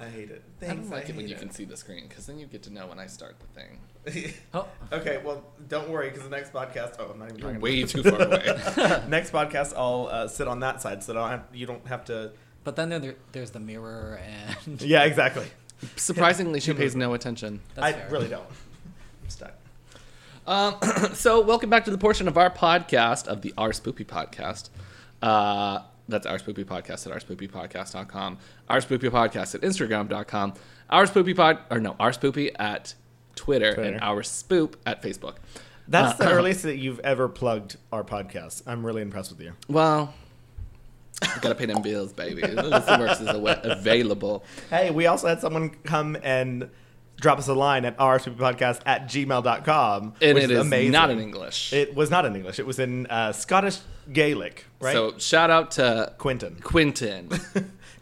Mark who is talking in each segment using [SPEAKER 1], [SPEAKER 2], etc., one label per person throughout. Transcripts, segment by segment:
[SPEAKER 1] I hate it.
[SPEAKER 2] I don't
[SPEAKER 1] Thanks.
[SPEAKER 2] like it when
[SPEAKER 1] hate
[SPEAKER 2] you can see the screen because then you get to know when I start the thing.
[SPEAKER 3] Oh.
[SPEAKER 1] okay, well, don't worry because the next podcast. Oh, I'm not even.
[SPEAKER 2] You're
[SPEAKER 1] talking
[SPEAKER 2] way
[SPEAKER 1] about
[SPEAKER 2] too
[SPEAKER 1] it.
[SPEAKER 2] far away.
[SPEAKER 1] next podcast, I'll uh, sit on that side so that I don't have, you don't have to.
[SPEAKER 3] But then there, there's the mirror and.
[SPEAKER 1] Yeah, exactly.
[SPEAKER 2] Surprisingly, she pays no attention.
[SPEAKER 3] That's
[SPEAKER 1] I
[SPEAKER 3] fair.
[SPEAKER 1] really don't. I'm stuck.
[SPEAKER 2] Um, so, welcome back to the portion of our podcast, of the Our Spoopy podcast. Uh, that's Our Spoopy podcast at ourspoopypodcast.com, Our Spoopy podcast at instagram.com, Our Spoopy pod, or no, Our Spoopy at Twitter,
[SPEAKER 1] Twitter.
[SPEAKER 2] and Our Spoop at Facebook.
[SPEAKER 1] That's
[SPEAKER 2] Uh,
[SPEAKER 1] the earliest that you've ever plugged our podcast. I'm really impressed with you.
[SPEAKER 2] Well, you gotta pay them bills, baby. This works is awa- available.
[SPEAKER 1] Hey, we also had someone come and drop us a line at rspoopypodcast at gmail.com.
[SPEAKER 2] And
[SPEAKER 1] which is
[SPEAKER 2] it is
[SPEAKER 1] amazing.
[SPEAKER 2] not in English.
[SPEAKER 1] It was not in English. It was in uh, Scottish Gaelic, right?
[SPEAKER 2] So, shout out to
[SPEAKER 1] Quentin.
[SPEAKER 2] Quentin.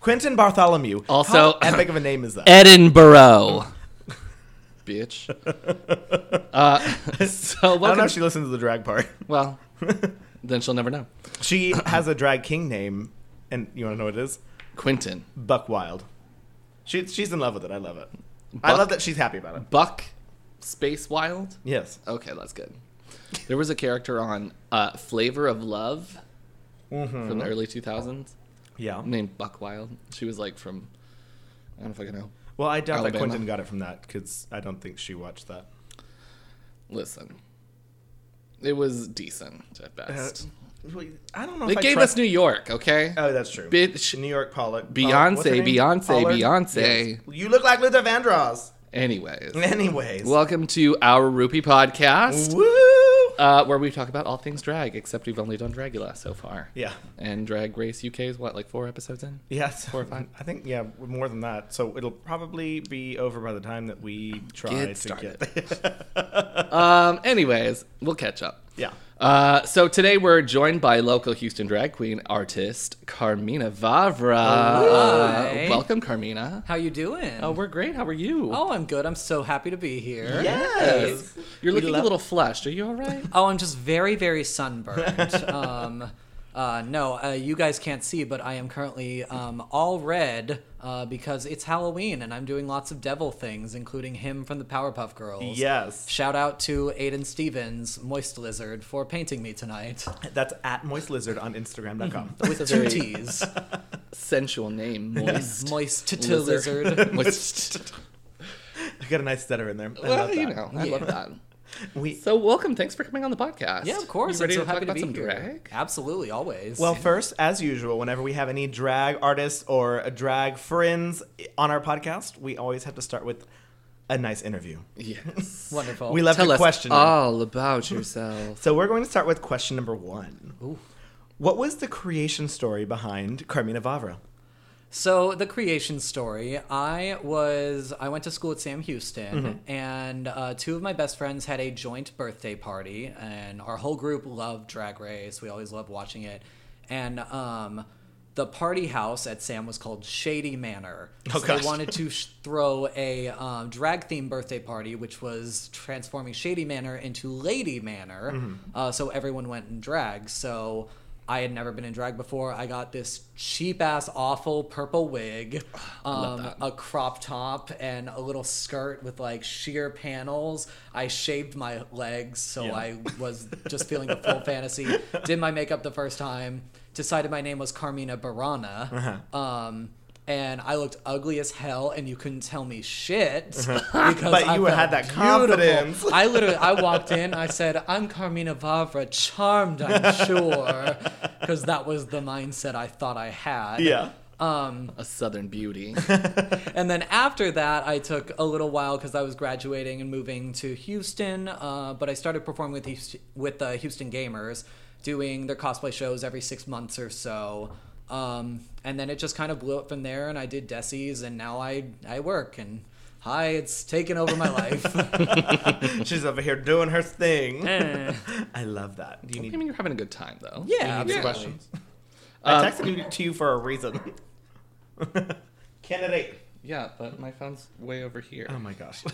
[SPEAKER 1] Quentin Bartholomew.
[SPEAKER 2] Also-
[SPEAKER 1] How epic of a name is that?
[SPEAKER 2] Edinburgh. Bitch. Uh, so
[SPEAKER 1] I don't know
[SPEAKER 2] welcome.
[SPEAKER 1] if she listens to the drag part.
[SPEAKER 2] well, then she'll never know.
[SPEAKER 1] She has a drag king name, and you want to know what it is?
[SPEAKER 2] Quentin.
[SPEAKER 1] Buck Wild. She, she's in love with it. I love it. I
[SPEAKER 2] Buck?
[SPEAKER 1] love that she's happy about it.
[SPEAKER 2] Buck Space Wild.
[SPEAKER 1] Yes.
[SPEAKER 2] Okay, that's good. There was a character on uh, Flavor of Love from the early 2000s
[SPEAKER 1] Mm-hmm. Yeah.
[SPEAKER 2] named Buck Wild. She was like from, I don't fucking know.
[SPEAKER 1] Well, I doubt that
[SPEAKER 2] Alabama.
[SPEAKER 1] Quentin got it from that because I don't think she watched that.
[SPEAKER 2] Listen, it was decent
[SPEAKER 1] Uh,
[SPEAKER 2] at best.
[SPEAKER 1] I don't know.
[SPEAKER 2] Uh, they
[SPEAKER 1] if I
[SPEAKER 2] gave
[SPEAKER 1] trust-
[SPEAKER 2] us New York, okay?
[SPEAKER 1] Oh, that's true.
[SPEAKER 2] Bitch.
[SPEAKER 1] New York Pollock.
[SPEAKER 2] Beyonce,
[SPEAKER 1] what's her name?
[SPEAKER 2] Beyonce, Beyonce.
[SPEAKER 1] Yes. You look like Luther Vandross.
[SPEAKER 2] Anyways,
[SPEAKER 1] Anyways.
[SPEAKER 2] welcome to our Rupee podcast.
[SPEAKER 1] Woo!
[SPEAKER 2] uh, where we talk about all things drag, except we've only done Dragula so far.
[SPEAKER 1] Yeah.
[SPEAKER 2] And Drag Race UK is what, like four episodes in?
[SPEAKER 1] Yes.
[SPEAKER 2] Four or five.
[SPEAKER 1] I think, yeah, more than that. So it'll probably be over by the time that we try
[SPEAKER 2] Get
[SPEAKER 1] to
[SPEAKER 2] started.
[SPEAKER 1] get.
[SPEAKER 2] Um, anyways, we'll catch up.
[SPEAKER 1] yeah.
[SPEAKER 2] Uh, so today we're joined by local Houston drag queen artist Carmina Vavra. Uh,
[SPEAKER 3] Hi.
[SPEAKER 2] welcome, Carmina.
[SPEAKER 3] How you doing?
[SPEAKER 2] Oh, we're great. How are you?
[SPEAKER 3] Oh, I'm good. I'm so happy to be here.
[SPEAKER 1] Yes.
[SPEAKER 2] You're
[SPEAKER 1] We
[SPEAKER 2] looking
[SPEAKER 1] love-
[SPEAKER 2] a little flushed. Are you all right?
[SPEAKER 3] Oh, I'm just very, very sunburned. um, uh, no, uh, you guys can't see, but I am currently um, all red uh, because it's Halloween and I'm doing lots of devil things, including him from the Powerpuff Girls.
[SPEAKER 1] Yes.
[SPEAKER 3] Shout out to Aiden Stevens, Moist Lizard, for painting me tonight
[SPEAKER 1] That's at moist lizard on Instagram.com.
[SPEAKER 2] Mm-hmm.
[SPEAKER 3] with two T's.
[SPEAKER 2] Sensual name, moist.
[SPEAKER 3] Moist t-
[SPEAKER 2] Lizard.
[SPEAKER 3] lizard.
[SPEAKER 2] moist.
[SPEAKER 1] I got a nice stutter in there. I
[SPEAKER 2] well,
[SPEAKER 1] love
[SPEAKER 2] you
[SPEAKER 1] that.
[SPEAKER 2] know, I love that.
[SPEAKER 1] We,
[SPEAKER 2] So welcome. Thanks for coming on the podcast.
[SPEAKER 3] Yeah, of course.
[SPEAKER 2] You ready
[SPEAKER 3] I'm so
[SPEAKER 2] to talk
[SPEAKER 3] happy
[SPEAKER 2] about
[SPEAKER 3] to be
[SPEAKER 2] some
[SPEAKER 3] here.
[SPEAKER 2] drag?
[SPEAKER 3] Absolutely, always.
[SPEAKER 1] Well, first, as usual, whenever we have any drag artists or a drag friends on our podcast, we always have to start with a nice interview.
[SPEAKER 2] Yes.
[SPEAKER 3] wonderful.
[SPEAKER 1] We love
[SPEAKER 2] Tell
[SPEAKER 1] to
[SPEAKER 2] us Ah.
[SPEAKER 1] question. them.
[SPEAKER 2] all about yourself.
[SPEAKER 1] So we're going to start with question number one. What was the creation story behind Carmina Vavra?
[SPEAKER 3] So the creation story. I was I went to school at Sam Houston,
[SPEAKER 2] Mm-hmm.
[SPEAKER 3] and uh, two of my best friends had a joint birthday party, and our whole group loved Drag Race. We always loved watching it, and um, the party house at Sam was called Shady Manor.
[SPEAKER 1] Oh,
[SPEAKER 3] so
[SPEAKER 1] gosh.
[SPEAKER 3] they wanted to sh- throw a um, drag themed birthday party, which was transforming Shady Manor into Lady Manor. Uh, so everyone went in drag. So I had never been in drag before. I got this cheap ass, awful purple wig, um, a crop top, and a little skirt with like sheer panels. I shaved my legs, so
[SPEAKER 1] Yeah.
[SPEAKER 3] I was just feeling the full fantasy. Did my makeup the first time. Decided my name was Carmina Barana. Um, and I looked ugly as hell, and you couldn't tell me shit because
[SPEAKER 1] Uh-huh. But
[SPEAKER 3] I
[SPEAKER 1] you
[SPEAKER 3] felt
[SPEAKER 1] had that
[SPEAKER 3] beautiful.
[SPEAKER 1] confidence.
[SPEAKER 3] I literally, I walked in, I said, "I'm Carmina Vavra, charmed, I'm sure," because that was the mindset I thought I had.
[SPEAKER 2] a Southern beauty.
[SPEAKER 3] And then after that, I took a little while because I was graduating and moving to Houston. Uh, but I started performing with Houston, with the Houston Gamers, doing their cosplay shows every six months or so. Um, and then it just kind of blew up from there. And I did Desi's, and now I I work and hi, it's taken over my life.
[SPEAKER 1] She's over here doing her thing.
[SPEAKER 3] Eh.
[SPEAKER 1] I love that. Do you
[SPEAKER 2] I
[SPEAKER 1] need,
[SPEAKER 2] mean, you're having a good time though.
[SPEAKER 3] yeah,
[SPEAKER 1] do you need some
[SPEAKER 3] absolutely.
[SPEAKER 1] questions? I texted you to you for a reason. Candidate.
[SPEAKER 2] Yeah, but my phone's way over here.
[SPEAKER 1] Oh my gosh.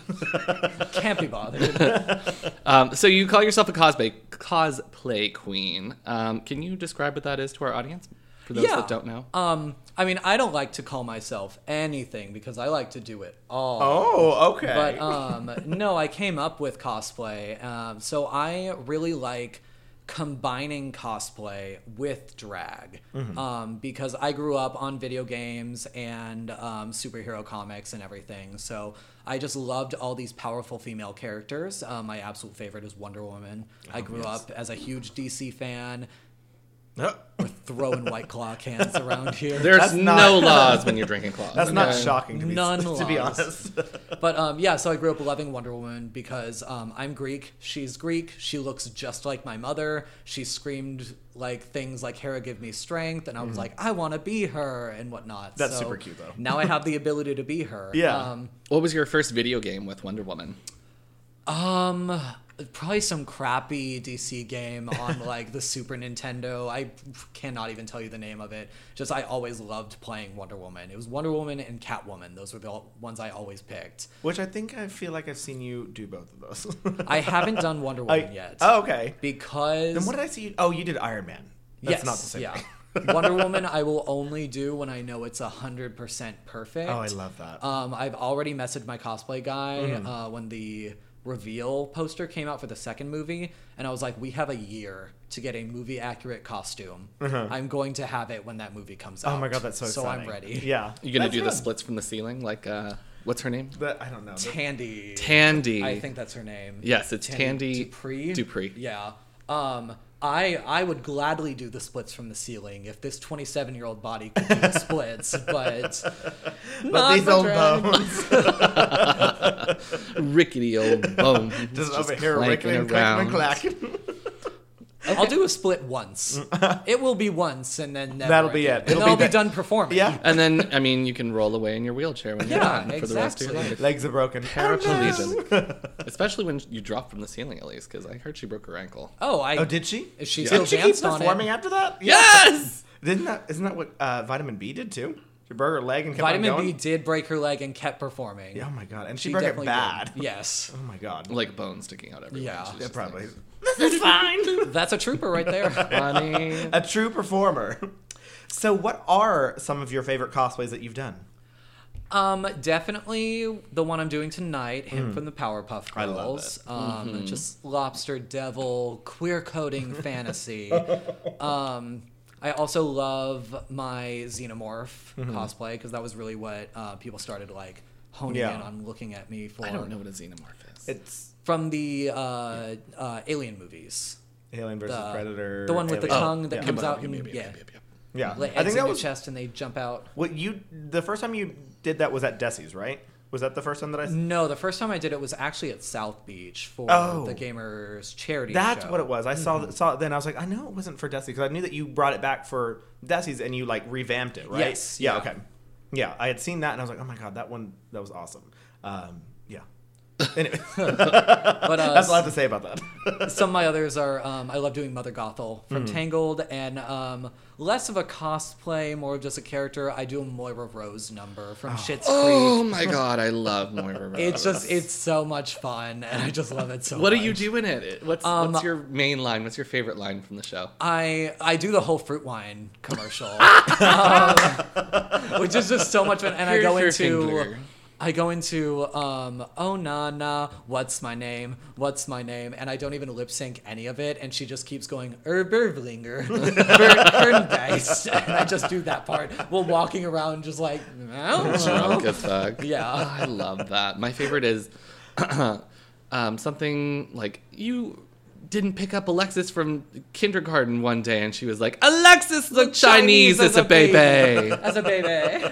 [SPEAKER 3] Can't be bothered.
[SPEAKER 2] Um, so you call yourself a cosplay cosplay queen. Um, can you describe what that is to our audience? for those that don't
[SPEAKER 1] Uh,
[SPEAKER 2] know?
[SPEAKER 3] Um, I mean, I don't like to call myself anything because I like to do it all.
[SPEAKER 1] Oh, okay.
[SPEAKER 3] But um, no, I came up with cosplay. Um, so I really like combining cosplay with drag um, because I grew up on video games and um, superhero comics and everything. So I just loved all these powerful female characters. Um, my absolute favorite is Wonder Woman. I grew up as a huge DC fan.
[SPEAKER 1] No,
[SPEAKER 3] We're throwing white claw cans around here.
[SPEAKER 2] There's no
[SPEAKER 1] not-
[SPEAKER 2] laws when you're drinking claws.
[SPEAKER 1] that's not
[SPEAKER 2] okay?
[SPEAKER 1] shocking to be
[SPEAKER 3] None
[SPEAKER 1] to be
[SPEAKER 3] lies.
[SPEAKER 1] honest.
[SPEAKER 3] But um, yeah, so I grew up loving Wonder Woman because um, I'm Greek. She's Greek. She looks just like my mother. She screamed like things like "Hera, give me strength," and I was like, "I want to be her" and whatnot.
[SPEAKER 1] Mm-hmm. That's
[SPEAKER 3] So
[SPEAKER 1] super cute, though.
[SPEAKER 3] now I have the ability to be her.
[SPEAKER 1] Yeah.
[SPEAKER 3] Um,
[SPEAKER 2] What was your first video game with Wonder Woman?
[SPEAKER 3] um, probably some crappy DC game on like the Super Nintendo. I cannot even tell you the name of it. Just I always loved playing Wonder Woman. It was Wonder Woman and Catwoman. Those were the ones I always picked.
[SPEAKER 1] Which I think I feel like I've seen you do both of those.
[SPEAKER 3] I haven't done Wonder
[SPEAKER 1] I-
[SPEAKER 3] Woman yet.
[SPEAKER 1] Oh, okay.
[SPEAKER 3] Because
[SPEAKER 1] Then what did I see? You, oh, you did Iron Man. That's
[SPEAKER 3] yes,
[SPEAKER 1] not the same.
[SPEAKER 3] yeah.
[SPEAKER 1] thing.
[SPEAKER 3] Wonder Woman, I will only do when I know it's hundred percent perfect.
[SPEAKER 1] Oh, I love that. Mm.
[SPEAKER 3] Um, I've already messaged my cosplay guy uh, when the reveal poster came out for the second movie, and I was like, "We have a year to get a movie accurate costume. I'm going to have it when that movie comes out."
[SPEAKER 1] Uh-huh. oh my god, that's so.
[SPEAKER 3] So
[SPEAKER 1] exciting.
[SPEAKER 3] I'm ready.
[SPEAKER 1] Yeah.
[SPEAKER 2] You gonna
[SPEAKER 1] That's
[SPEAKER 2] do the
[SPEAKER 1] good.
[SPEAKER 2] splits from the ceiling? Like, uh, what's her name?
[SPEAKER 1] But I don't know. The-
[SPEAKER 3] Tandy.
[SPEAKER 2] Tandy.
[SPEAKER 3] I think that's her name.
[SPEAKER 2] Yes, it's Tandy
[SPEAKER 3] Dupree.
[SPEAKER 2] Dupree.
[SPEAKER 3] Yeah. Um, I I would gladly do the splits from the ceiling if this 27 year old body could do the splits, but
[SPEAKER 1] But these
[SPEAKER 3] for
[SPEAKER 1] old
[SPEAKER 3] drag.
[SPEAKER 1] bones.
[SPEAKER 2] rickety old bone.
[SPEAKER 1] Just, over here,
[SPEAKER 2] clanking
[SPEAKER 1] wriggling and clacking and
[SPEAKER 2] around.
[SPEAKER 1] clacking.
[SPEAKER 3] I'll do a split once. it will be once, and then never
[SPEAKER 1] That'll be
[SPEAKER 3] again.
[SPEAKER 1] it.
[SPEAKER 3] And
[SPEAKER 1] It'll
[SPEAKER 3] then
[SPEAKER 1] be
[SPEAKER 3] I'll be
[SPEAKER 1] that-
[SPEAKER 3] done performing.
[SPEAKER 1] Yeah.
[SPEAKER 2] And then, I mean, you can roll away in your wheelchair when you're
[SPEAKER 3] Yeah,
[SPEAKER 2] done for the rest of your
[SPEAKER 3] exactly.
[SPEAKER 2] life.
[SPEAKER 1] Legs are broken.
[SPEAKER 2] Paraplegic. Especially when you drop from the ceiling, at least, because I heard she broke her ankle.
[SPEAKER 3] Oh, I.
[SPEAKER 1] Oh, did she?
[SPEAKER 3] If she still
[SPEAKER 1] Did she keep
[SPEAKER 3] danced on
[SPEAKER 1] performing
[SPEAKER 3] it.
[SPEAKER 1] after that?
[SPEAKER 2] Yes!
[SPEAKER 1] Didn't that? Isn't that what uh, Vitamin B did too? She broke her leg and kept on
[SPEAKER 3] Vitamin
[SPEAKER 1] going.
[SPEAKER 3] B did break her leg and kept performing.
[SPEAKER 1] Yeah, Oh my god, and she,
[SPEAKER 3] She
[SPEAKER 1] broke it
[SPEAKER 3] definitely
[SPEAKER 1] bad.
[SPEAKER 3] did. Yes.
[SPEAKER 1] Oh my god.
[SPEAKER 2] Like bones sticking out everywhere.
[SPEAKER 3] Yeah.
[SPEAKER 2] She's
[SPEAKER 1] yeah,
[SPEAKER 2] just
[SPEAKER 1] probably.
[SPEAKER 2] like,
[SPEAKER 1] this is fine.
[SPEAKER 3] That's a trooper right there.
[SPEAKER 2] Funny.
[SPEAKER 1] A true performer. So, what are some of your favorite cosplays that you've done?
[SPEAKER 3] Um, definitely the one I'm doing tonight, him from the Powerpuff Girls.
[SPEAKER 1] Hmm. I love
[SPEAKER 3] Um,
[SPEAKER 2] Mm-hmm.
[SPEAKER 3] just lobster devil, queer coding fantasy. um, I also love my xenomorph
[SPEAKER 1] Mm-hmm.
[SPEAKER 3] cosplay because that was really what uh, people started like honing
[SPEAKER 1] Yeah.
[SPEAKER 3] in on looking at me for.
[SPEAKER 2] I don't know what a xenomorph is.
[SPEAKER 1] It's
[SPEAKER 3] From the uh, uh, Alien movies,
[SPEAKER 1] Alien versus
[SPEAKER 3] The-
[SPEAKER 1] Predator.
[SPEAKER 3] the one with the
[SPEAKER 1] Alien.
[SPEAKER 3] tongue that
[SPEAKER 1] yeah.
[SPEAKER 3] comes out.
[SPEAKER 2] Yep,
[SPEAKER 3] and-
[SPEAKER 2] yep, yep,
[SPEAKER 3] yeah,
[SPEAKER 2] yep, yep, yep.
[SPEAKER 1] Yeah,
[SPEAKER 3] Like,
[SPEAKER 1] I think that
[SPEAKER 3] your
[SPEAKER 1] was
[SPEAKER 3] chest and they jump out.
[SPEAKER 1] what you. The first time you did that was at Desi's, right? Was that the first time that I?
[SPEAKER 3] No, the first time I did it was actually at South Beach for
[SPEAKER 1] Oh.
[SPEAKER 3] the Gamers charity.
[SPEAKER 1] That's
[SPEAKER 3] show.
[SPEAKER 1] what it was. I saw saw it then. I was like, I know it wasn't for Desi because I knew that you brought it back for Desi's and you like revamped it, right?
[SPEAKER 3] Yes,
[SPEAKER 1] Yeah.
[SPEAKER 3] yeah.
[SPEAKER 1] Okay. Yeah, I had seen that and I was like, oh my god, that one that was awesome. Um, yeah. Anyway,
[SPEAKER 3] But uh,
[SPEAKER 1] that's all I have to say about that.
[SPEAKER 3] some of my others are um, I love doing Mother Gothel from
[SPEAKER 2] Mm-hmm.
[SPEAKER 3] Tangled, and um, less of a cosplay, more of just a character. I do a Moira Rose number from Schitt's Creek.
[SPEAKER 2] Oh my god, I love Moira Rose.
[SPEAKER 3] It's just it's so much fun, and I just love it so.
[SPEAKER 2] What do
[SPEAKER 3] much.
[SPEAKER 2] you do in it? What's
[SPEAKER 3] Um,
[SPEAKER 2] what's your main line? What's your favorite line from the show?
[SPEAKER 3] I I do the whole fruit wine commercial, um, which is just so much fun. And I go
[SPEAKER 2] Here's your
[SPEAKER 3] into
[SPEAKER 2] finger.
[SPEAKER 3] I go into um, oh na na what's my name what's my name and I don't even lip sync any of it and she just keeps going Erbervlinger Berngeist and I just do that part while walking around just like I don't know.
[SPEAKER 2] Drunk as fuck.
[SPEAKER 3] Yeah.
[SPEAKER 2] I love that. My favorite is um, something like you didn't pick up Alexis from kindergarten one day, and she was like, "Alexis looked Chinese, as a baby."
[SPEAKER 3] as a baby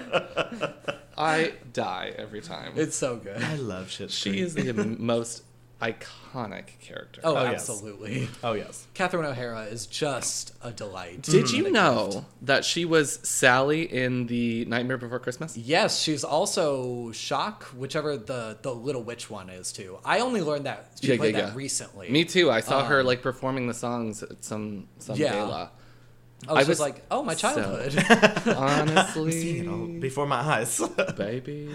[SPEAKER 2] I die every time.
[SPEAKER 3] it's so good
[SPEAKER 1] I love shit.
[SPEAKER 2] she is the most iconic character.
[SPEAKER 3] oh,
[SPEAKER 1] yes.
[SPEAKER 3] absolutely
[SPEAKER 1] Oh yes.
[SPEAKER 3] Catherine O'Hara is just a delight Mm-hmm.
[SPEAKER 2] Did you know that she was Sally in the Nightmare Before Christmas?
[SPEAKER 3] Yes, she's also Shock, whichever the the Little Witch one is too. I only learned that she
[SPEAKER 2] Yeah,
[SPEAKER 3] played
[SPEAKER 2] yeah,
[SPEAKER 3] that
[SPEAKER 2] yeah.
[SPEAKER 3] recently.
[SPEAKER 2] Me too. I saw her like performing the songs at some some
[SPEAKER 3] Yeah.
[SPEAKER 2] gala.
[SPEAKER 3] I was,
[SPEAKER 2] I was-
[SPEAKER 3] just like, oh, my
[SPEAKER 2] so-
[SPEAKER 3] childhood.
[SPEAKER 1] You know,
[SPEAKER 2] Honestly,
[SPEAKER 1] before my eyes,
[SPEAKER 2] baby.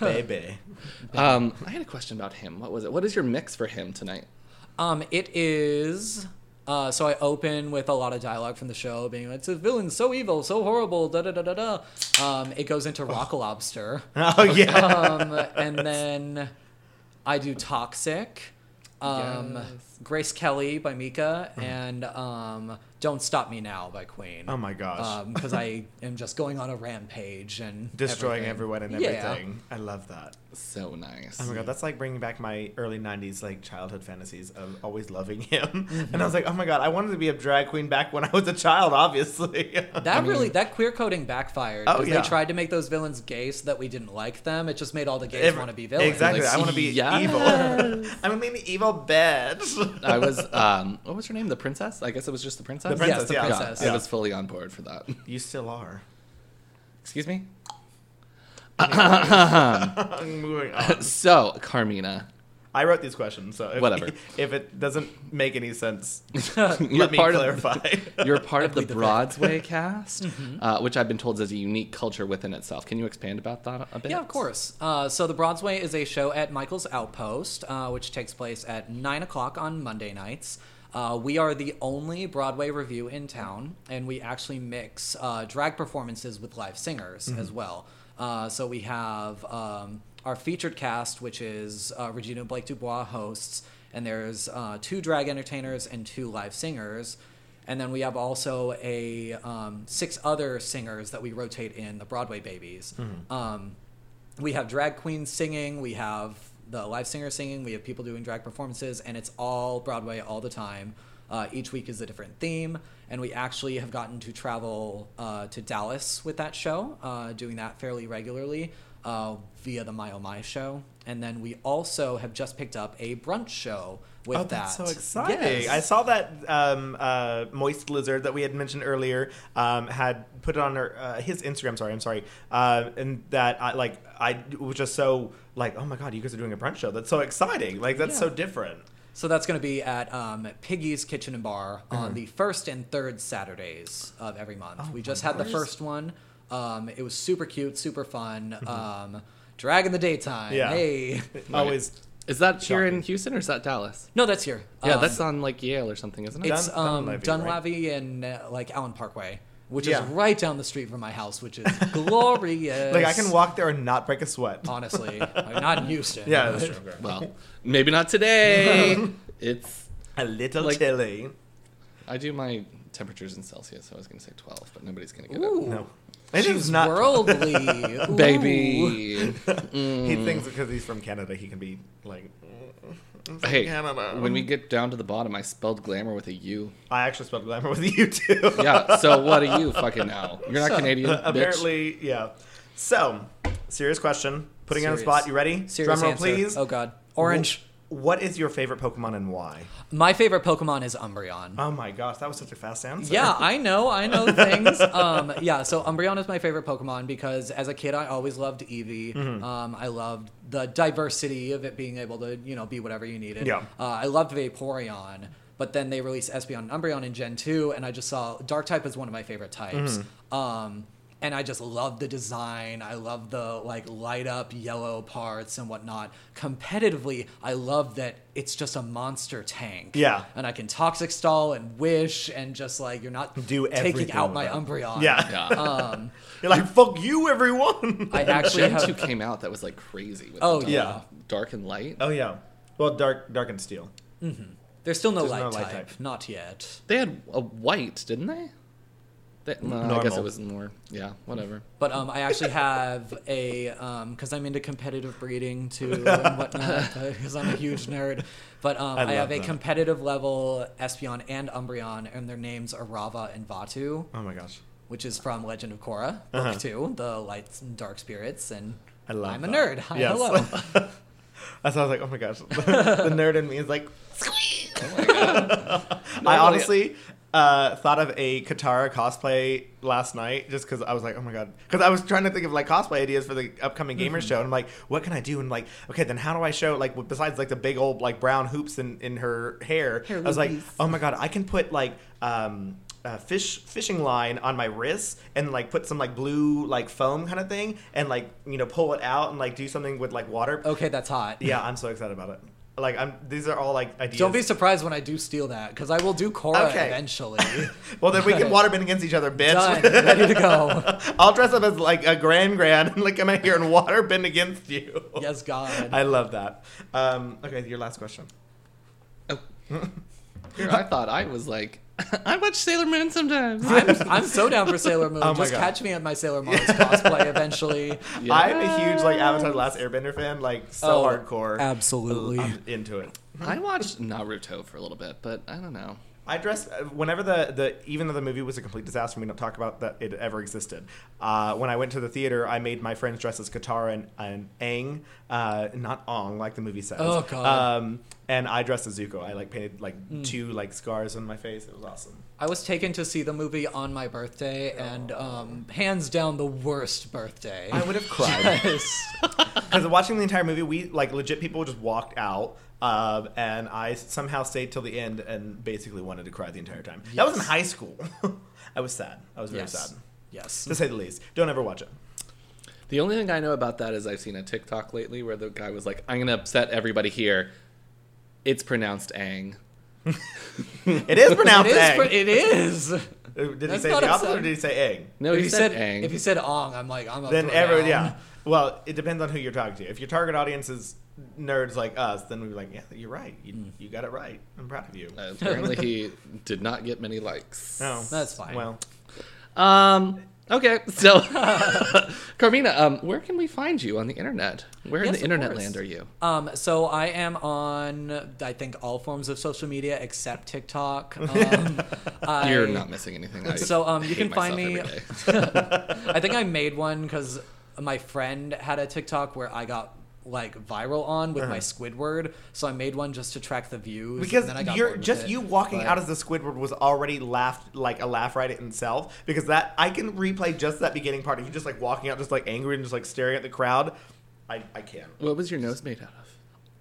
[SPEAKER 1] baby.
[SPEAKER 2] Um, I had a question about him. What was it? What is your mix for him tonight?
[SPEAKER 3] um, it Um, is Uh, so I open with a lot of dialogue from the show, being like, "It's a villain so evil, so horrible." Da da da da da. Um, it goes
[SPEAKER 2] Oh.
[SPEAKER 3] into Rock Lobster,
[SPEAKER 1] Oh yeah.
[SPEAKER 3] um, and then I do Toxic, um, Grace Kelly by Mika, and um, Don't Stop Me Now by Queen.
[SPEAKER 1] Mm-hmm. Oh my gosh.
[SPEAKER 3] Because I am just going on a rampage and
[SPEAKER 1] Destroying
[SPEAKER 3] everything.
[SPEAKER 1] everyone and
[SPEAKER 3] Yeah.
[SPEAKER 1] everything. I love that.
[SPEAKER 2] So nice.
[SPEAKER 1] Oh my god, that's like bringing back my early '90s like childhood fantasies of always loving him. And I was like, oh my god, I wanted to be a drag queen back when I was a child, obviously.
[SPEAKER 3] That really, that queer coding backfired.
[SPEAKER 1] Oh,
[SPEAKER 3] 'cause
[SPEAKER 1] yeah.
[SPEAKER 3] They tried to make those villains gay so that we didn't like them. It just made all the gays
[SPEAKER 1] Every-
[SPEAKER 3] want to be villains.
[SPEAKER 1] Exactly.
[SPEAKER 2] Like,
[SPEAKER 1] I want to be
[SPEAKER 2] yes.
[SPEAKER 1] evil. I'm gonna be an evil bitch.
[SPEAKER 2] I was um what was her name? The princess? I guess it was just the princess.
[SPEAKER 1] The princess,
[SPEAKER 3] the
[SPEAKER 1] yeah.
[SPEAKER 3] princess.
[SPEAKER 2] I
[SPEAKER 1] Yeah.
[SPEAKER 2] was fully on board for that.
[SPEAKER 1] You still are.
[SPEAKER 2] Excuse me?
[SPEAKER 1] Moving on.
[SPEAKER 2] So, Carmina,
[SPEAKER 1] I wrote these questions, so if,
[SPEAKER 2] Whatever.
[SPEAKER 1] If it doesn't make any sense,
[SPEAKER 2] you're
[SPEAKER 1] let me
[SPEAKER 2] part of
[SPEAKER 1] clarify.
[SPEAKER 2] you're part of the
[SPEAKER 3] plead the fifth.
[SPEAKER 2] Broadway cast,
[SPEAKER 1] Mm-hmm.
[SPEAKER 2] uh, which I've been told is a unique culture within itself. Can you expand about that a bit?
[SPEAKER 3] Yeah, of course. Uh, so the Broadway is a show at Michael's Outpost, uh, which takes place at nine o'clock on Monday nights. Uh, we are the only Broadway review in town, and we actually mix uh, drag performances with live singers as well. Uh, so we have um, our featured cast, which is uh, Regina Blake Dubois hosts, and there's uh, two drag entertainers and two live singers. And then we have also a um, six other singers that we rotate in the Broadway Babies. Um, we have drag queens singing, we have the live singer singing, we have people doing drag performances, and it's all Broadway all the time. Uh, each week is a different theme, and we actually have gotten to travel uh, to Dallas with that show, uh, doing that fairly regularly uh, via the My Oh My show. And then we also have just picked up a brunch show with
[SPEAKER 1] Oh,
[SPEAKER 3] that.
[SPEAKER 1] that's so exciting!
[SPEAKER 3] Yes.
[SPEAKER 1] I saw that um, uh, moist lizard that we had mentioned earlier um, had put it on her, uh, his Instagram. Sorry, I'm sorry, uh, and that I like I was just so like, oh my god, you guys are doing a brunch show. That's so exciting! Like that's
[SPEAKER 3] Yeah.
[SPEAKER 1] so different.
[SPEAKER 3] So that's going to be at um, Piggy's Kitchen and Bar
[SPEAKER 1] Mm-hmm.
[SPEAKER 3] on the first and third Saturdays of every month.
[SPEAKER 1] Oh
[SPEAKER 3] we just had the first one. Um, it was super cute, super fun. Um, drag in the daytime.
[SPEAKER 1] Mm-hmm. Yeah.
[SPEAKER 3] Hey.
[SPEAKER 1] Always
[SPEAKER 2] Is that here in
[SPEAKER 1] Shocking.
[SPEAKER 2] Houston or is that Dallas?
[SPEAKER 3] No, that's here.
[SPEAKER 2] Yeah,
[SPEAKER 3] Um,
[SPEAKER 2] that's on like Yale or something, isn't it?
[SPEAKER 1] Dun-
[SPEAKER 3] it's um,
[SPEAKER 1] Dunlavey, right?
[SPEAKER 3] Dunlavey and uh, like Allen Parkway, which
[SPEAKER 1] Yeah.
[SPEAKER 3] is right down the street from my house, which is glorious.
[SPEAKER 1] like I can walk there and not break a sweat.
[SPEAKER 3] Uh, Honestly, like, not in Houston.
[SPEAKER 1] Yeah,
[SPEAKER 3] but-
[SPEAKER 1] that's true.
[SPEAKER 2] well, maybe not today. it's
[SPEAKER 1] A little
[SPEAKER 2] Like-
[SPEAKER 1] chilly.
[SPEAKER 2] I do my temperatures in Celsius, so I was going to say 12, but nobody's going to get
[SPEAKER 3] Ooh,
[SPEAKER 2] it.
[SPEAKER 1] No, it
[SPEAKER 3] she's
[SPEAKER 1] is not.
[SPEAKER 3] worldly, Ooh.
[SPEAKER 2] Baby.
[SPEAKER 1] He thinks
[SPEAKER 3] Mm.
[SPEAKER 1] because he's from Canada, he can be like. "Mm,
[SPEAKER 2] hey,
[SPEAKER 1] Canada.
[SPEAKER 2] when we get down to the bottom, I spelled glamour with a U.
[SPEAKER 1] I actually spelled glamour with you too.
[SPEAKER 2] Yeah, so what are you fucking now? You're not Canadian, bitch.
[SPEAKER 1] Apparently, yeah. So, serious question. Putting you on the
[SPEAKER 3] Serious.
[SPEAKER 1] spot. You ready?
[SPEAKER 3] Serious
[SPEAKER 1] Drum roll,
[SPEAKER 3] answer.
[SPEAKER 1] please.
[SPEAKER 3] Oh God, orange.
[SPEAKER 1] Wh- What is your favorite Pokemon and why?
[SPEAKER 3] My favorite Pokemon is Umbreon.
[SPEAKER 1] Oh my gosh, that was such a fast answer.
[SPEAKER 3] Yeah, I know, I know things. Um, yeah, so Umbreon is my favorite Pokemon because as a kid, I always loved Eevee. Um, I loved the diversity of it being able to, you know, be whatever you needed.
[SPEAKER 1] Yeah.
[SPEAKER 3] Uh, I loved Vaporeon, but then they released Espeon and Umbreon in Gen 2, and I just saw Dark type is one of my favorite types. Um, and I just loved the design. I loved the like light up yellow parts and whatnot. Competitively, I love that it's just a monster tank
[SPEAKER 1] Yeah.
[SPEAKER 3] and I can toxic stall and wish and just like you're not
[SPEAKER 1] Do everything
[SPEAKER 3] taking out
[SPEAKER 1] with
[SPEAKER 3] my
[SPEAKER 1] it.
[SPEAKER 3] Umbreon.
[SPEAKER 1] Yeah.
[SPEAKER 2] Yeah.
[SPEAKER 3] Um,
[SPEAKER 1] You're like, fuck you, everyone.
[SPEAKER 3] I actually
[SPEAKER 2] Gen 2
[SPEAKER 3] have.
[SPEAKER 2] came out that was like crazy. With
[SPEAKER 3] Oh,
[SPEAKER 2] the
[SPEAKER 1] yeah.
[SPEAKER 2] dark- Dark and light.
[SPEAKER 1] oh, yeah. Well, dark, dark and steel.
[SPEAKER 3] There's still no
[SPEAKER 1] There's
[SPEAKER 3] light,
[SPEAKER 1] no light
[SPEAKER 3] type.
[SPEAKER 1] type.
[SPEAKER 3] Not yet.
[SPEAKER 2] They had a white, didn't they? they well, I guess
[SPEAKER 1] Normal.
[SPEAKER 2] it was more. Yeah, whatever.
[SPEAKER 3] But um, I actually have a because I'm into competitive breeding too and whatnot because I'm a huge nerd. But um,
[SPEAKER 1] I
[SPEAKER 3] I,
[SPEAKER 1] love
[SPEAKER 3] have a
[SPEAKER 1] that.
[SPEAKER 3] competitive level Espeon and Umbreon, and their names are Rava and Vatu,
[SPEAKER 1] Oh my gosh.
[SPEAKER 3] which is from Legend of Korra, book two, the lights and dark spirits. And
[SPEAKER 1] Uh-huh. I love
[SPEAKER 3] I'm a
[SPEAKER 1] that.
[SPEAKER 3] nerd. Hi,
[SPEAKER 1] Yes.
[SPEAKER 3] hello.
[SPEAKER 1] That's why I was like, oh my gosh. the nerd in me is like,
[SPEAKER 3] Oh
[SPEAKER 2] No,
[SPEAKER 1] I
[SPEAKER 2] no,
[SPEAKER 1] honestly uh, thought of a Katara cosplay last night just because I was like, oh my god, because I was trying to think of like cosplay ideas for the upcoming gamers
[SPEAKER 3] Mm-hmm.
[SPEAKER 1] show, and I'm like, what can I do? And like, okay, then how do I show like besides like the big old like brown hoops in in her hair? I was like, oh my god, I can put like. um a fish fishing line on my wrist and like put some like blue like foam kind of
[SPEAKER 3] Oh.
[SPEAKER 1] thing and like you know pull it out and like do something with like water
[SPEAKER 3] Okay, that's hot.
[SPEAKER 1] yeah i'm so excited about it like I'm. These are all like ideas.
[SPEAKER 3] Don't be surprised when I do steal that because I will do Korra
[SPEAKER 1] Okay.
[SPEAKER 3] eventually.
[SPEAKER 1] Well, then we can waterbend against each other, bitch.
[SPEAKER 3] Done. Ready to go.
[SPEAKER 1] I'll dress up as like a grand grand and like come out here and waterbend against you.
[SPEAKER 3] yes, God.
[SPEAKER 1] I love that. Um, okay, your last question.
[SPEAKER 2] Oh. Here, I thought I was like, I watch Sailor Moon sometimes.
[SPEAKER 3] I'm, I'm so down for Sailor Moon.
[SPEAKER 1] Oh my
[SPEAKER 3] Just
[SPEAKER 1] God.
[SPEAKER 3] catch me at my Sailor Mars cosplay eventually.
[SPEAKER 1] I'm a huge like Avatar: The Last Airbender fan, like so
[SPEAKER 3] Oh,
[SPEAKER 1] hardcore.
[SPEAKER 3] absolutely.
[SPEAKER 1] I'm into it.
[SPEAKER 2] I watched Naruto for a little bit, but I don't know.
[SPEAKER 1] I dress uh, whenever the, the even though the movie was a complete disaster. We don't talk about that it ever existed. Uh, when I went to the theater, I made my friends dress as Katara and, and Aang, uh, not Ong, like the movie says.
[SPEAKER 3] Oh, God. Hmm.
[SPEAKER 1] Um, and I dressed as Zuko. I like painted like two like scars on my face. It was awesome.
[SPEAKER 3] I was taken to see the movie on my birthday, and um, hands down the worst birthday.
[SPEAKER 1] I would have cried
[SPEAKER 3] Yes.
[SPEAKER 1] because watching the entire movie, we like legit people just walked out. Uh, and I somehow stayed till the end and basically wanted to cry the entire time. That was in
[SPEAKER 3] Yes.
[SPEAKER 1] high school. I was sad. I was very
[SPEAKER 3] yes.
[SPEAKER 1] sad,
[SPEAKER 3] Yes.
[SPEAKER 1] to say the least. Don't ever watch it.
[SPEAKER 2] The only thing I know about that is I've seen a TikTok lately where the guy was like, I'm going to upset everybody here. It's pronounced Ang.
[SPEAKER 1] It is pronounced
[SPEAKER 3] It is.
[SPEAKER 1] egg. Uh,
[SPEAKER 3] pr- It is.
[SPEAKER 1] Did he
[SPEAKER 3] That's
[SPEAKER 1] say
[SPEAKER 3] not
[SPEAKER 1] the opposite or
[SPEAKER 3] upsetting.
[SPEAKER 1] did he say egg?
[SPEAKER 2] No,
[SPEAKER 3] if
[SPEAKER 2] he,
[SPEAKER 3] you
[SPEAKER 2] said,
[SPEAKER 3] said,
[SPEAKER 2] Ang.
[SPEAKER 3] if you said ong, I'm like I'm. Up
[SPEAKER 1] Then
[SPEAKER 3] for
[SPEAKER 1] every
[SPEAKER 3] it.
[SPEAKER 1] yeah. Well, it depends on who you're talking to. If your target audience is nerds like us, then we're like, yeah, you're right. You,
[SPEAKER 3] Mm.
[SPEAKER 1] you got it right. I'm proud of you.
[SPEAKER 2] Uh, apparently, he did not get many likes.
[SPEAKER 1] no,
[SPEAKER 3] That's fine.
[SPEAKER 1] Well,
[SPEAKER 2] Um. Okay. So, Carmina, um, where can we find you on the internet? Where in
[SPEAKER 3] Yes,
[SPEAKER 2] the
[SPEAKER 3] of
[SPEAKER 2] internet
[SPEAKER 3] course.
[SPEAKER 2] land are you?
[SPEAKER 3] Um, so I am on, I think, all forms of social media except TikTok. Um,
[SPEAKER 2] You're
[SPEAKER 3] I-
[SPEAKER 2] not missing anything. I
[SPEAKER 3] So um, you
[SPEAKER 2] hate
[SPEAKER 3] can find me.
[SPEAKER 2] myself every day.
[SPEAKER 3] I think I made one because my friend had a TikTok where I got like viral on with my Squidward. So I made one just to track the views.
[SPEAKER 1] Uh-huh. because
[SPEAKER 3] and then I got
[SPEAKER 1] you're
[SPEAKER 3] bored with
[SPEAKER 1] just
[SPEAKER 3] it.
[SPEAKER 1] you walking
[SPEAKER 3] But-
[SPEAKER 1] out as the Squidward was already laughed like a laugh right at itself because that I can replay just that beginning part of you just like walking out just like angry and just like staring at the crowd. I, I can.
[SPEAKER 2] What was your nose made out of?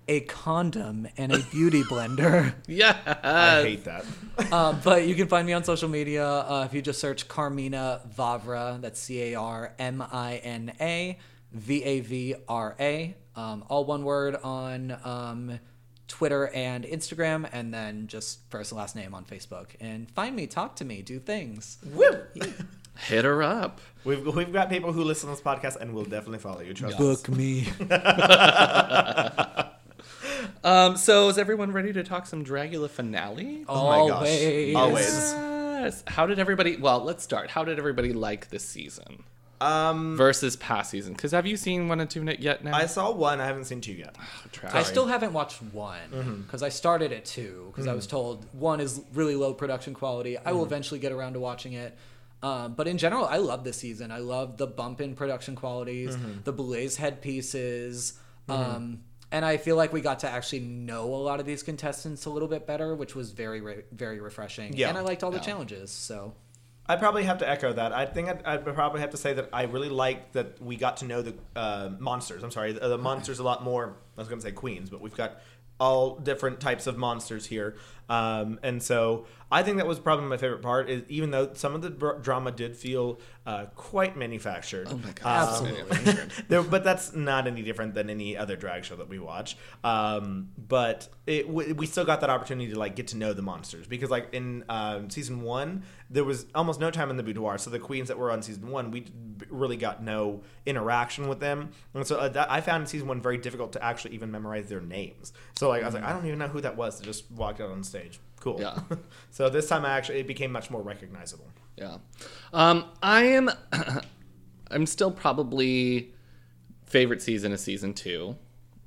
[SPEAKER 3] a condom and a beauty blender.
[SPEAKER 2] Yeah.
[SPEAKER 1] I hate that.
[SPEAKER 3] uh, but you can find me on social media uh, if you just search Carmina Vavra. That's C A R M I N A V A V R A. Um, all one word on um, Twitter and Instagram, and then just first and last name on Facebook. And find me, talk to me, do things.
[SPEAKER 1] Woo!
[SPEAKER 2] Hit her up.
[SPEAKER 1] We've, we've got people who listen to this podcast and will definitely follow you. Trust us.
[SPEAKER 3] Book me.
[SPEAKER 2] Um. So is everyone ready to talk some Dragula finale?
[SPEAKER 1] Oh my gosh.
[SPEAKER 3] Always.
[SPEAKER 1] Always.
[SPEAKER 2] Yes. How did everybody? Well, let's start. How did everybody like this season
[SPEAKER 1] Um,
[SPEAKER 2] versus past season? Because have you seen one and two yet? Now
[SPEAKER 1] I saw one. I haven't seen two yet.
[SPEAKER 2] Trash.
[SPEAKER 3] I still haven't watched one because I started at two because I was told one is really low production quality. I will eventually get around to watching it. Um, but in general, I love this season. I love the bump in production qualities, the Boulez headpieces. Um, and I feel like we got to actually know a lot of these contestants a little bit better, which was very, re- very refreshing.
[SPEAKER 1] Yeah.
[SPEAKER 3] And I liked all the
[SPEAKER 2] Yeah.
[SPEAKER 3] challenges. So,
[SPEAKER 1] I probably have to echo that. I think I'd, I'd probably have to say that I really liked that we got to know the uh, monsters. I'm sorry, the, the monsters a lot more. I was going to say queens, but we've got all different types of monsters here, um, and so I think that was probably my favorite part. Is even though some of the dr- drama did feel uh, quite manufactured. Um,
[SPEAKER 2] Oh my god.
[SPEAKER 3] Absolutely.
[SPEAKER 1] there, but that's not any different than any other drag show that we watch. Um, but it, we, we still got that opportunity to like get to know the monsters because like in um, season one, there was almost no time in the boudoir. So the queens that were on season one, we d- really got no interaction with them. And so uh, that, I found in season one very difficult to actually even memorize their names. So like I was like, I don't even know who that was that just walked out on stage. Cool.
[SPEAKER 2] Yeah.
[SPEAKER 1] so this time I actually it became much more recognizable.
[SPEAKER 2] Yeah. Um, I am. I'm still probably favorite season is season two.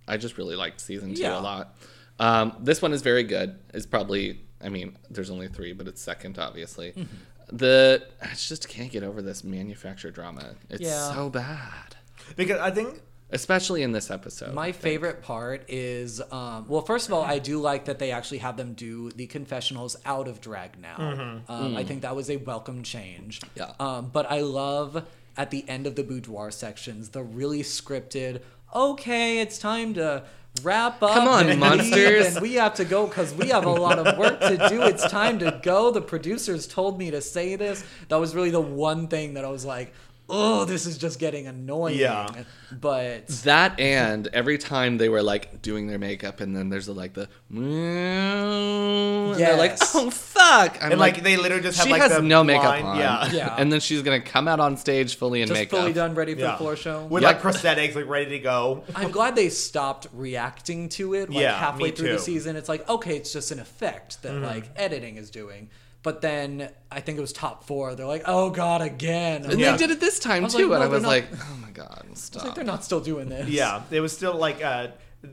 [SPEAKER 2] I just really liked season two
[SPEAKER 3] Yeah.
[SPEAKER 2] a lot. Um, this one is very good. It's probably. I mean, there's only three, but it's second, obviously.
[SPEAKER 3] Mm-hmm.
[SPEAKER 2] The I just can't get over this manufactured drama. It's
[SPEAKER 3] Yeah.
[SPEAKER 2] so bad,
[SPEAKER 1] Because I think
[SPEAKER 2] especially in this episode.
[SPEAKER 3] My favorite part is, um, well, first of all, I do like that they actually have them do the confessionals out of drag now. Um, I think that was a welcome change.
[SPEAKER 2] Mm. Yeah.
[SPEAKER 3] Um, but I love at the end of the boudoir sections the really scripted. Okay, it's time to wrap up.
[SPEAKER 2] Come on,
[SPEAKER 3] and leave,
[SPEAKER 2] monsters."
[SPEAKER 3] and we have to go because we have a lot of work to do. It's time to go. The producers told me to say this. That was really the one thing that I was like. oh, this is just getting annoying.
[SPEAKER 1] Yeah.
[SPEAKER 3] But
[SPEAKER 2] That and every time they were like doing their makeup, and then there's like the, and they're like,
[SPEAKER 3] Yes.
[SPEAKER 2] oh fuck, I'm
[SPEAKER 1] and like, they literally just have
[SPEAKER 2] she
[SPEAKER 1] like
[SPEAKER 2] has
[SPEAKER 1] the
[SPEAKER 2] no makeup
[SPEAKER 1] line-
[SPEAKER 2] on,
[SPEAKER 1] Yeah.
[SPEAKER 3] Yeah.
[SPEAKER 2] and then she's gonna come out on stage fully in
[SPEAKER 3] just
[SPEAKER 2] makeup.
[SPEAKER 3] fully done, ready for
[SPEAKER 1] Yeah.
[SPEAKER 3] the floor show.
[SPEAKER 1] With
[SPEAKER 2] Yep.
[SPEAKER 1] like prosthetics, like ready to go.
[SPEAKER 3] I'm glad they stopped reacting to it like
[SPEAKER 1] Yeah,
[SPEAKER 3] halfway
[SPEAKER 1] me
[SPEAKER 3] through the
[SPEAKER 1] too. Mm-hmm.
[SPEAKER 3] season. It's like, okay, it's just an effect that like editing is doing. But then I think it was top four. They're like, oh god, again. I'm
[SPEAKER 2] And
[SPEAKER 1] Yeah.
[SPEAKER 2] they did it this time
[SPEAKER 3] was
[SPEAKER 2] too,
[SPEAKER 3] like,
[SPEAKER 2] and I
[SPEAKER 3] no,
[SPEAKER 2] was
[SPEAKER 3] they're
[SPEAKER 2] like, oh my god, stop.
[SPEAKER 3] like, they're not still doing this.
[SPEAKER 1] Yeah, it was still like uh,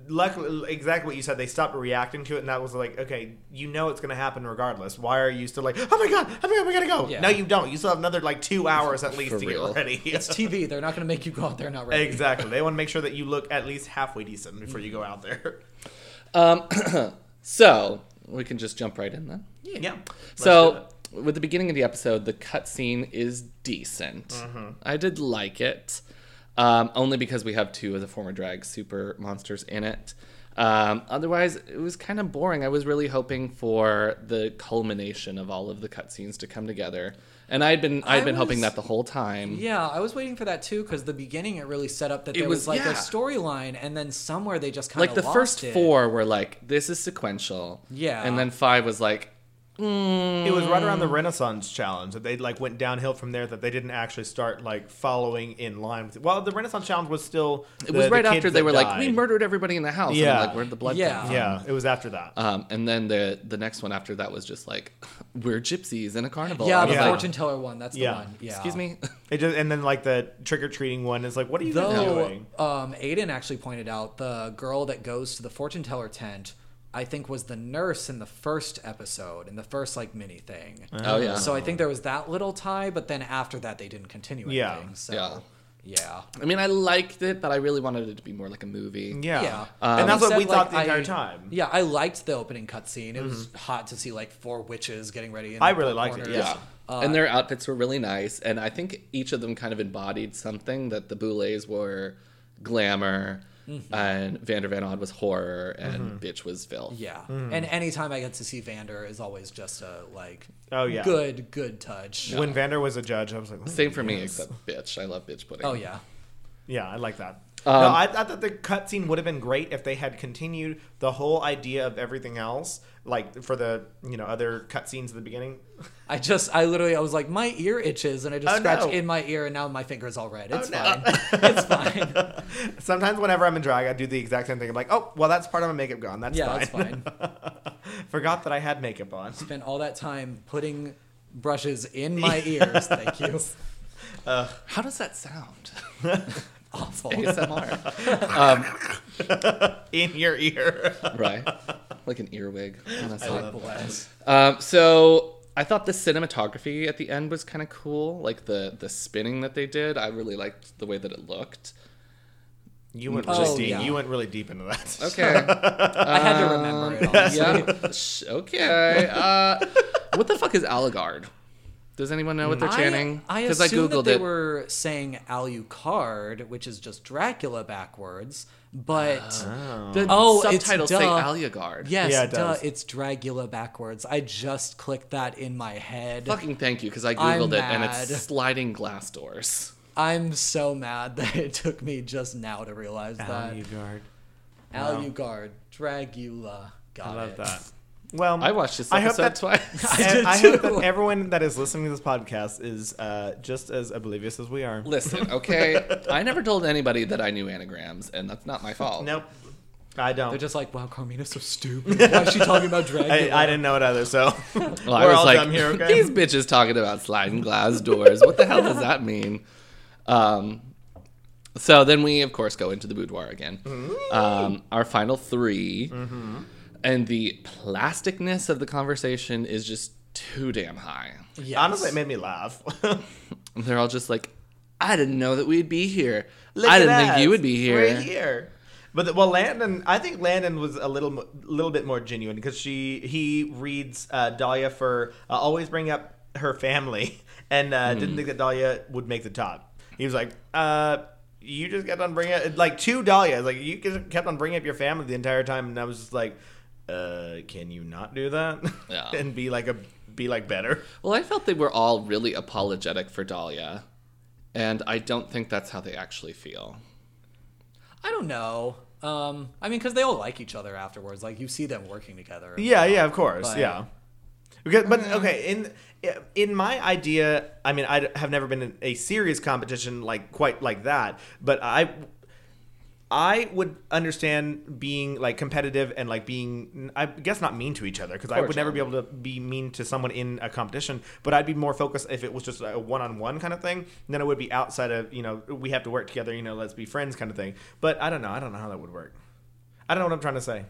[SPEAKER 1] luckily exactly what you said. They stopped reacting to it, and that was like, okay, you know it's going to happen regardless. Why are you still like, oh my god, oh my god, we got to go?
[SPEAKER 3] Yeah.
[SPEAKER 1] No, you don't. You still have another like two hours at least
[SPEAKER 2] For
[SPEAKER 1] to
[SPEAKER 2] real.
[SPEAKER 1] get ready.
[SPEAKER 3] It's TV. They're not going to make you go out there not ready.
[SPEAKER 1] exactly. They want to make sure that you look at least halfway decent before you go
[SPEAKER 2] Mm-hmm.
[SPEAKER 1] out there.
[SPEAKER 2] So we can just jump right in then.
[SPEAKER 1] Yeah. Let's do
[SPEAKER 2] so
[SPEAKER 1] it.
[SPEAKER 2] with the beginning of the episode, the cutscene is decent.
[SPEAKER 3] Mm-hmm.
[SPEAKER 2] I did like it, um, only because we have two of the former drag super monsters in it. Um, otherwise, it was kind of boring. I was really hoping for the culmination of all of the cutscenes to come together, and I'd been I'd
[SPEAKER 3] I
[SPEAKER 2] been hoping
[SPEAKER 3] was-
[SPEAKER 2] that the whole time.
[SPEAKER 3] Yeah, I was waiting for that too because the beginning it really set up that there was,
[SPEAKER 2] was-
[SPEAKER 3] like
[SPEAKER 2] yeah.
[SPEAKER 3] a storyline, and then somewhere they just kind of
[SPEAKER 2] like the first four were like this is sequential,
[SPEAKER 3] Yeah.
[SPEAKER 2] and then five was like
[SPEAKER 1] uh,
[SPEAKER 2] mm.
[SPEAKER 1] It was right around the Renaissance Challenge that they like went downhill from there. That they didn't actually start like following in line with. It. Well, the Renaissance Challenge was still.
[SPEAKER 2] it was right after they were like we murdered everybody in the house. Yeah,
[SPEAKER 1] Yeah.
[SPEAKER 2] like where'd the blood come
[SPEAKER 3] Yeah.
[SPEAKER 2] from?
[SPEAKER 1] Yeah, it was after that.
[SPEAKER 2] Um, and then the the next one after that was just like, we're gypsies in a carnival. I
[SPEAKER 3] Yeah,
[SPEAKER 2] was
[SPEAKER 3] the
[SPEAKER 1] Yeah.
[SPEAKER 2] like,
[SPEAKER 3] fortune teller one. That's the
[SPEAKER 1] Yeah.
[SPEAKER 3] one. Yeah.
[SPEAKER 2] excuse me.
[SPEAKER 1] It just and then like the trick or treating one is like, what are you guys
[SPEAKER 3] Though
[SPEAKER 1] doing?
[SPEAKER 3] um, Aiden actually pointed out the girl that goes to the fortune teller tent, I think was the nurse in the first episode, in the first like mini thing.
[SPEAKER 2] Oh, yeah.
[SPEAKER 3] So I think there was that little tie, but then after that they didn't continue
[SPEAKER 1] Yeah.
[SPEAKER 3] anything. So
[SPEAKER 2] Yeah.
[SPEAKER 3] yeah. Yeah.
[SPEAKER 2] I mean, I liked it, but I really wanted it to be more like a movie.
[SPEAKER 1] Yeah,
[SPEAKER 3] Um,
[SPEAKER 1] and that's what
[SPEAKER 3] instead,
[SPEAKER 1] we thought
[SPEAKER 3] like,
[SPEAKER 1] the entire
[SPEAKER 3] I-
[SPEAKER 1] time. Mm-hmm.
[SPEAKER 3] Yeah, I liked the opening cutscene. It was hot to see like four witches getting ready. In
[SPEAKER 1] I
[SPEAKER 3] the
[SPEAKER 1] really liked it,
[SPEAKER 3] corners.
[SPEAKER 2] Yeah.
[SPEAKER 1] Yeah.
[SPEAKER 3] Uh,
[SPEAKER 2] and their outfits were really nice, and I think each of them kind of embodied something that the Boulets were glamour,
[SPEAKER 3] Mm-hmm.
[SPEAKER 2] and Vander Van Odd was horror, and Bitch was filth.
[SPEAKER 3] Yeah.
[SPEAKER 1] Mm.
[SPEAKER 3] And anytime I get to see Vander is always just a like
[SPEAKER 1] Oh, yeah.
[SPEAKER 3] good, good touch.
[SPEAKER 1] When Vander was a judge, I was like, "Ooh."
[SPEAKER 2] Same for me, except Bitch. I love Bitch Pudding.
[SPEAKER 3] Oh yeah.
[SPEAKER 1] yeah, I like that.
[SPEAKER 3] Um,
[SPEAKER 1] no, I, I thought the cutscene would have been great if they had continued the whole idea of everything else, like for the you know other cutscenes at the beginning.
[SPEAKER 3] I just, I literally, I was like, my ear itches, and I just
[SPEAKER 1] Oh,
[SPEAKER 3] scratched
[SPEAKER 1] no. Oh,
[SPEAKER 3] in my ear, and now my finger's all red. It's
[SPEAKER 1] no.
[SPEAKER 3] fine. it's fine.
[SPEAKER 1] Sometimes whenever I'm in drag, I do the exact same thing. I'm like, oh, well, that's part of my makeup gone. That's
[SPEAKER 3] Yeah,
[SPEAKER 1] fine.
[SPEAKER 3] that's fine.
[SPEAKER 1] Forgot that I had makeup on.
[SPEAKER 3] Spent all that time putting brushes in my ears. Thank you.
[SPEAKER 2] How does that sound?
[SPEAKER 3] Awful.
[SPEAKER 2] ASMR.
[SPEAKER 1] In your ear.
[SPEAKER 2] right. Like an earwig. Oh, that's hot.
[SPEAKER 3] God bless.
[SPEAKER 2] Um, so I thought the cinematography at the end was kind of cool, like the the spinning that they did. I really liked the way that it looked.
[SPEAKER 1] You went
[SPEAKER 3] Oh,
[SPEAKER 1] really deep.
[SPEAKER 3] yeah.
[SPEAKER 1] You went really deep into that.
[SPEAKER 2] Okay,
[SPEAKER 3] I had to remember it. Honestly.
[SPEAKER 2] yeah, Sh- okay. Uh, what the fuck is Aligard? Does anyone know what they're chanting?
[SPEAKER 3] I, I
[SPEAKER 2] I,
[SPEAKER 3] assumed
[SPEAKER 2] googled
[SPEAKER 3] that they
[SPEAKER 2] it.
[SPEAKER 3] were saying Alucard, which is just Dracula backwards, but
[SPEAKER 2] the
[SPEAKER 3] Oh, it's
[SPEAKER 2] subtitles say
[SPEAKER 3] duh.
[SPEAKER 2] Aligard.
[SPEAKER 3] yes,
[SPEAKER 1] Yeah, it
[SPEAKER 3] duh,
[SPEAKER 1] does.
[SPEAKER 3] it's Dracula backwards. I just clicked that in my head.
[SPEAKER 2] Fucking thank you, because I
[SPEAKER 3] I'm
[SPEAKER 2] googled it and it's
[SPEAKER 3] mad.
[SPEAKER 2] sliding glass doors.
[SPEAKER 3] I'm so mad that it took me just now to realize that.
[SPEAKER 1] guard.
[SPEAKER 3] Alucard, Dragula. Got
[SPEAKER 1] I love
[SPEAKER 3] it.
[SPEAKER 1] that. Well,
[SPEAKER 2] I watched this
[SPEAKER 1] I hope
[SPEAKER 2] episode
[SPEAKER 1] that-
[SPEAKER 2] twice.
[SPEAKER 1] And
[SPEAKER 3] did
[SPEAKER 1] I hope
[SPEAKER 3] too.
[SPEAKER 1] that everyone that is listening to this podcast is uh, just as oblivious as we are.
[SPEAKER 2] Listen, okay, I never told anybody that I knew anagrams, and that's not my fault.
[SPEAKER 1] Nope. I don't.
[SPEAKER 3] They're just like, wow, Carmina's so stupid. Why is she talking about Dragula?
[SPEAKER 1] I, I didn't know it either, so
[SPEAKER 2] Well, I
[SPEAKER 1] we're
[SPEAKER 2] was
[SPEAKER 1] all
[SPEAKER 2] like,
[SPEAKER 1] dumb here, okay?
[SPEAKER 2] these bitches talking about sliding glass doors. What the hell does that mean? Um, so then we, of course, go into the boudoir again. Um, our final 3
[SPEAKER 1] Mm-hmm.
[SPEAKER 2] And the plasticness of the conversation is just too damn high.
[SPEAKER 3] Yes.
[SPEAKER 1] Honestly, it made me laugh.
[SPEAKER 2] They're all just like, I didn't know that we'd be here.
[SPEAKER 1] Look
[SPEAKER 2] I
[SPEAKER 1] at
[SPEAKER 2] didn't think you
[SPEAKER 1] us.
[SPEAKER 2] would be here.
[SPEAKER 1] We're here. But the, well, Landon, I think Landon was a little, mo- little bit more genuine because she, he reads uh, Dahlia for uh, always bring up her family, and uh, didn't
[SPEAKER 2] Hmm.
[SPEAKER 1] think that Dahlia would make the top. He was like, uh, "You just kept on bringing up, like to Dahlia, like you just kept on bringing up your family the entire time," and I was just like, uh, "Can you not do that
[SPEAKER 2] Yeah.
[SPEAKER 1] and be like a, be like better?"
[SPEAKER 2] Well, I felt they were all really apologetic for Dahlia. and I don't think that's how they actually feel.
[SPEAKER 3] I don't know. Um, I mean, because they all like each other afterwards. Like you see them working together.
[SPEAKER 1] Yeah, yeah, of course,
[SPEAKER 3] But-
[SPEAKER 1] yeah. Because, but
[SPEAKER 2] Mm.
[SPEAKER 1] okay, in in my idea, I mean, I have never been in a serious competition like quite like that, but I I would understand being like competitive and like being I guess not mean to each other because I
[SPEAKER 2] course,
[SPEAKER 1] would never
[SPEAKER 2] yeah.
[SPEAKER 1] be able to be mean to someone in a competition, but I'd be more focused if it was just a one-on-one kind of thing than it would be outside of, you know, we have to work together, you know, let's be friends kind of thing. But I don't know, I don't know how that would work. I don't know what I'm trying to say.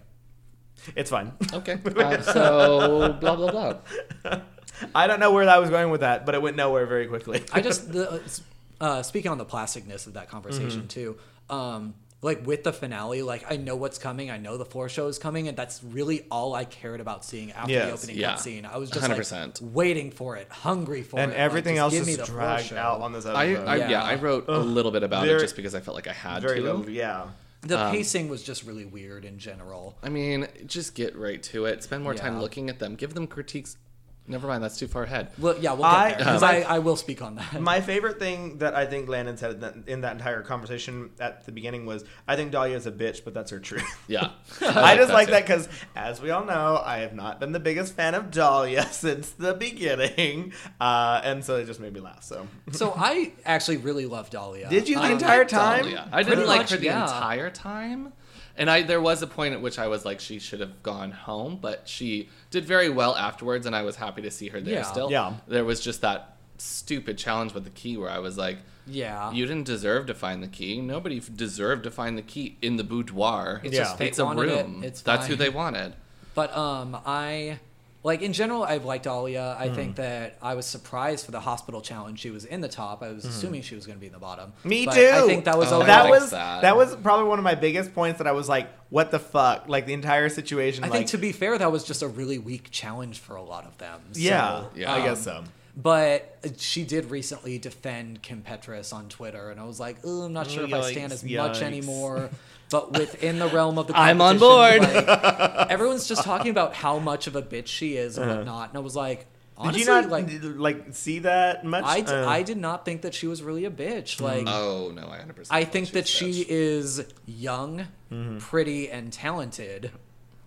[SPEAKER 1] It's fine.
[SPEAKER 2] Okay. Uh, so blah blah blah.
[SPEAKER 1] I don't know where I was going with that, but it went nowhere very quickly.
[SPEAKER 3] I just the uh, speaking on the plasticness of that conversation
[SPEAKER 1] Mm-hmm.
[SPEAKER 3] too. Um, like with the finale, like I know what's coming, I know the floor show is coming, and that's really all I cared about seeing after the
[SPEAKER 1] Yes,
[SPEAKER 3] opening
[SPEAKER 2] yeah.
[SPEAKER 3] cutscene. I was just
[SPEAKER 2] 100%.
[SPEAKER 3] like waiting for it, hungry for
[SPEAKER 1] and
[SPEAKER 3] it.
[SPEAKER 1] everything
[SPEAKER 3] like, just
[SPEAKER 1] else
[SPEAKER 3] give me
[SPEAKER 1] is
[SPEAKER 3] the floor
[SPEAKER 1] dragged
[SPEAKER 3] show.
[SPEAKER 1] out on this
[SPEAKER 2] I,
[SPEAKER 1] episode.
[SPEAKER 2] I yeah.
[SPEAKER 3] Yeah.
[SPEAKER 2] I wrote a little bit about it
[SPEAKER 1] Uh, Very-
[SPEAKER 2] just because I felt like I had
[SPEAKER 1] very
[SPEAKER 2] to.
[SPEAKER 1] little, yeah.
[SPEAKER 3] The
[SPEAKER 1] Um,
[SPEAKER 3] pacing was just really weird in general.
[SPEAKER 2] I mean, just get right to it. Spend more time
[SPEAKER 3] Yeah.
[SPEAKER 2] looking at them. Give them critiques. Never mind, that's too far ahead.
[SPEAKER 3] Well, yeah, we'll
[SPEAKER 1] I-
[SPEAKER 3] get there because
[SPEAKER 1] uh,
[SPEAKER 3] I, I will speak on that.
[SPEAKER 1] My favorite thing that I think Landon said in that, in that entire conversation at the beginning was, "I think Dahlia is a bitch, but that's her truth."
[SPEAKER 2] Yeah.
[SPEAKER 1] I, just like
[SPEAKER 2] too.
[SPEAKER 1] that because, as we all know, I have not been the biggest fan of Dahlia since the beginning, uh, and so it just made me laugh. So
[SPEAKER 3] so I actually really love Dahlia.
[SPEAKER 1] Did you the
[SPEAKER 3] Um,
[SPEAKER 1] entire time?
[SPEAKER 2] Dahlia. I
[SPEAKER 3] Pretty
[SPEAKER 2] didn't like
[SPEAKER 3] much,
[SPEAKER 2] her the
[SPEAKER 3] yeah.
[SPEAKER 2] entire time. And I there was a point at which I was like she should have gone home, but she did very well afterwards and I was happy to see her there
[SPEAKER 3] Yeah.
[SPEAKER 2] still.
[SPEAKER 1] Yeah.
[SPEAKER 2] There was just that stupid challenge with the key where I was like
[SPEAKER 3] Yeah.
[SPEAKER 2] You didn't deserve to find the key. Nobody f- deserved to find the key in the boudoir.
[SPEAKER 3] It's
[SPEAKER 1] Yeah. just
[SPEAKER 3] they
[SPEAKER 2] it's a
[SPEAKER 3] wanted it.
[SPEAKER 2] room.
[SPEAKER 3] It's
[SPEAKER 2] That's who
[SPEAKER 3] fine.
[SPEAKER 2] they wanted.
[SPEAKER 3] But um, I like in general, I've liked Dahlia.
[SPEAKER 1] Hmm.
[SPEAKER 3] I think that I was surprised for the hospital challenge she was in the top. I was
[SPEAKER 1] Hmm.
[SPEAKER 3] assuming she was going to be in the bottom.
[SPEAKER 1] Me
[SPEAKER 3] But
[SPEAKER 1] too.
[SPEAKER 3] I think that was
[SPEAKER 2] Oh,
[SPEAKER 3] always,
[SPEAKER 2] I
[SPEAKER 1] that
[SPEAKER 2] like
[SPEAKER 1] was
[SPEAKER 2] that.
[SPEAKER 1] that. was probably one of my biggest points that I was like, "What the fuck?" Like the entire situation.
[SPEAKER 3] I
[SPEAKER 1] like,
[SPEAKER 3] think to be fair, that was just a really weak challenge for a lot of them. So, um,
[SPEAKER 1] yeah,
[SPEAKER 2] Yeah.
[SPEAKER 1] I guess so.
[SPEAKER 3] But uh, she did recently defend Kim Petras on Twitter, and I was like, "Ooh, I'm not sure if I stand
[SPEAKER 1] Yikes,
[SPEAKER 3] as much
[SPEAKER 1] yikes.
[SPEAKER 3] anymore. But within the realm of the
[SPEAKER 2] I'm on
[SPEAKER 3] competition, like, everyone's just talking about how much of a bitch she is
[SPEAKER 1] Uh-huh.
[SPEAKER 3] and whatnot. And I was like, honestly,
[SPEAKER 1] Did you not
[SPEAKER 3] like,
[SPEAKER 1] like, see that much?
[SPEAKER 3] I, d-
[SPEAKER 1] Uh,
[SPEAKER 3] I did not think that she was really a
[SPEAKER 1] Hmm.
[SPEAKER 3] bitch. Like,
[SPEAKER 2] Oh no, I 100%.
[SPEAKER 3] I
[SPEAKER 2] thought
[SPEAKER 3] think that
[SPEAKER 2] was
[SPEAKER 3] she
[SPEAKER 2] bitch.
[SPEAKER 3] is young,
[SPEAKER 1] Mm-hmm.
[SPEAKER 3] pretty, and talented,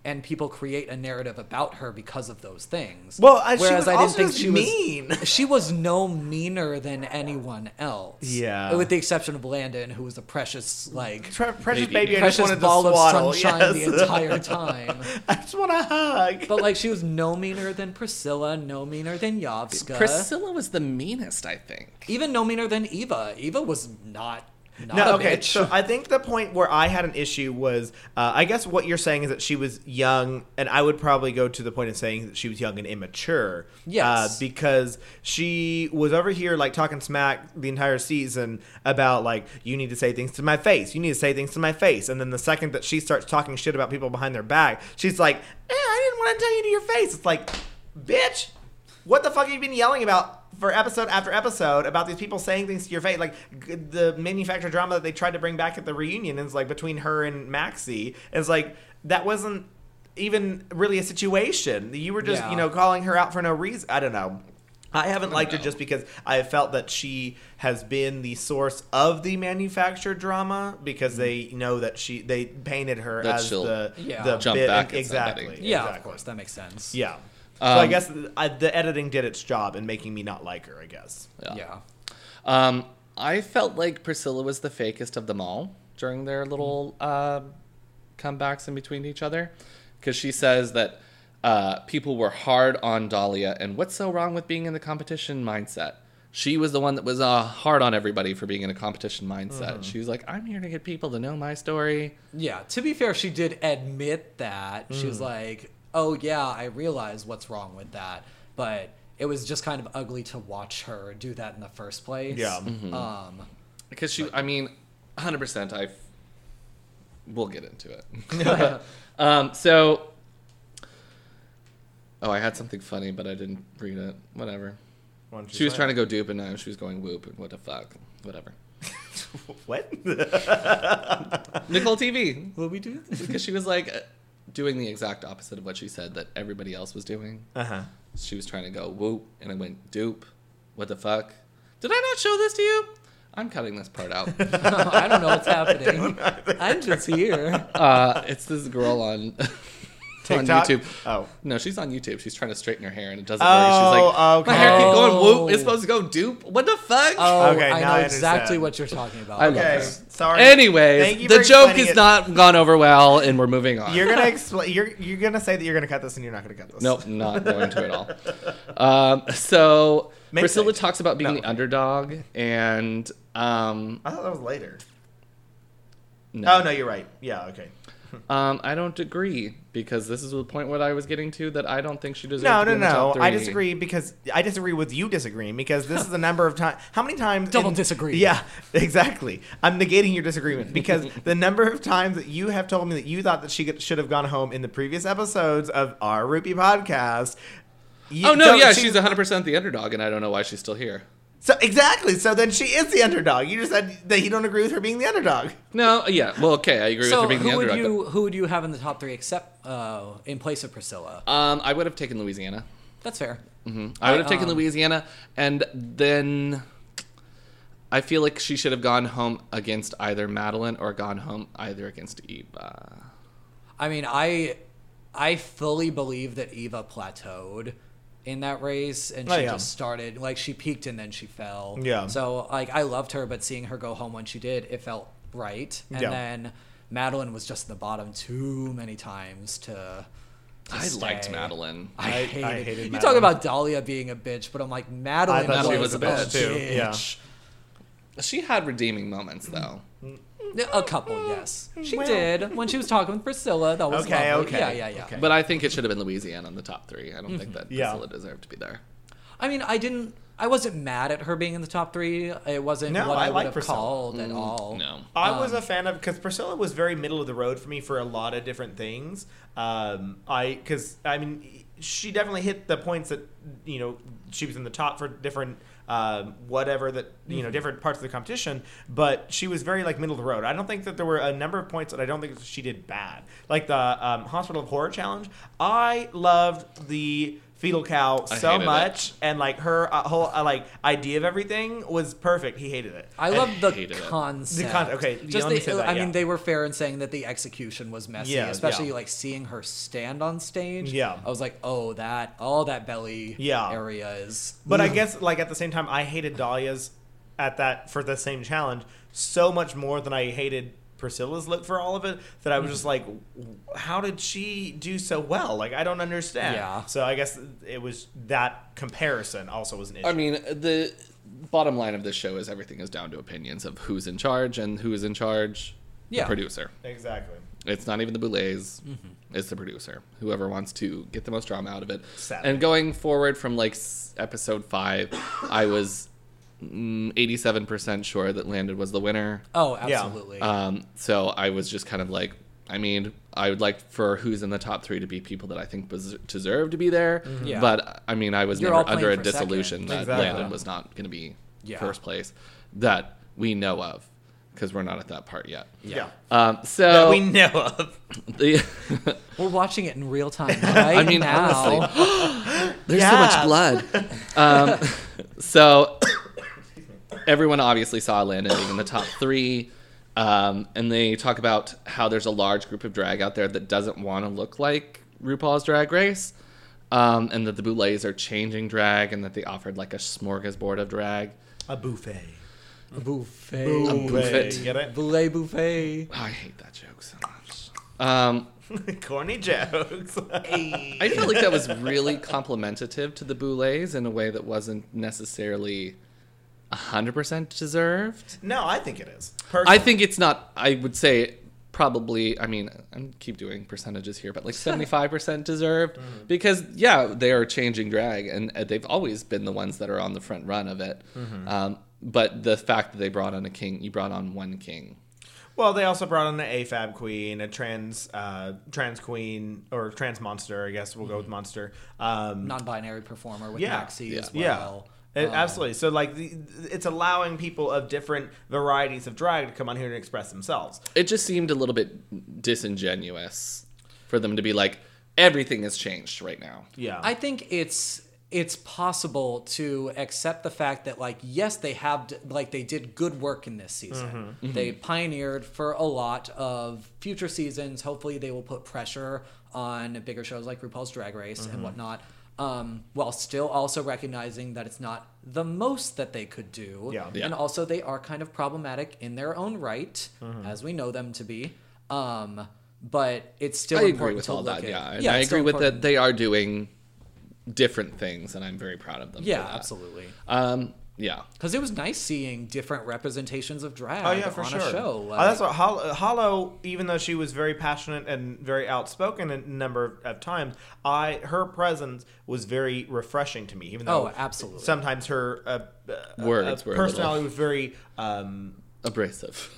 [SPEAKER 3] and people create a narrative about her because of those things.
[SPEAKER 1] Well, I- she was also just mean.
[SPEAKER 3] was she was no meaner than anyone else.
[SPEAKER 1] Yeah.
[SPEAKER 3] with the exception of Landon, who was a precious like
[SPEAKER 1] Pre- precious
[SPEAKER 2] Maybe.
[SPEAKER 1] baby, I just wanted
[SPEAKER 3] precious ball
[SPEAKER 1] to
[SPEAKER 3] of
[SPEAKER 1] swaddle.
[SPEAKER 3] sunshine
[SPEAKER 1] yes.
[SPEAKER 3] the entire time.
[SPEAKER 1] I just want a hug.
[SPEAKER 3] But like, she was no meaner than Priscilla, no meaner than Yovska,
[SPEAKER 2] Priscilla was the meanest, I think.
[SPEAKER 3] even no meaner than Eva. Eva was not. Not
[SPEAKER 1] no,
[SPEAKER 3] a
[SPEAKER 1] okay.
[SPEAKER 3] bitch.
[SPEAKER 1] So I think the point where I had an issue was, uh, I guess what you're saying is that she was young, and I would probably go to the point of saying that she was young and immature. Uh,
[SPEAKER 3] Yes.
[SPEAKER 1] because she was over here like talking smack the entire season about like you need to say things to my face, you need to say things to my face, and then the second that she starts talking shit about people behind their back, she's like, eh, I didn't want to tell you to your face. It's like, bitch, what the fuck have you been yelling about for episode after episode about these people saying things to your face? Like g- the manufactured drama that they tried to bring back at the reunion is like between her and Maxie. It's like that wasn't even really a situation. You were just
[SPEAKER 3] Yeah.
[SPEAKER 1] you know calling her out for no reason. I don't know. I haven't liked
[SPEAKER 2] know.
[SPEAKER 1] her just because I have felt that she has been the source of the manufactured drama because they know that she they painted her
[SPEAKER 2] That
[SPEAKER 1] as
[SPEAKER 2] she'll
[SPEAKER 1] the
[SPEAKER 3] Yeah.
[SPEAKER 1] the
[SPEAKER 2] jump
[SPEAKER 1] bit-
[SPEAKER 2] back at
[SPEAKER 1] exactly
[SPEAKER 2] somebody.
[SPEAKER 3] yeah, of
[SPEAKER 1] exactly.
[SPEAKER 3] course, that makes sense.
[SPEAKER 1] Yeah.
[SPEAKER 2] Um,
[SPEAKER 1] so I guess th- I, the editing did its job in making me not like her. I guess.
[SPEAKER 3] yeah.
[SPEAKER 2] Um, I felt like Priscilla was the fakest of them all during their little uh, comebacks in between each other, because she says that uh, people were hard on Dahlia, and what's so wrong with being in the competition mindset? She was the one that was uh, hard on everybody for being in a competition mindset. She was like, "I'm here to get people to know my story."
[SPEAKER 3] Yeah, to be fair, she did admit that. She
[SPEAKER 1] Hmm.
[SPEAKER 3] was like, "Oh yeah, I realize what's wrong with that." But it was just kind of ugly to watch her do that in the first place.
[SPEAKER 1] Yeah.
[SPEAKER 2] Mm-hmm.
[SPEAKER 3] Um
[SPEAKER 2] Because she, I mean, 100%. I we'll get into it. um, so, oh, I had something funny, but I didn't read it. Whatever. She was trying to go dupe, and now she was going whoop, and what the fuck, whatever.
[SPEAKER 1] to what?
[SPEAKER 2] Nicole TV,
[SPEAKER 3] will we do
[SPEAKER 2] because she was like uh, doing the exact opposite of what she said that everybody else was doing.
[SPEAKER 1] uh huh.
[SPEAKER 2] She was trying to go whoop, and I went dupe. What the fuck? Did I not show this to you? I'm cutting this part out.
[SPEAKER 3] I don't know what's happening. I'm just here.
[SPEAKER 2] uh, it's this girl on on
[SPEAKER 1] TikTok?
[SPEAKER 2] YouTube.
[SPEAKER 1] Oh.
[SPEAKER 2] no, she's on YouTube. She's trying to straighten her hair and it doesn't work. She's like,
[SPEAKER 1] Oh,
[SPEAKER 2] my hair keep
[SPEAKER 1] okay.
[SPEAKER 2] going whoop.
[SPEAKER 3] Oh.
[SPEAKER 2] It's supposed to go dupe. What the fuck?
[SPEAKER 3] Oh,
[SPEAKER 1] Okay,
[SPEAKER 3] I
[SPEAKER 1] now I
[SPEAKER 3] know exactly
[SPEAKER 1] understand.
[SPEAKER 3] what you're talking about.
[SPEAKER 2] I love
[SPEAKER 1] Okay,
[SPEAKER 2] this.
[SPEAKER 1] sorry. Thank
[SPEAKER 2] Anyways,
[SPEAKER 1] you
[SPEAKER 2] the
[SPEAKER 1] for
[SPEAKER 2] joke
[SPEAKER 1] explaining
[SPEAKER 2] is
[SPEAKER 1] it.
[SPEAKER 2] not gone over well, and we're moving on.
[SPEAKER 1] You're gonna explain. You're you're gonna say that you're gonna cut this, and you're not gonna cut this.
[SPEAKER 2] Nope, not going to at all. Um, so
[SPEAKER 1] Makes
[SPEAKER 2] Priscilla
[SPEAKER 1] sense.
[SPEAKER 2] talks about being
[SPEAKER 1] No.
[SPEAKER 2] the underdog, and um,
[SPEAKER 1] I thought that was later.
[SPEAKER 2] no,
[SPEAKER 1] Oh no, you're right. Yeah. Okay.
[SPEAKER 2] Um, I don't agree because this is the point what I was getting to that I don't think she deserves.
[SPEAKER 1] No,
[SPEAKER 2] to be
[SPEAKER 1] no,
[SPEAKER 2] in the
[SPEAKER 1] no.
[SPEAKER 2] top
[SPEAKER 1] I
[SPEAKER 2] three.
[SPEAKER 1] disagree because I disagree with you disagreeing because this is a number of times. How many times?
[SPEAKER 3] Double disagree.
[SPEAKER 1] Yeah, exactly. I'm negating your disagreement because the number of times that you have told me that you thought that she could, should have gone home in the previous episodes of our Rupee podcast. you-
[SPEAKER 2] Oh no,
[SPEAKER 1] so
[SPEAKER 2] yeah,
[SPEAKER 1] she-
[SPEAKER 2] she's 100 percent the underdog, and I don't know why she's still here.
[SPEAKER 1] so exactly. So then she is the underdog. You just said that you don't agree with her being the underdog.
[SPEAKER 2] No, yeah, well, okay, I agree
[SPEAKER 3] so
[SPEAKER 2] with her being the
[SPEAKER 3] who would
[SPEAKER 2] underdog.
[SPEAKER 3] you who would you have in the top three except uh, in place of Priscilla?
[SPEAKER 2] but, um, I would have taken Louisiana. Hmm.
[SPEAKER 3] That's fair.
[SPEAKER 2] I would have taken
[SPEAKER 3] um,
[SPEAKER 2] Louisiana, and then I feel like she should have gone home against either Madeline or gone home either against Eva.
[SPEAKER 3] I mean, I I fully believe that Eva plateaued in that race and she
[SPEAKER 1] Oh, yeah.
[SPEAKER 3] just started like she peaked and then she fell.
[SPEAKER 1] Yeah.
[SPEAKER 3] So like I loved her, but seeing her go home when she did, it felt right. And
[SPEAKER 1] Yeah.
[SPEAKER 3] then Madeline was just in the bottom too many times to. to
[SPEAKER 2] I liked
[SPEAKER 3] stay.
[SPEAKER 2] Madeline.
[SPEAKER 3] I
[SPEAKER 1] I- I
[SPEAKER 3] hated,
[SPEAKER 1] hated
[SPEAKER 3] You
[SPEAKER 1] Madeline.
[SPEAKER 3] talk about Dahlia being a bitch, but I'm like Madeline
[SPEAKER 1] thought
[SPEAKER 2] she
[SPEAKER 3] was,
[SPEAKER 2] was a
[SPEAKER 3] a
[SPEAKER 2] bitch,
[SPEAKER 3] bitch.
[SPEAKER 1] too. Yeah.
[SPEAKER 2] She had redeeming moments though.
[SPEAKER 3] A couple, yes. She
[SPEAKER 1] Well.
[SPEAKER 3] did when she was talking with Priscilla. That was
[SPEAKER 1] Okay,
[SPEAKER 3] lovely.
[SPEAKER 1] okay,
[SPEAKER 3] Yeah, yeah, yeah.
[SPEAKER 1] okay.
[SPEAKER 2] But I think it should have been Louisiana in the top three. I don't think
[SPEAKER 3] Mm-hmm.
[SPEAKER 2] that
[SPEAKER 1] Yeah.
[SPEAKER 2] Priscilla deserved to be there.
[SPEAKER 3] I mean, I didn't. I wasn't mad at her being in the top three. It wasn't
[SPEAKER 1] No,
[SPEAKER 3] what
[SPEAKER 1] I
[SPEAKER 3] I,
[SPEAKER 1] like
[SPEAKER 3] would have
[SPEAKER 1] Priscilla.
[SPEAKER 3] called at all.
[SPEAKER 2] Mm, No.
[SPEAKER 1] I was a fan of because Priscilla was very middle of the road for me for a lot of different things. Um, I because I mean she definitely hit the points that you know she was in the top for different um, whatever that you
[SPEAKER 2] Mm-hmm.
[SPEAKER 1] know different parts of the competition, but she was very like middle of the road. I don't think that there were a number of points that I don't think she did bad, like the um, Hospital of Horror challenge. I loved the fetal cow
[SPEAKER 2] I
[SPEAKER 1] so
[SPEAKER 2] hated it.
[SPEAKER 1] much and like her uh, whole uh, like idea of everything was perfect he hated it
[SPEAKER 3] I love the
[SPEAKER 2] hated it.
[SPEAKER 3] concept.
[SPEAKER 1] The con- okay, yeah,
[SPEAKER 3] just
[SPEAKER 1] let me
[SPEAKER 3] the-
[SPEAKER 1] say that,
[SPEAKER 3] I
[SPEAKER 1] yeah.
[SPEAKER 3] mean, they were fair in saying that the execution was messy,
[SPEAKER 1] Yeah,
[SPEAKER 3] especially
[SPEAKER 1] yeah.
[SPEAKER 3] like seeing her stand on stage.
[SPEAKER 1] Yeah.
[SPEAKER 3] I was like, oh, that all that belly
[SPEAKER 1] Yeah.
[SPEAKER 3] area is.
[SPEAKER 1] But I guess like at the same time, I hated Dahlia's at that for the same challenge so much more than I hated Priscilla's look for all of it that I was just like, "W- how did she do so well? Like I don't understand.
[SPEAKER 3] Yeah.
[SPEAKER 1] So I guess it was that comparison also was an issue.
[SPEAKER 2] I mean, the bottom line of this show is everything is down to opinions of who's in charge and who is in charge.
[SPEAKER 3] Yeah.
[SPEAKER 2] The producer.
[SPEAKER 1] exactly.
[SPEAKER 2] It's not even the Boulets. It's the producer. Whoever wants to get the most drama out of it.
[SPEAKER 1] Sadly.
[SPEAKER 2] And going forward from like s- episode five, I was mm, 87% sure that Landon was the winner.
[SPEAKER 3] Oh, absolutely.
[SPEAKER 2] Um, so I was just kind of like, I mean, I would like for who's in the top three to be people that I think bes- deserve to be there.
[SPEAKER 3] Yeah.
[SPEAKER 2] But I mean, I was
[SPEAKER 3] Mm-hmm. You're all
[SPEAKER 2] never
[SPEAKER 3] playing
[SPEAKER 2] under a
[SPEAKER 3] for second.
[SPEAKER 2] disillusion that
[SPEAKER 1] Exactly.
[SPEAKER 2] Landon
[SPEAKER 1] Yeah.
[SPEAKER 2] was not going to be
[SPEAKER 3] Yeah.
[SPEAKER 2] first place that we know of because we're not at that part yet.
[SPEAKER 1] Yeah.
[SPEAKER 2] Um,
[SPEAKER 1] That
[SPEAKER 2] so
[SPEAKER 1] we know of.
[SPEAKER 2] the,
[SPEAKER 3] We're watching it in real time. Right
[SPEAKER 2] I mean,
[SPEAKER 3] now.
[SPEAKER 2] honestly, there's so much
[SPEAKER 1] Yes.
[SPEAKER 2] blood. Um, so everyone obviously saw Landon leaving the top three. Um, and they talk about how there's a large group of drag out there that doesn't want to look like RuPaul's Drag Race. Um, and that the Boulets are changing drag and that they offered like a smorgasbord of drag.
[SPEAKER 1] A buffet.
[SPEAKER 3] buffet.
[SPEAKER 2] buffet.
[SPEAKER 1] Get it?
[SPEAKER 3] Boulay buffet.
[SPEAKER 2] Oh, I hate that joke so much. Um,
[SPEAKER 1] Corny jokes.
[SPEAKER 2] I feel like that was really complimentative to the Boulets in a way that wasn't necessarily 100% deserved.
[SPEAKER 1] no, I think it is.
[SPEAKER 2] I
[SPEAKER 1] Personally.
[SPEAKER 2] think it's not, I would say probably, I mean, I keep doing percentages here, but like 75% deserved
[SPEAKER 3] Mm-hmm.
[SPEAKER 2] because, yeah, they are changing drag and uh, they've always been the ones that are on the front run of it.
[SPEAKER 3] Mm-hmm.
[SPEAKER 2] Um, but the fact that they brought on a king, you brought on one king.
[SPEAKER 1] Well, they also brought on an AFAB queen, a trans uh, trans queen or trans monster. I guess we'll go with monster. Um,
[SPEAKER 3] Non-binary performer with
[SPEAKER 1] Yeah.
[SPEAKER 3] Maxi as
[SPEAKER 1] Yeah,
[SPEAKER 3] well.
[SPEAKER 1] It- absolutely. So like, the, it's allowing people of different varieties of drag to come on here and express themselves.
[SPEAKER 2] It just seemed a little bit disingenuous for them to be like, everything has changed right now.
[SPEAKER 1] Yeah,
[SPEAKER 3] I think it's it's possible to accept the fact that like yes they have d- like they did good work in this season
[SPEAKER 1] Mm-hmm.
[SPEAKER 3] they pioneered for a lot of future seasons hopefully they will put pressure on bigger shows like rupaul's drag race
[SPEAKER 1] Mm-hmm.
[SPEAKER 3] and whatnot um, while still also recognizing that it's not the most that they could do
[SPEAKER 1] Yeah.
[SPEAKER 2] Yeah.
[SPEAKER 3] and also they are kind of problematic in their own right
[SPEAKER 1] Mm-hmm.
[SPEAKER 3] as we know them to be um, but it's still
[SPEAKER 2] I agree
[SPEAKER 3] important
[SPEAKER 2] with
[SPEAKER 3] to
[SPEAKER 2] all
[SPEAKER 3] look
[SPEAKER 2] that.
[SPEAKER 3] at.
[SPEAKER 2] Yeah, and
[SPEAKER 3] yeah
[SPEAKER 2] I
[SPEAKER 3] it's still
[SPEAKER 2] agree with that.
[SPEAKER 3] important.
[SPEAKER 2] They are doing different things, and I'm very proud of them. for
[SPEAKER 3] yeah
[SPEAKER 2] that.
[SPEAKER 3] absolutely
[SPEAKER 2] Um, yeah,
[SPEAKER 3] Because it was nice seeing different representations of drag
[SPEAKER 1] Oh yeah, for
[SPEAKER 3] on
[SPEAKER 1] sure.
[SPEAKER 3] a show.
[SPEAKER 1] Oh,
[SPEAKER 3] like-
[SPEAKER 1] that's what Hollow, Hollow. Even though she was very passionate and very outspoken a number of times, I her presence was very refreshing to me. Even though
[SPEAKER 3] Oh, absolutely.
[SPEAKER 1] sometimes her uh, uh,
[SPEAKER 2] Words
[SPEAKER 1] uh,
[SPEAKER 2] were a
[SPEAKER 1] personality was very. Um,
[SPEAKER 2] abrasive.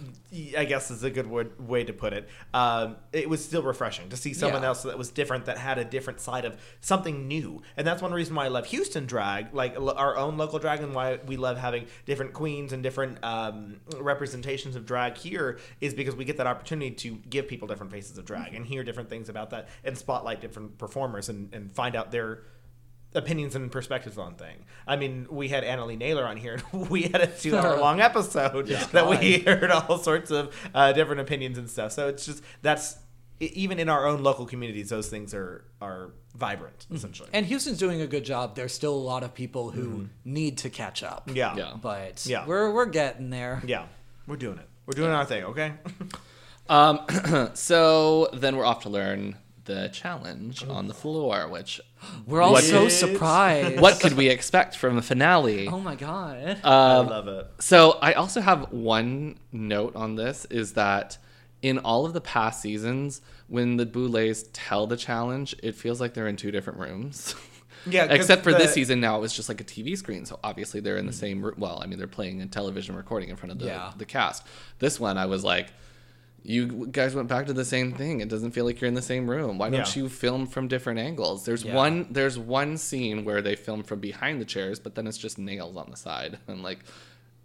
[SPEAKER 1] I guess is a good word, way to put it. Um, it was still refreshing to see someone
[SPEAKER 3] Yeah.
[SPEAKER 1] else that was different, that had a different side of something new, and that's one reason why I love Houston drag, like lo- our own local drag, and why we love having different queens and different um, representations of drag here is because we get that opportunity to give people different faces of drag and hear different things about that and spotlight different performers and, and find out their opinions and perspectives on things. I mean, we had Annalie Naylor on here. and We had a two-hour-long episode that we
[SPEAKER 3] God.
[SPEAKER 1] heard all sorts of uh, different opinions and stuff. So it's just that's e- even in our own local communities, those things are are vibrant essentially.
[SPEAKER 3] and Houston's doing a good job. There's still a lot of people who need to catch up.
[SPEAKER 1] Mm-hmm. yeah,
[SPEAKER 2] Yeah.
[SPEAKER 1] yeah,
[SPEAKER 3] But
[SPEAKER 1] Yeah.
[SPEAKER 3] we're, we're getting there.
[SPEAKER 1] We're doing it. We're doing our thing. Okay.
[SPEAKER 2] So then we're off to learn the challenge on the floor, which
[SPEAKER 3] We're all
[SPEAKER 2] What-
[SPEAKER 3] so
[SPEAKER 1] Yes.
[SPEAKER 3] surprised.
[SPEAKER 2] what could we expect from the finale?
[SPEAKER 3] Oh my God.
[SPEAKER 2] Uh,
[SPEAKER 1] I love it.
[SPEAKER 2] So I also have one note on this is that in all of the past seasons, when the Boulets tell the challenge, it feels like they're in two different rooms.
[SPEAKER 1] Yeah, 'cause
[SPEAKER 2] Except for this
[SPEAKER 1] the-
[SPEAKER 2] season now, it was just like a TV screen. So obviously they're in the same room. Well, I mean, they're playing a television recording in front of the,
[SPEAKER 3] Yeah.
[SPEAKER 2] the cast. This one, I was like, you guys went back to the same thing. It doesn't feel like you're in the same room. Why don't
[SPEAKER 1] Yeah.
[SPEAKER 2] you film from different angles? There's
[SPEAKER 3] Yeah.
[SPEAKER 2] one there's one scene where they film from behind the chairs, but then it's just nails on the side. And like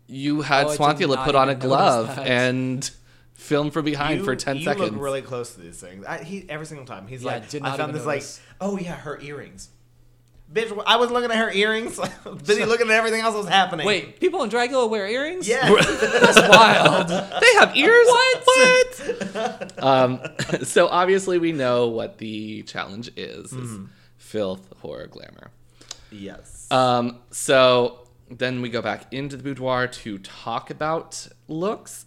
[SPEAKER 2] you had
[SPEAKER 3] Oh, I did
[SPEAKER 2] Swantila
[SPEAKER 3] not
[SPEAKER 2] put on a
[SPEAKER 3] even notice
[SPEAKER 2] glove
[SPEAKER 3] that.
[SPEAKER 2] and film from behind
[SPEAKER 1] You-
[SPEAKER 2] for 10
[SPEAKER 1] you
[SPEAKER 2] seconds.
[SPEAKER 1] look really close to these things. I, he every single time he's
[SPEAKER 3] Yeah,
[SPEAKER 1] like,
[SPEAKER 3] did
[SPEAKER 1] I
[SPEAKER 3] not
[SPEAKER 1] found
[SPEAKER 3] even
[SPEAKER 1] this
[SPEAKER 3] notice.
[SPEAKER 1] like, oh yeah, her earrings. Bitch, I was looking at her earrings. Busy looking at everything else that was happening.
[SPEAKER 3] Wait, people in Dragula wear earrings?
[SPEAKER 1] Yes.
[SPEAKER 3] That's wild.
[SPEAKER 2] they have ears. What? um, so obviously we know what the challenge is. It's filth, horror, glamour.
[SPEAKER 1] yes.
[SPEAKER 3] Uh,
[SPEAKER 2] Um, so then we go back into the boudoir to talk about looks.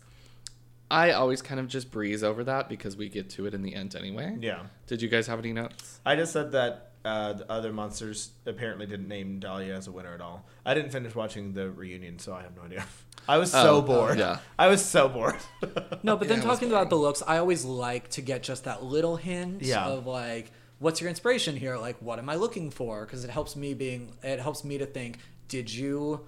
[SPEAKER 2] I always kind of just breeze over that because we get to it in the end anyway.
[SPEAKER 1] Yeah.
[SPEAKER 2] Did you guys have any notes?
[SPEAKER 1] I just said that uh, the other monsters apparently didn't name Dahlia as a winner at all. I didn't finish watching the reunion, so I have no idea. I was so
[SPEAKER 2] Oh,
[SPEAKER 1] bored.
[SPEAKER 2] yeah.
[SPEAKER 1] I was so bored.
[SPEAKER 3] No, but then
[SPEAKER 2] Yeah, it was
[SPEAKER 3] talking about the looks, I always like to get just that little hint
[SPEAKER 1] Yeah.
[SPEAKER 3] of like, what's your inspiration here? Like, what am I looking for? Because it helps me being, it helps me to think, did you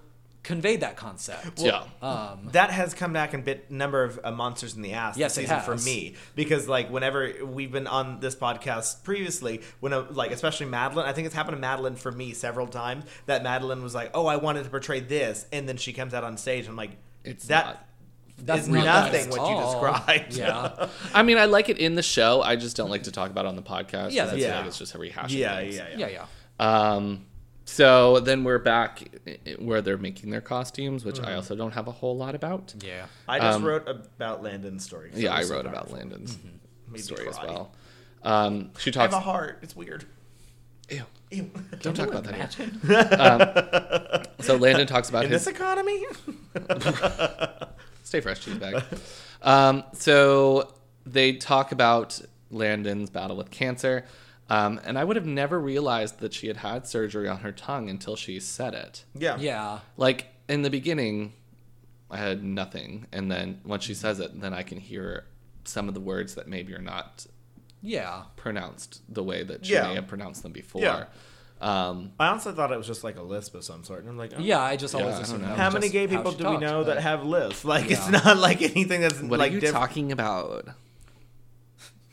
[SPEAKER 3] convey that concept?
[SPEAKER 2] yeah.
[SPEAKER 3] Um,
[SPEAKER 1] that has come back and bit number of uh, monsters in the ass
[SPEAKER 3] Yes, it
[SPEAKER 1] this season for
[SPEAKER 3] has.
[SPEAKER 1] me because like whenever we've been on this podcast previously when a, like especially Madeline I think it's happened to Madeline for me several times that Madeline was like oh I wanted to portray this and then she comes out on stage and I'm like
[SPEAKER 2] It's not-
[SPEAKER 1] that
[SPEAKER 3] That's
[SPEAKER 1] is
[SPEAKER 3] not that
[SPEAKER 1] nothing
[SPEAKER 3] at
[SPEAKER 1] what you
[SPEAKER 3] all.
[SPEAKER 1] described
[SPEAKER 3] Yeah.
[SPEAKER 2] I mean, I like it in the show. I just don't like to talk about it on the podcast. 'cause
[SPEAKER 3] Yeah,
[SPEAKER 2] I
[SPEAKER 3] that's
[SPEAKER 2] feel
[SPEAKER 1] fair.
[SPEAKER 2] like it's just a rehashing.
[SPEAKER 1] yeah
[SPEAKER 2] things.
[SPEAKER 1] yeah
[SPEAKER 3] yeah, yeah.
[SPEAKER 2] Um, so then we're back i- i- where they're making their costumes, which
[SPEAKER 1] Mm-hmm.
[SPEAKER 2] I also don't have a whole lot about.
[SPEAKER 3] Yeah.
[SPEAKER 1] I just
[SPEAKER 2] Um,
[SPEAKER 1] wrote about Landon's story. 'cause
[SPEAKER 2] Yeah,
[SPEAKER 1] it
[SPEAKER 2] I
[SPEAKER 1] was so
[SPEAKER 2] wrote about
[SPEAKER 1] powerful.
[SPEAKER 2] Landon's
[SPEAKER 1] Made me
[SPEAKER 2] story as
[SPEAKER 1] cry.
[SPEAKER 2] well. Um, she
[SPEAKER 1] Mm-hmm. I have
[SPEAKER 2] talks.
[SPEAKER 1] a heart. It's weird.
[SPEAKER 2] Ew,
[SPEAKER 1] Ew.
[SPEAKER 2] don't talk about that here. Um, so Landon talks about
[SPEAKER 1] In
[SPEAKER 2] his
[SPEAKER 1] this economy?
[SPEAKER 2] Stay fresh, cheese bag. um, so they talk about Landon's battle with cancer, um, and I would have never realized that she had had surgery on her tongue until she said it.
[SPEAKER 1] yeah.
[SPEAKER 3] Yeah.
[SPEAKER 2] Like in the beginning, I had nothing, and then once she says it, then I can hear some of the words that maybe are not
[SPEAKER 3] Yeah.
[SPEAKER 2] pronounced the way that she
[SPEAKER 1] Yeah.
[SPEAKER 2] may have pronounced them before.
[SPEAKER 1] Yeah.
[SPEAKER 2] Um,
[SPEAKER 1] I honestly thought it was just like a lisp of some sort. And I'm like, oh.
[SPEAKER 3] Yeah, I just always
[SPEAKER 2] I don't
[SPEAKER 3] assume
[SPEAKER 2] know.
[SPEAKER 3] that.
[SPEAKER 1] How
[SPEAKER 3] was
[SPEAKER 1] many
[SPEAKER 3] just
[SPEAKER 1] gay
[SPEAKER 3] how
[SPEAKER 1] people
[SPEAKER 3] she
[SPEAKER 1] do we
[SPEAKER 3] talked,
[SPEAKER 1] know
[SPEAKER 3] but-
[SPEAKER 1] that have lisps? Like, it's
[SPEAKER 2] Yeah.
[SPEAKER 1] not like anything that's
[SPEAKER 2] what
[SPEAKER 1] like
[SPEAKER 2] are you
[SPEAKER 1] diff-
[SPEAKER 2] talking about?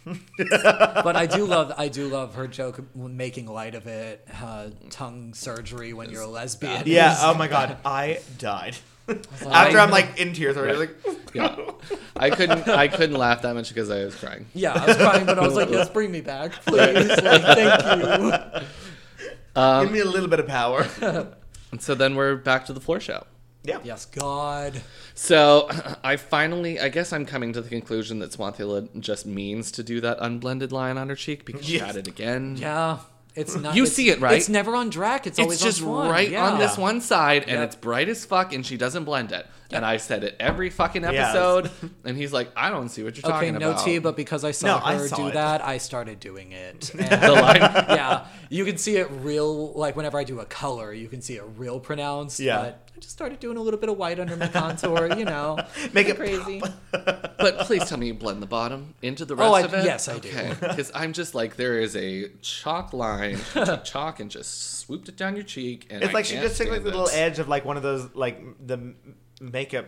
[SPEAKER 3] But I do love, I do love her joke of making light of it. Uh, tongue surgery when you're a lesbian.
[SPEAKER 1] Yeah.
[SPEAKER 3] is-
[SPEAKER 1] Oh my God. I died. After I'm like in tears already.
[SPEAKER 2] Right.
[SPEAKER 1] Like,
[SPEAKER 2] Yeah, I couldn't. I couldn't laugh that much because I was crying.
[SPEAKER 3] Yeah, I was crying, but I was like, "Yes, bring me back, please." Like, thank you.
[SPEAKER 1] Give me a little bit of power.
[SPEAKER 2] And so then we're back to the floor show.
[SPEAKER 1] yeah.
[SPEAKER 3] Yes, God.
[SPEAKER 2] So I finally, I guess I'm coming to the conclusion that Swanthila just means to do that unblended line on her cheek because she
[SPEAKER 1] Yes.
[SPEAKER 2] had it again.
[SPEAKER 3] Yeah, it's not.
[SPEAKER 2] You
[SPEAKER 3] it's-
[SPEAKER 2] see it, right?
[SPEAKER 3] It's never on drag. It's,
[SPEAKER 2] It's
[SPEAKER 3] always
[SPEAKER 2] just
[SPEAKER 3] on Swan.
[SPEAKER 2] right
[SPEAKER 3] yeah.
[SPEAKER 2] on this one side, and
[SPEAKER 3] Yeah.
[SPEAKER 2] it's bright as fuck, and she doesn't blend it. And I said it every fucking
[SPEAKER 1] Yes.
[SPEAKER 2] episode, and he's like, "I don't see what you're
[SPEAKER 3] Okay,
[SPEAKER 2] talking
[SPEAKER 3] no
[SPEAKER 2] about."
[SPEAKER 3] tea, but because I saw
[SPEAKER 1] No, I
[SPEAKER 3] her
[SPEAKER 1] saw
[SPEAKER 3] do
[SPEAKER 1] it.
[SPEAKER 3] that, I started doing it.
[SPEAKER 2] the
[SPEAKER 3] And
[SPEAKER 2] line,
[SPEAKER 3] yeah, you can see it real. Like whenever I do a color, you can see it real pronounced.
[SPEAKER 1] Yeah.
[SPEAKER 3] But I just started doing a little bit of white under my contour. You know,
[SPEAKER 1] Make
[SPEAKER 3] Kinda
[SPEAKER 1] it
[SPEAKER 3] crazy.
[SPEAKER 2] but please tell me you blend the bottom into the rest
[SPEAKER 3] Oh, I-
[SPEAKER 2] of it.
[SPEAKER 3] yes, I do.
[SPEAKER 2] Because I'm just like, there is a chalk line, she took chalk, and just swooped it down your cheek. And
[SPEAKER 1] It's
[SPEAKER 2] I
[SPEAKER 1] like she
[SPEAKER 2] can't
[SPEAKER 1] just took like
[SPEAKER 2] stand
[SPEAKER 1] the little
[SPEAKER 2] it.
[SPEAKER 1] edge of like one of those like the m- makeup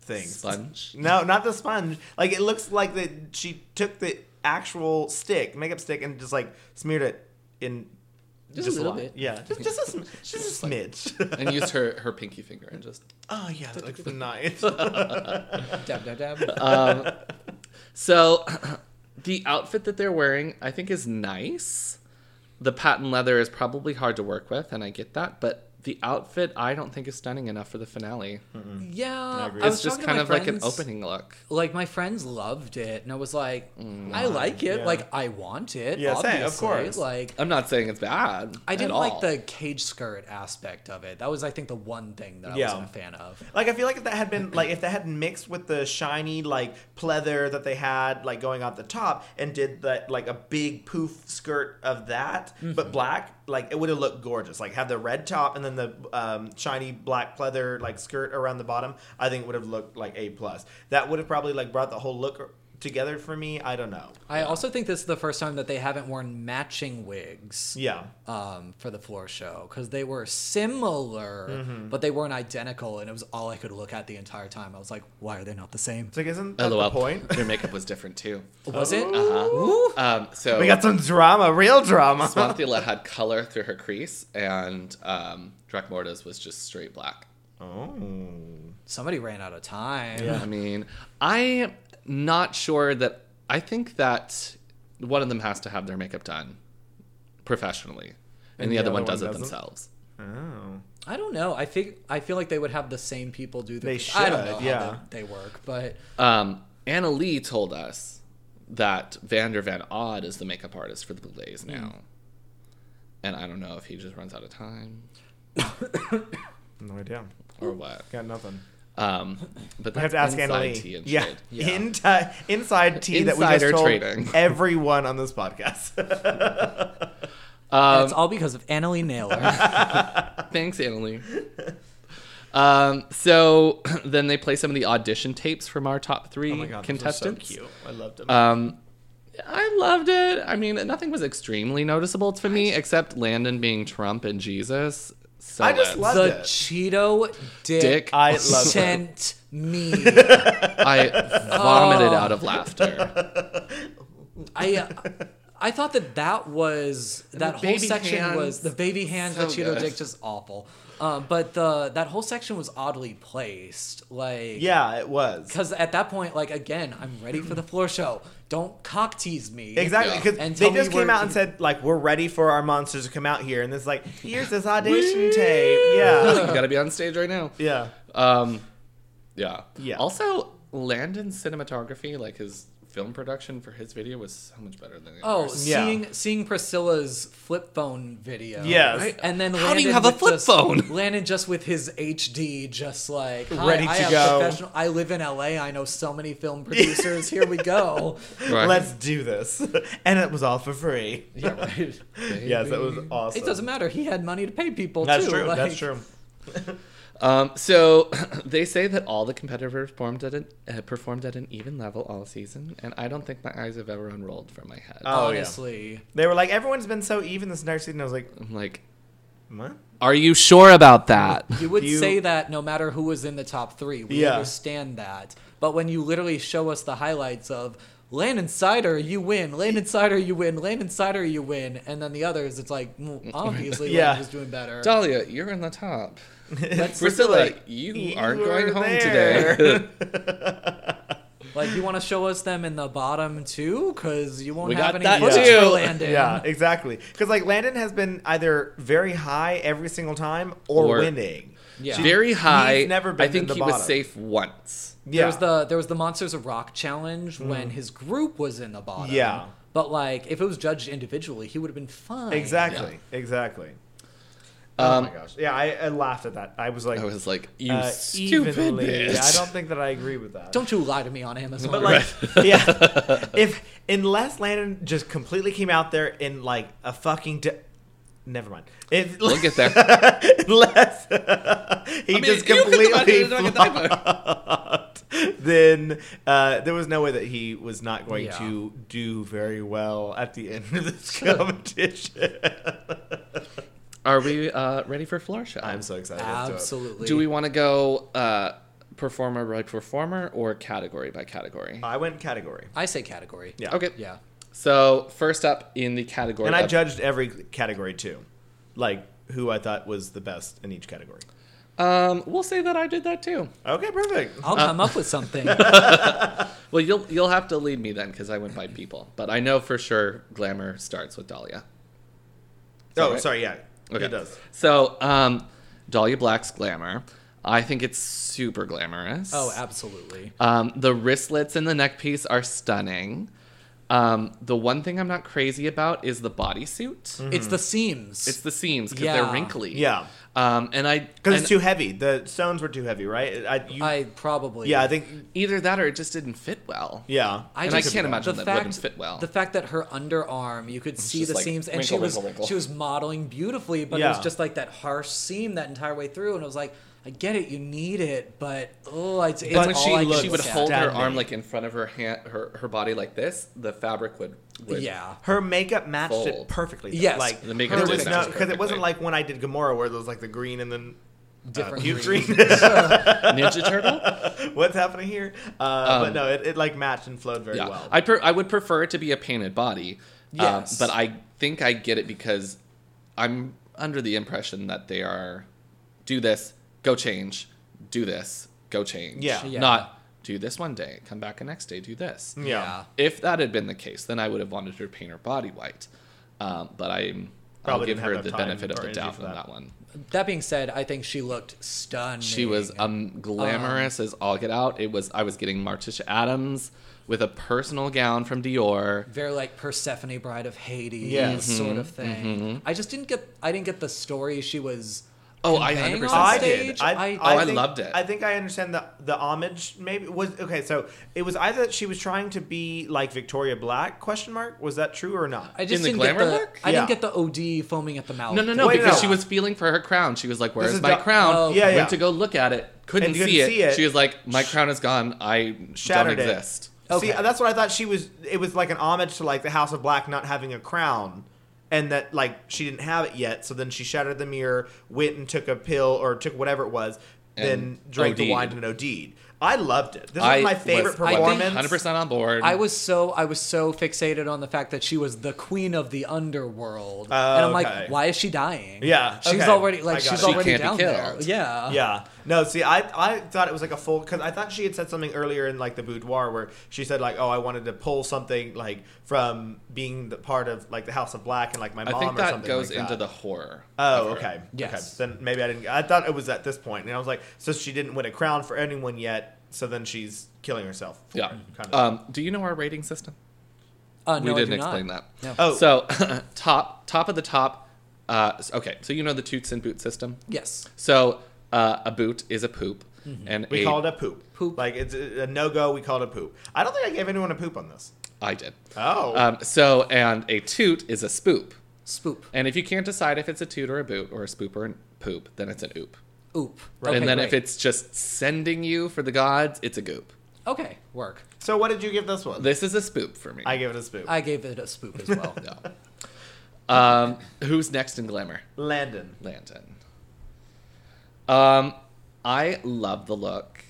[SPEAKER 1] things.
[SPEAKER 2] sponge.
[SPEAKER 1] No, not the sponge. Like it looks like that she took the actual stick, makeup stick, and just like smeared it in.
[SPEAKER 2] Just a little
[SPEAKER 1] line.
[SPEAKER 2] bit.
[SPEAKER 1] Yeah, just, just a, sm- just a smidge.
[SPEAKER 2] and used her, her pinky finger and just
[SPEAKER 1] oh yeah, that looks nice.
[SPEAKER 3] dab dab dab.
[SPEAKER 2] so the outfit that they're wearing i think is nice the patent leather is probably hard to work with and i get that but the outfit i don't think is stunning enough for the finale
[SPEAKER 1] Hmm.
[SPEAKER 3] yeah, I was
[SPEAKER 2] it's just
[SPEAKER 3] talking to
[SPEAKER 2] kind
[SPEAKER 3] my
[SPEAKER 2] of like an
[SPEAKER 3] friends-
[SPEAKER 2] opening look
[SPEAKER 3] Like my friends loved it, and I was like, I like it.
[SPEAKER 1] Yeah.
[SPEAKER 3] Like I want it.
[SPEAKER 1] Yeah,
[SPEAKER 3] obviously.
[SPEAKER 1] same, of course.
[SPEAKER 3] Like
[SPEAKER 2] i'm not saying it's bad
[SPEAKER 3] I
[SPEAKER 2] at
[SPEAKER 3] didn't like
[SPEAKER 2] all.
[SPEAKER 3] the cage skirt aspect of it. That was, I think, the one thing that I
[SPEAKER 1] Yeah.
[SPEAKER 3] wasn't a fan of.
[SPEAKER 1] Like I feel like if that had been like if that had mixed with the shiny like pleather that they had like going out the top and did that like a big poof skirt of that but black like it would have looked gorgeous. Like had the red top and then the um, shiny black pleather like skirt around the bottom. I think it would have looked like a plus. That would have probably like brought the whole look together for me. I don't know.
[SPEAKER 3] I also think this is the first time that they haven't worn matching wigs.
[SPEAKER 1] Yeah.
[SPEAKER 3] Um, for the floor show because they were similar,
[SPEAKER 1] Mm-hmm.
[SPEAKER 3] but they weren't identical, and it was all I could look at the entire time. I was like, "Why are they not the same?"
[SPEAKER 1] It's like isn't that
[SPEAKER 2] LOL.
[SPEAKER 1] the point?
[SPEAKER 2] Their makeup was different too.
[SPEAKER 1] Oh.
[SPEAKER 3] Was it?
[SPEAKER 2] Uh-huh. Um, so
[SPEAKER 1] We got some drama, real drama.
[SPEAKER 2] Swanthila had color through her crease, and um, Drakmorda's was just straight black.
[SPEAKER 1] Oh.
[SPEAKER 3] Somebody ran out of time.
[SPEAKER 2] I mean, I'm not sure that I think that one of them has to have their makeup done professionally, and, the, other one does it
[SPEAKER 1] doesn't?
[SPEAKER 2] themselves.
[SPEAKER 1] Oh.
[SPEAKER 3] I don't know. I think I feel like they would have the same people do. The,
[SPEAKER 1] They
[SPEAKER 3] I don't know
[SPEAKER 1] should,
[SPEAKER 3] how
[SPEAKER 1] yeah.
[SPEAKER 3] they, they work, but
[SPEAKER 2] Um, Anna Lee told us that Vander Van Odd is the makeup artist for the Blue Days
[SPEAKER 1] Hmm.
[SPEAKER 2] now, and I don't know if he just runs out of time
[SPEAKER 1] No idea.
[SPEAKER 2] or what.
[SPEAKER 1] Got nothing.
[SPEAKER 2] Um, but
[SPEAKER 1] We have
[SPEAKER 2] that's
[SPEAKER 1] to ask Anna Lee.
[SPEAKER 2] inside tea and
[SPEAKER 1] yeah.
[SPEAKER 2] shit.
[SPEAKER 3] Yeah.
[SPEAKER 1] Inti- inside tea that we
[SPEAKER 2] Insider
[SPEAKER 1] just told
[SPEAKER 2] trading.
[SPEAKER 1] everyone on this podcast. Oh Um,
[SPEAKER 2] Um,
[SPEAKER 3] and it's all because of Annalie Naylor.
[SPEAKER 2] Thanks, Annalie. um, so then they play some of the audition tapes from our top
[SPEAKER 1] Oh
[SPEAKER 2] three contestants.
[SPEAKER 1] I loved them.
[SPEAKER 2] Um, I loved it. I mean, nothing was extremely noticeable to me except Landon being Trump and Jesus. So
[SPEAKER 1] I just
[SPEAKER 2] it's-
[SPEAKER 1] loved
[SPEAKER 3] the
[SPEAKER 1] it.
[SPEAKER 3] Cheeto dick,
[SPEAKER 2] Dick.
[SPEAKER 1] I love it.
[SPEAKER 3] sent me.
[SPEAKER 2] I vomited out of laughter.
[SPEAKER 3] I uh, I thought that that was that whole
[SPEAKER 2] baby
[SPEAKER 3] section
[SPEAKER 2] hands,
[SPEAKER 3] was the baby hands
[SPEAKER 2] so
[SPEAKER 3] the Cheeto
[SPEAKER 2] good.
[SPEAKER 3] dick just awful. Um, but the that whole section was oddly placed, like
[SPEAKER 1] Yeah, it was.
[SPEAKER 3] because at that point, like again, I'm ready for the floor show. Don't cock tease me.
[SPEAKER 1] Exactly,
[SPEAKER 2] Yeah.
[SPEAKER 1] because
[SPEAKER 3] And
[SPEAKER 1] they
[SPEAKER 3] tell me
[SPEAKER 1] just came
[SPEAKER 3] where-
[SPEAKER 1] out and said like we're ready for our monsters to come out here, and it's like here's this audition tape. Yeah,
[SPEAKER 2] you gotta be on stage right now.
[SPEAKER 1] yeah.
[SPEAKER 2] Um, yeah.
[SPEAKER 1] Yeah.
[SPEAKER 2] Also, Landon's cinematography, like his film production for his video, was so much better than the
[SPEAKER 3] Oh,
[SPEAKER 2] others.
[SPEAKER 1] Yeah.
[SPEAKER 3] seeing seeing Priscilla's flip phone video.
[SPEAKER 1] Yes.
[SPEAKER 2] Right?
[SPEAKER 3] And then
[SPEAKER 2] How do you
[SPEAKER 3] Landon
[SPEAKER 2] have a
[SPEAKER 3] with
[SPEAKER 2] flip
[SPEAKER 3] just-
[SPEAKER 2] phone?
[SPEAKER 3] Landon just with his HD, just like "Hi,
[SPEAKER 1] Ready
[SPEAKER 3] I
[SPEAKER 1] to
[SPEAKER 3] have
[SPEAKER 1] go."
[SPEAKER 3] professional- I live in LA. I know so many film producers. Here we go.
[SPEAKER 2] Right.
[SPEAKER 1] Let's do this, and it was all for free.
[SPEAKER 3] Yeah, right.
[SPEAKER 1] Yes, that was awesome.
[SPEAKER 3] It doesn't matter. He had money to pay people.
[SPEAKER 1] That's
[SPEAKER 3] too.
[SPEAKER 1] true.
[SPEAKER 3] like-
[SPEAKER 1] That's true.
[SPEAKER 2] Um, so they say that all the competitors performed at an uh, performed at an even level all season, and I don't think my eyes have ever unrolled from my head.
[SPEAKER 1] Oh, yeah.
[SPEAKER 3] Honestly,
[SPEAKER 1] They were like everyone's been so even this entire season. I was like,
[SPEAKER 2] I'm like,
[SPEAKER 1] what?
[SPEAKER 2] are you sure about that?
[SPEAKER 3] you would
[SPEAKER 1] You-
[SPEAKER 3] say that no matter who was in the top three. We
[SPEAKER 1] Yeah.
[SPEAKER 3] understand that. But when you literally show us the highlights of Landon Sider, you win. Landon Sider, you win. Landon Sider, you win. And then the others, it's like mm, obviously
[SPEAKER 1] Yeah.
[SPEAKER 3] Landon was doing better.
[SPEAKER 2] Dahlia, you're in the top.
[SPEAKER 3] That's
[SPEAKER 2] Priscilla,
[SPEAKER 1] like,
[SPEAKER 2] you,
[SPEAKER 1] you
[SPEAKER 2] aren't
[SPEAKER 1] were
[SPEAKER 2] going home
[SPEAKER 1] there.
[SPEAKER 2] today.
[SPEAKER 3] like, Like, you want to show us them in the bottom too? Because you won't
[SPEAKER 2] We
[SPEAKER 3] have
[SPEAKER 2] got
[SPEAKER 3] any
[SPEAKER 2] that
[SPEAKER 3] footage
[SPEAKER 2] too.
[SPEAKER 3] for Landon.
[SPEAKER 1] Yeah, exactly. Because like Landon has been either very high every single time or,
[SPEAKER 2] Or-
[SPEAKER 1] winning.
[SPEAKER 3] Yeah.
[SPEAKER 1] She-
[SPEAKER 2] Very high.
[SPEAKER 1] He's never been
[SPEAKER 2] I think
[SPEAKER 1] in the
[SPEAKER 2] he was
[SPEAKER 1] bottom.
[SPEAKER 2] safe once.
[SPEAKER 1] Yeah. Hmm.
[SPEAKER 3] There was the there was the Monsters of Rock challenge when his group was in the bottom.
[SPEAKER 1] Yeah.
[SPEAKER 3] But like if it was judged individually, he would have been fine.
[SPEAKER 1] exactly. Exactly. oh
[SPEAKER 2] Um,
[SPEAKER 1] my gosh. Yeah, I, I laughed at that. I was like,
[SPEAKER 2] I was like, you
[SPEAKER 1] uh,
[SPEAKER 2] stupid
[SPEAKER 1] evenly.
[SPEAKER 2] bitch.
[SPEAKER 1] I don't think that I agree with that.
[SPEAKER 3] Don't you lie to me on Amazon.
[SPEAKER 1] But like, yeah, if unless Landon just completely came out there in like a fucking, de- never mind. If
[SPEAKER 2] We'll get there.
[SPEAKER 1] unless he
[SPEAKER 2] mean,
[SPEAKER 1] just
[SPEAKER 2] you can
[SPEAKER 1] completely
[SPEAKER 2] imagine it, I can
[SPEAKER 1] flopped, then uh, there was no way that he was not going
[SPEAKER 3] Yeah.
[SPEAKER 1] to do very well at the end of this competition.
[SPEAKER 2] Are we uh, ready for floor shot?
[SPEAKER 1] I'm so excited. Let's do it.
[SPEAKER 3] Absolutely.
[SPEAKER 2] Do we want to go uh, performer by performer or category by category?
[SPEAKER 1] I went category.
[SPEAKER 3] I say category.
[SPEAKER 1] Uh, Yeah.
[SPEAKER 2] Okay.
[SPEAKER 3] Yeah.
[SPEAKER 2] So first up in the category,
[SPEAKER 1] And I
[SPEAKER 2] of-
[SPEAKER 1] judged every category too, like who I thought was the best in each category.
[SPEAKER 2] um, we'll say that I did that too.
[SPEAKER 1] Okay, perfect.
[SPEAKER 3] I'll come up with something.
[SPEAKER 2] Well, you'll you'll have to lead me then because I went by people, but I know for sure glamour starts with Dahlia.
[SPEAKER 1] Oh,
[SPEAKER 2] right?
[SPEAKER 1] sorry. Yeah,
[SPEAKER 2] Okay.
[SPEAKER 1] it does.
[SPEAKER 2] So, um, Dahlia Black's glamour. I think it's super glamorous.
[SPEAKER 3] oh, absolutely.
[SPEAKER 2] Um, the wristlets and the neck piece are stunning. Um, the one thing I'm not crazy about is the bodysuit.
[SPEAKER 3] It's
[SPEAKER 1] Hmm.
[SPEAKER 3] the seams.
[SPEAKER 2] It's the seams because they're
[SPEAKER 3] Yeah.
[SPEAKER 2] wrinkly.
[SPEAKER 1] Mm-hmm. Yeah.
[SPEAKER 2] Um, and I
[SPEAKER 1] Because it's too
[SPEAKER 2] and
[SPEAKER 1] heavy. The stones were too heavy, right? I, you,
[SPEAKER 3] I probably
[SPEAKER 1] yeah, I think.
[SPEAKER 2] either that or it just didn't fit well.
[SPEAKER 1] Yeah,
[SPEAKER 2] and I can't imagine
[SPEAKER 3] the
[SPEAKER 2] that wouldn't fit well.
[SPEAKER 3] The fact that her underarm, you could see
[SPEAKER 2] just
[SPEAKER 3] the
[SPEAKER 2] like
[SPEAKER 3] seams, and she
[SPEAKER 2] wrinkle,
[SPEAKER 3] was
[SPEAKER 2] wrinkle, wrinkle.
[SPEAKER 3] she was modeling beautifully, but it was
[SPEAKER 1] Yeah.
[SPEAKER 3] just like that harsh seam that entire way through, and it was like, I get it, you need it, but oh, it's, it's
[SPEAKER 2] And when
[SPEAKER 3] all
[SPEAKER 2] she
[SPEAKER 3] I can
[SPEAKER 2] she
[SPEAKER 1] look
[SPEAKER 2] would
[SPEAKER 3] look at.
[SPEAKER 2] hold her
[SPEAKER 1] stagnant.
[SPEAKER 2] arm like in front of her hand, her her body like this, the fabric would. would
[SPEAKER 3] yeah,
[SPEAKER 1] her makeup matched
[SPEAKER 2] Fold.
[SPEAKER 1] it perfectly. though.
[SPEAKER 3] Yes.
[SPEAKER 1] like
[SPEAKER 2] The makeup
[SPEAKER 1] there
[SPEAKER 2] did
[SPEAKER 1] was no
[SPEAKER 2] match
[SPEAKER 1] because it wasn't
[SPEAKER 2] perfectly.
[SPEAKER 1] like when I did Gamora, where there was like the green and then
[SPEAKER 3] different.
[SPEAKER 1] puke
[SPEAKER 3] reasons.
[SPEAKER 1] green.
[SPEAKER 2] Ninja Turtle.
[SPEAKER 1] What's happening here? Uh, but no, it, it like matched and flowed very
[SPEAKER 2] Um, Yeah,
[SPEAKER 1] well.
[SPEAKER 2] I per- I would prefer it to be a painted body. um,
[SPEAKER 3] Yes.
[SPEAKER 2] but I think I get it because I'm under the impression that they are do this, go change, do this, go change.
[SPEAKER 1] Yeah.
[SPEAKER 3] Yeah.
[SPEAKER 2] Not do this one day, come back the next day, do this.
[SPEAKER 1] yeah.
[SPEAKER 3] yeah.
[SPEAKER 2] If that had been the case, then I would have wanted her to paint her body white. Um, but I'm
[SPEAKER 1] Probably
[SPEAKER 2] I'll give
[SPEAKER 1] didn't have
[SPEAKER 2] her
[SPEAKER 1] enough
[SPEAKER 2] the
[SPEAKER 1] time
[SPEAKER 2] benefit of
[SPEAKER 1] or
[SPEAKER 2] the
[SPEAKER 1] energy
[SPEAKER 2] doubt
[SPEAKER 1] for
[SPEAKER 2] on
[SPEAKER 1] that.
[SPEAKER 2] that one.
[SPEAKER 3] That being said, I think she looked stunning.
[SPEAKER 2] She was um, glamorous as all get out. It was I was getting Marticia Adams with a personal gown from Dior.
[SPEAKER 3] very like Persephone, Bride of Hades,
[SPEAKER 1] Yes.
[SPEAKER 2] Mm-hmm.
[SPEAKER 3] sort of thing. I just didn't get. I didn't get the story she was.
[SPEAKER 2] Oh, I
[SPEAKER 3] conveying
[SPEAKER 2] 100%
[SPEAKER 3] on
[SPEAKER 1] I
[SPEAKER 3] stage.
[SPEAKER 1] did. I,
[SPEAKER 3] I-
[SPEAKER 2] Oh, I
[SPEAKER 1] think-
[SPEAKER 2] loved it.
[SPEAKER 1] I think I understand the the homage. Maybe was okay. So it was either that she was trying to be like Victoria Black? Question mark. Was that true or not?
[SPEAKER 3] I just
[SPEAKER 2] In the
[SPEAKER 3] didn't
[SPEAKER 2] glamour
[SPEAKER 3] get the.
[SPEAKER 2] look?
[SPEAKER 3] I didn't
[SPEAKER 1] Yeah.
[SPEAKER 3] get the OD foaming at the mouth.
[SPEAKER 2] No, no, no,
[SPEAKER 1] Oh, Wait,
[SPEAKER 2] because
[SPEAKER 1] no.
[SPEAKER 2] she was feeling for her crown. She was like, "Where's
[SPEAKER 1] is
[SPEAKER 2] my
[SPEAKER 1] the-
[SPEAKER 2] crown?"
[SPEAKER 3] Oh,
[SPEAKER 1] Yeah,
[SPEAKER 2] Went
[SPEAKER 1] yeah.
[SPEAKER 2] to go look at it, couldn't,
[SPEAKER 1] And couldn't
[SPEAKER 2] see, it.
[SPEAKER 1] see it.
[SPEAKER 2] She was like, "My crown is gone. I
[SPEAKER 1] Shattered
[SPEAKER 2] don't
[SPEAKER 1] it.
[SPEAKER 2] exist."
[SPEAKER 1] See,
[SPEAKER 3] Okay.
[SPEAKER 1] that's what I thought she was. It was like an homage to like the House of Black not having a crown, and that like she didn't have it yet. So then she shattered the mirror, went and took a pill or took whatever it was,
[SPEAKER 2] And
[SPEAKER 1] then drank the
[SPEAKER 2] OD'd.
[SPEAKER 1] wine and OD'd. I loved it. This
[SPEAKER 2] I
[SPEAKER 1] was my favorite
[SPEAKER 2] was
[SPEAKER 1] performance.
[SPEAKER 2] 100% on board.
[SPEAKER 3] I was so I was so fixated on the fact that she was the queen of the underworld,
[SPEAKER 1] Oh,
[SPEAKER 3] and I'm
[SPEAKER 1] okay.
[SPEAKER 3] like, why is she dying?
[SPEAKER 1] Yeah,
[SPEAKER 3] she's
[SPEAKER 1] okay.
[SPEAKER 3] already
[SPEAKER 1] I
[SPEAKER 3] like
[SPEAKER 1] got
[SPEAKER 3] she's
[SPEAKER 1] it. She
[SPEAKER 3] already
[SPEAKER 2] can't be
[SPEAKER 3] down there.
[SPEAKER 2] killed.
[SPEAKER 3] Yeah,
[SPEAKER 1] Yeah. No, see, I, I thought it was like a full because I thought she had said something earlier in like the boudoir where she said like, oh, I wanted to pull something like from being the part of like the House of Black and like my
[SPEAKER 2] I
[SPEAKER 1] mom
[SPEAKER 2] think
[SPEAKER 1] or
[SPEAKER 2] that
[SPEAKER 1] something
[SPEAKER 2] goes
[SPEAKER 1] like
[SPEAKER 2] into
[SPEAKER 1] that.
[SPEAKER 2] the horror.
[SPEAKER 1] Oh,
[SPEAKER 2] of her.
[SPEAKER 1] okay.
[SPEAKER 3] Yes.
[SPEAKER 1] Okay. Then maybe I didn't. I thought it was at this point, and I was like, so she didn't win a crown for anyone yet. So then she's killing herself. for
[SPEAKER 2] Yeah.
[SPEAKER 1] it, kind of.
[SPEAKER 2] Um, do you know our rating system?
[SPEAKER 3] Uh, no,
[SPEAKER 2] we
[SPEAKER 3] I
[SPEAKER 2] didn't
[SPEAKER 3] do not.
[SPEAKER 2] explain that.
[SPEAKER 3] No.
[SPEAKER 1] Oh.
[SPEAKER 2] So, top top of the top. Uh, s- okay, so you know the toots and boot system.
[SPEAKER 3] Yes,
[SPEAKER 2] So, uh, a boot is a poop, and
[SPEAKER 1] we
[SPEAKER 2] a-
[SPEAKER 1] call it a poop.
[SPEAKER 3] Poop.
[SPEAKER 1] Like it's a, a no go. We call it a poop. I don't think I gave anyone a poop on this.
[SPEAKER 2] I did.
[SPEAKER 1] Oh.
[SPEAKER 2] Um, so, and a toot is a spoop.
[SPEAKER 3] spoop,
[SPEAKER 2] And if you can't decide if it's a toot or a boot or a spoop or a poop, then it's an oop.
[SPEAKER 3] oop.
[SPEAKER 2] and then
[SPEAKER 3] great.
[SPEAKER 2] if it's just sending you for the gods, it's a goop.
[SPEAKER 3] okay, work.
[SPEAKER 1] so what did you give this one?
[SPEAKER 2] This is a spoop for me.
[SPEAKER 1] I give it a spoop.
[SPEAKER 3] I gave it a spoop as well.
[SPEAKER 2] No. Um, who's next in glamour?
[SPEAKER 1] Landon.
[SPEAKER 2] Landon. Um, I love the look.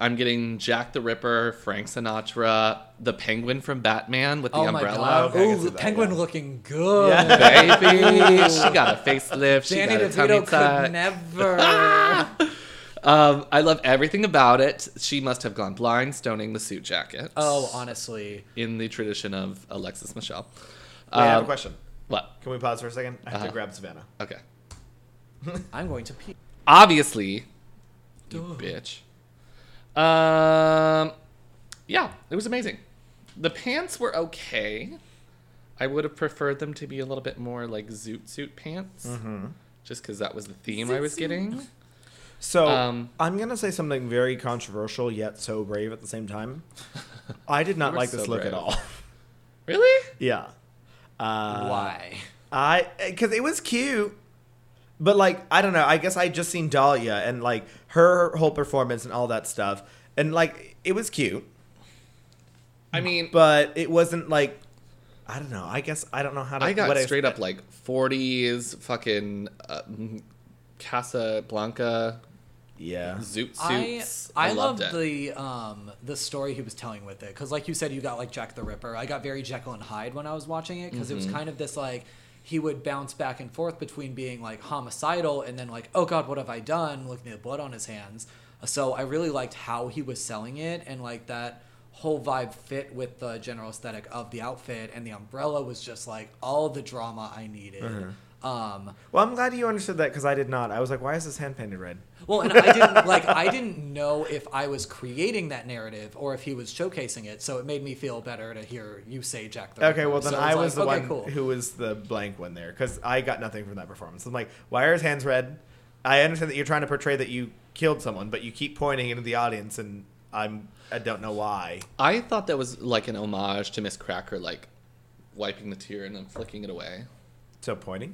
[SPEAKER 2] I'm getting Jack the Ripper, Frank Sinatra, the Penguin from Batman with the
[SPEAKER 3] oh my
[SPEAKER 2] umbrella.
[SPEAKER 3] god!
[SPEAKER 1] Okay, I can see
[SPEAKER 3] Ooh,
[SPEAKER 1] that,
[SPEAKER 3] penguin
[SPEAKER 1] yeah.
[SPEAKER 3] looking good.
[SPEAKER 1] Yeah.
[SPEAKER 2] Baby, she got a facelift. She
[SPEAKER 3] Danny
[SPEAKER 2] got a tummy
[SPEAKER 3] DeVito
[SPEAKER 2] tuck.
[SPEAKER 3] could never.
[SPEAKER 2] Um, I love everything about it. She must have gone blind stoning the suit jacket.
[SPEAKER 3] Oh, honestly.
[SPEAKER 2] in the tradition of Alexis Michelle.
[SPEAKER 1] Wait, I have
[SPEAKER 2] Um,
[SPEAKER 1] a question.
[SPEAKER 2] What?
[SPEAKER 1] Can we pause for a second? I have
[SPEAKER 2] Uh-huh.
[SPEAKER 1] to grab Savannah.
[SPEAKER 2] Okay.
[SPEAKER 3] I'm going to pee.
[SPEAKER 2] Obviously, you bitch. Um, yeah, it was amazing. The pants were okay. I would have preferred them to be a little bit more like zoot suit pants,
[SPEAKER 1] Mm-hmm.
[SPEAKER 2] just because that was the theme I was getting.
[SPEAKER 1] So
[SPEAKER 2] Um,
[SPEAKER 1] I'm gonna say something very controversial yet so brave at the same time. I did
[SPEAKER 2] You
[SPEAKER 1] not
[SPEAKER 2] were
[SPEAKER 1] like this
[SPEAKER 2] so
[SPEAKER 1] look
[SPEAKER 2] brave.
[SPEAKER 1] at all.
[SPEAKER 2] Really?
[SPEAKER 1] yeah. Uh,
[SPEAKER 3] Why?
[SPEAKER 1] I because it was cute, but like I don't know. I guess I just seen Dahlia and like her whole performance and all that stuff, and like it was cute,
[SPEAKER 2] I mean,
[SPEAKER 1] but it wasn't like I don't know. I guess I don't know how to.
[SPEAKER 2] I got
[SPEAKER 1] what
[SPEAKER 2] straight up like 40s fucking uh, mm, Casablanca
[SPEAKER 1] Yeah.
[SPEAKER 2] zoot
[SPEAKER 3] I,
[SPEAKER 2] suits.
[SPEAKER 3] I
[SPEAKER 2] loved
[SPEAKER 3] loved
[SPEAKER 2] it.
[SPEAKER 3] the um the story he was telling with it because like you said you got like Jack the Ripper I got very Jekyll and Hyde when I was watching it because it was
[SPEAKER 2] Mm-hmm.
[SPEAKER 3] kind of this like he would bounce back and forth between being like homicidal and then like oh god what have I done looking at the blood on his hands so I really liked how he was selling it and like that whole vibe fit with the general aesthetic of the outfit and the umbrella was just like all the drama I needed
[SPEAKER 2] Uh-huh.
[SPEAKER 3] um
[SPEAKER 1] Well, I'm glad you understood that because I did not. I was like, why is this hand painted red?
[SPEAKER 3] Well, and I didn't like I didn't know if I was creating that narrative or if he was showcasing it, so it made me feel better to hear you say Jack the
[SPEAKER 1] Okay,
[SPEAKER 3] Ripper.
[SPEAKER 1] well then
[SPEAKER 3] So
[SPEAKER 1] I
[SPEAKER 3] it's
[SPEAKER 1] was
[SPEAKER 3] like,
[SPEAKER 1] the
[SPEAKER 3] okay,
[SPEAKER 1] one
[SPEAKER 3] cool.
[SPEAKER 1] who was the blank one there because I got nothing from that performance. I'm like, why are his hands red? I understand that you're trying to portray that you killed someone, but you keep pointing into the audience, and I'm I don't know why.
[SPEAKER 2] I thought that was like an homage to Miss Cracker, like wiping the tear and then flicking it away.
[SPEAKER 1] So pointing?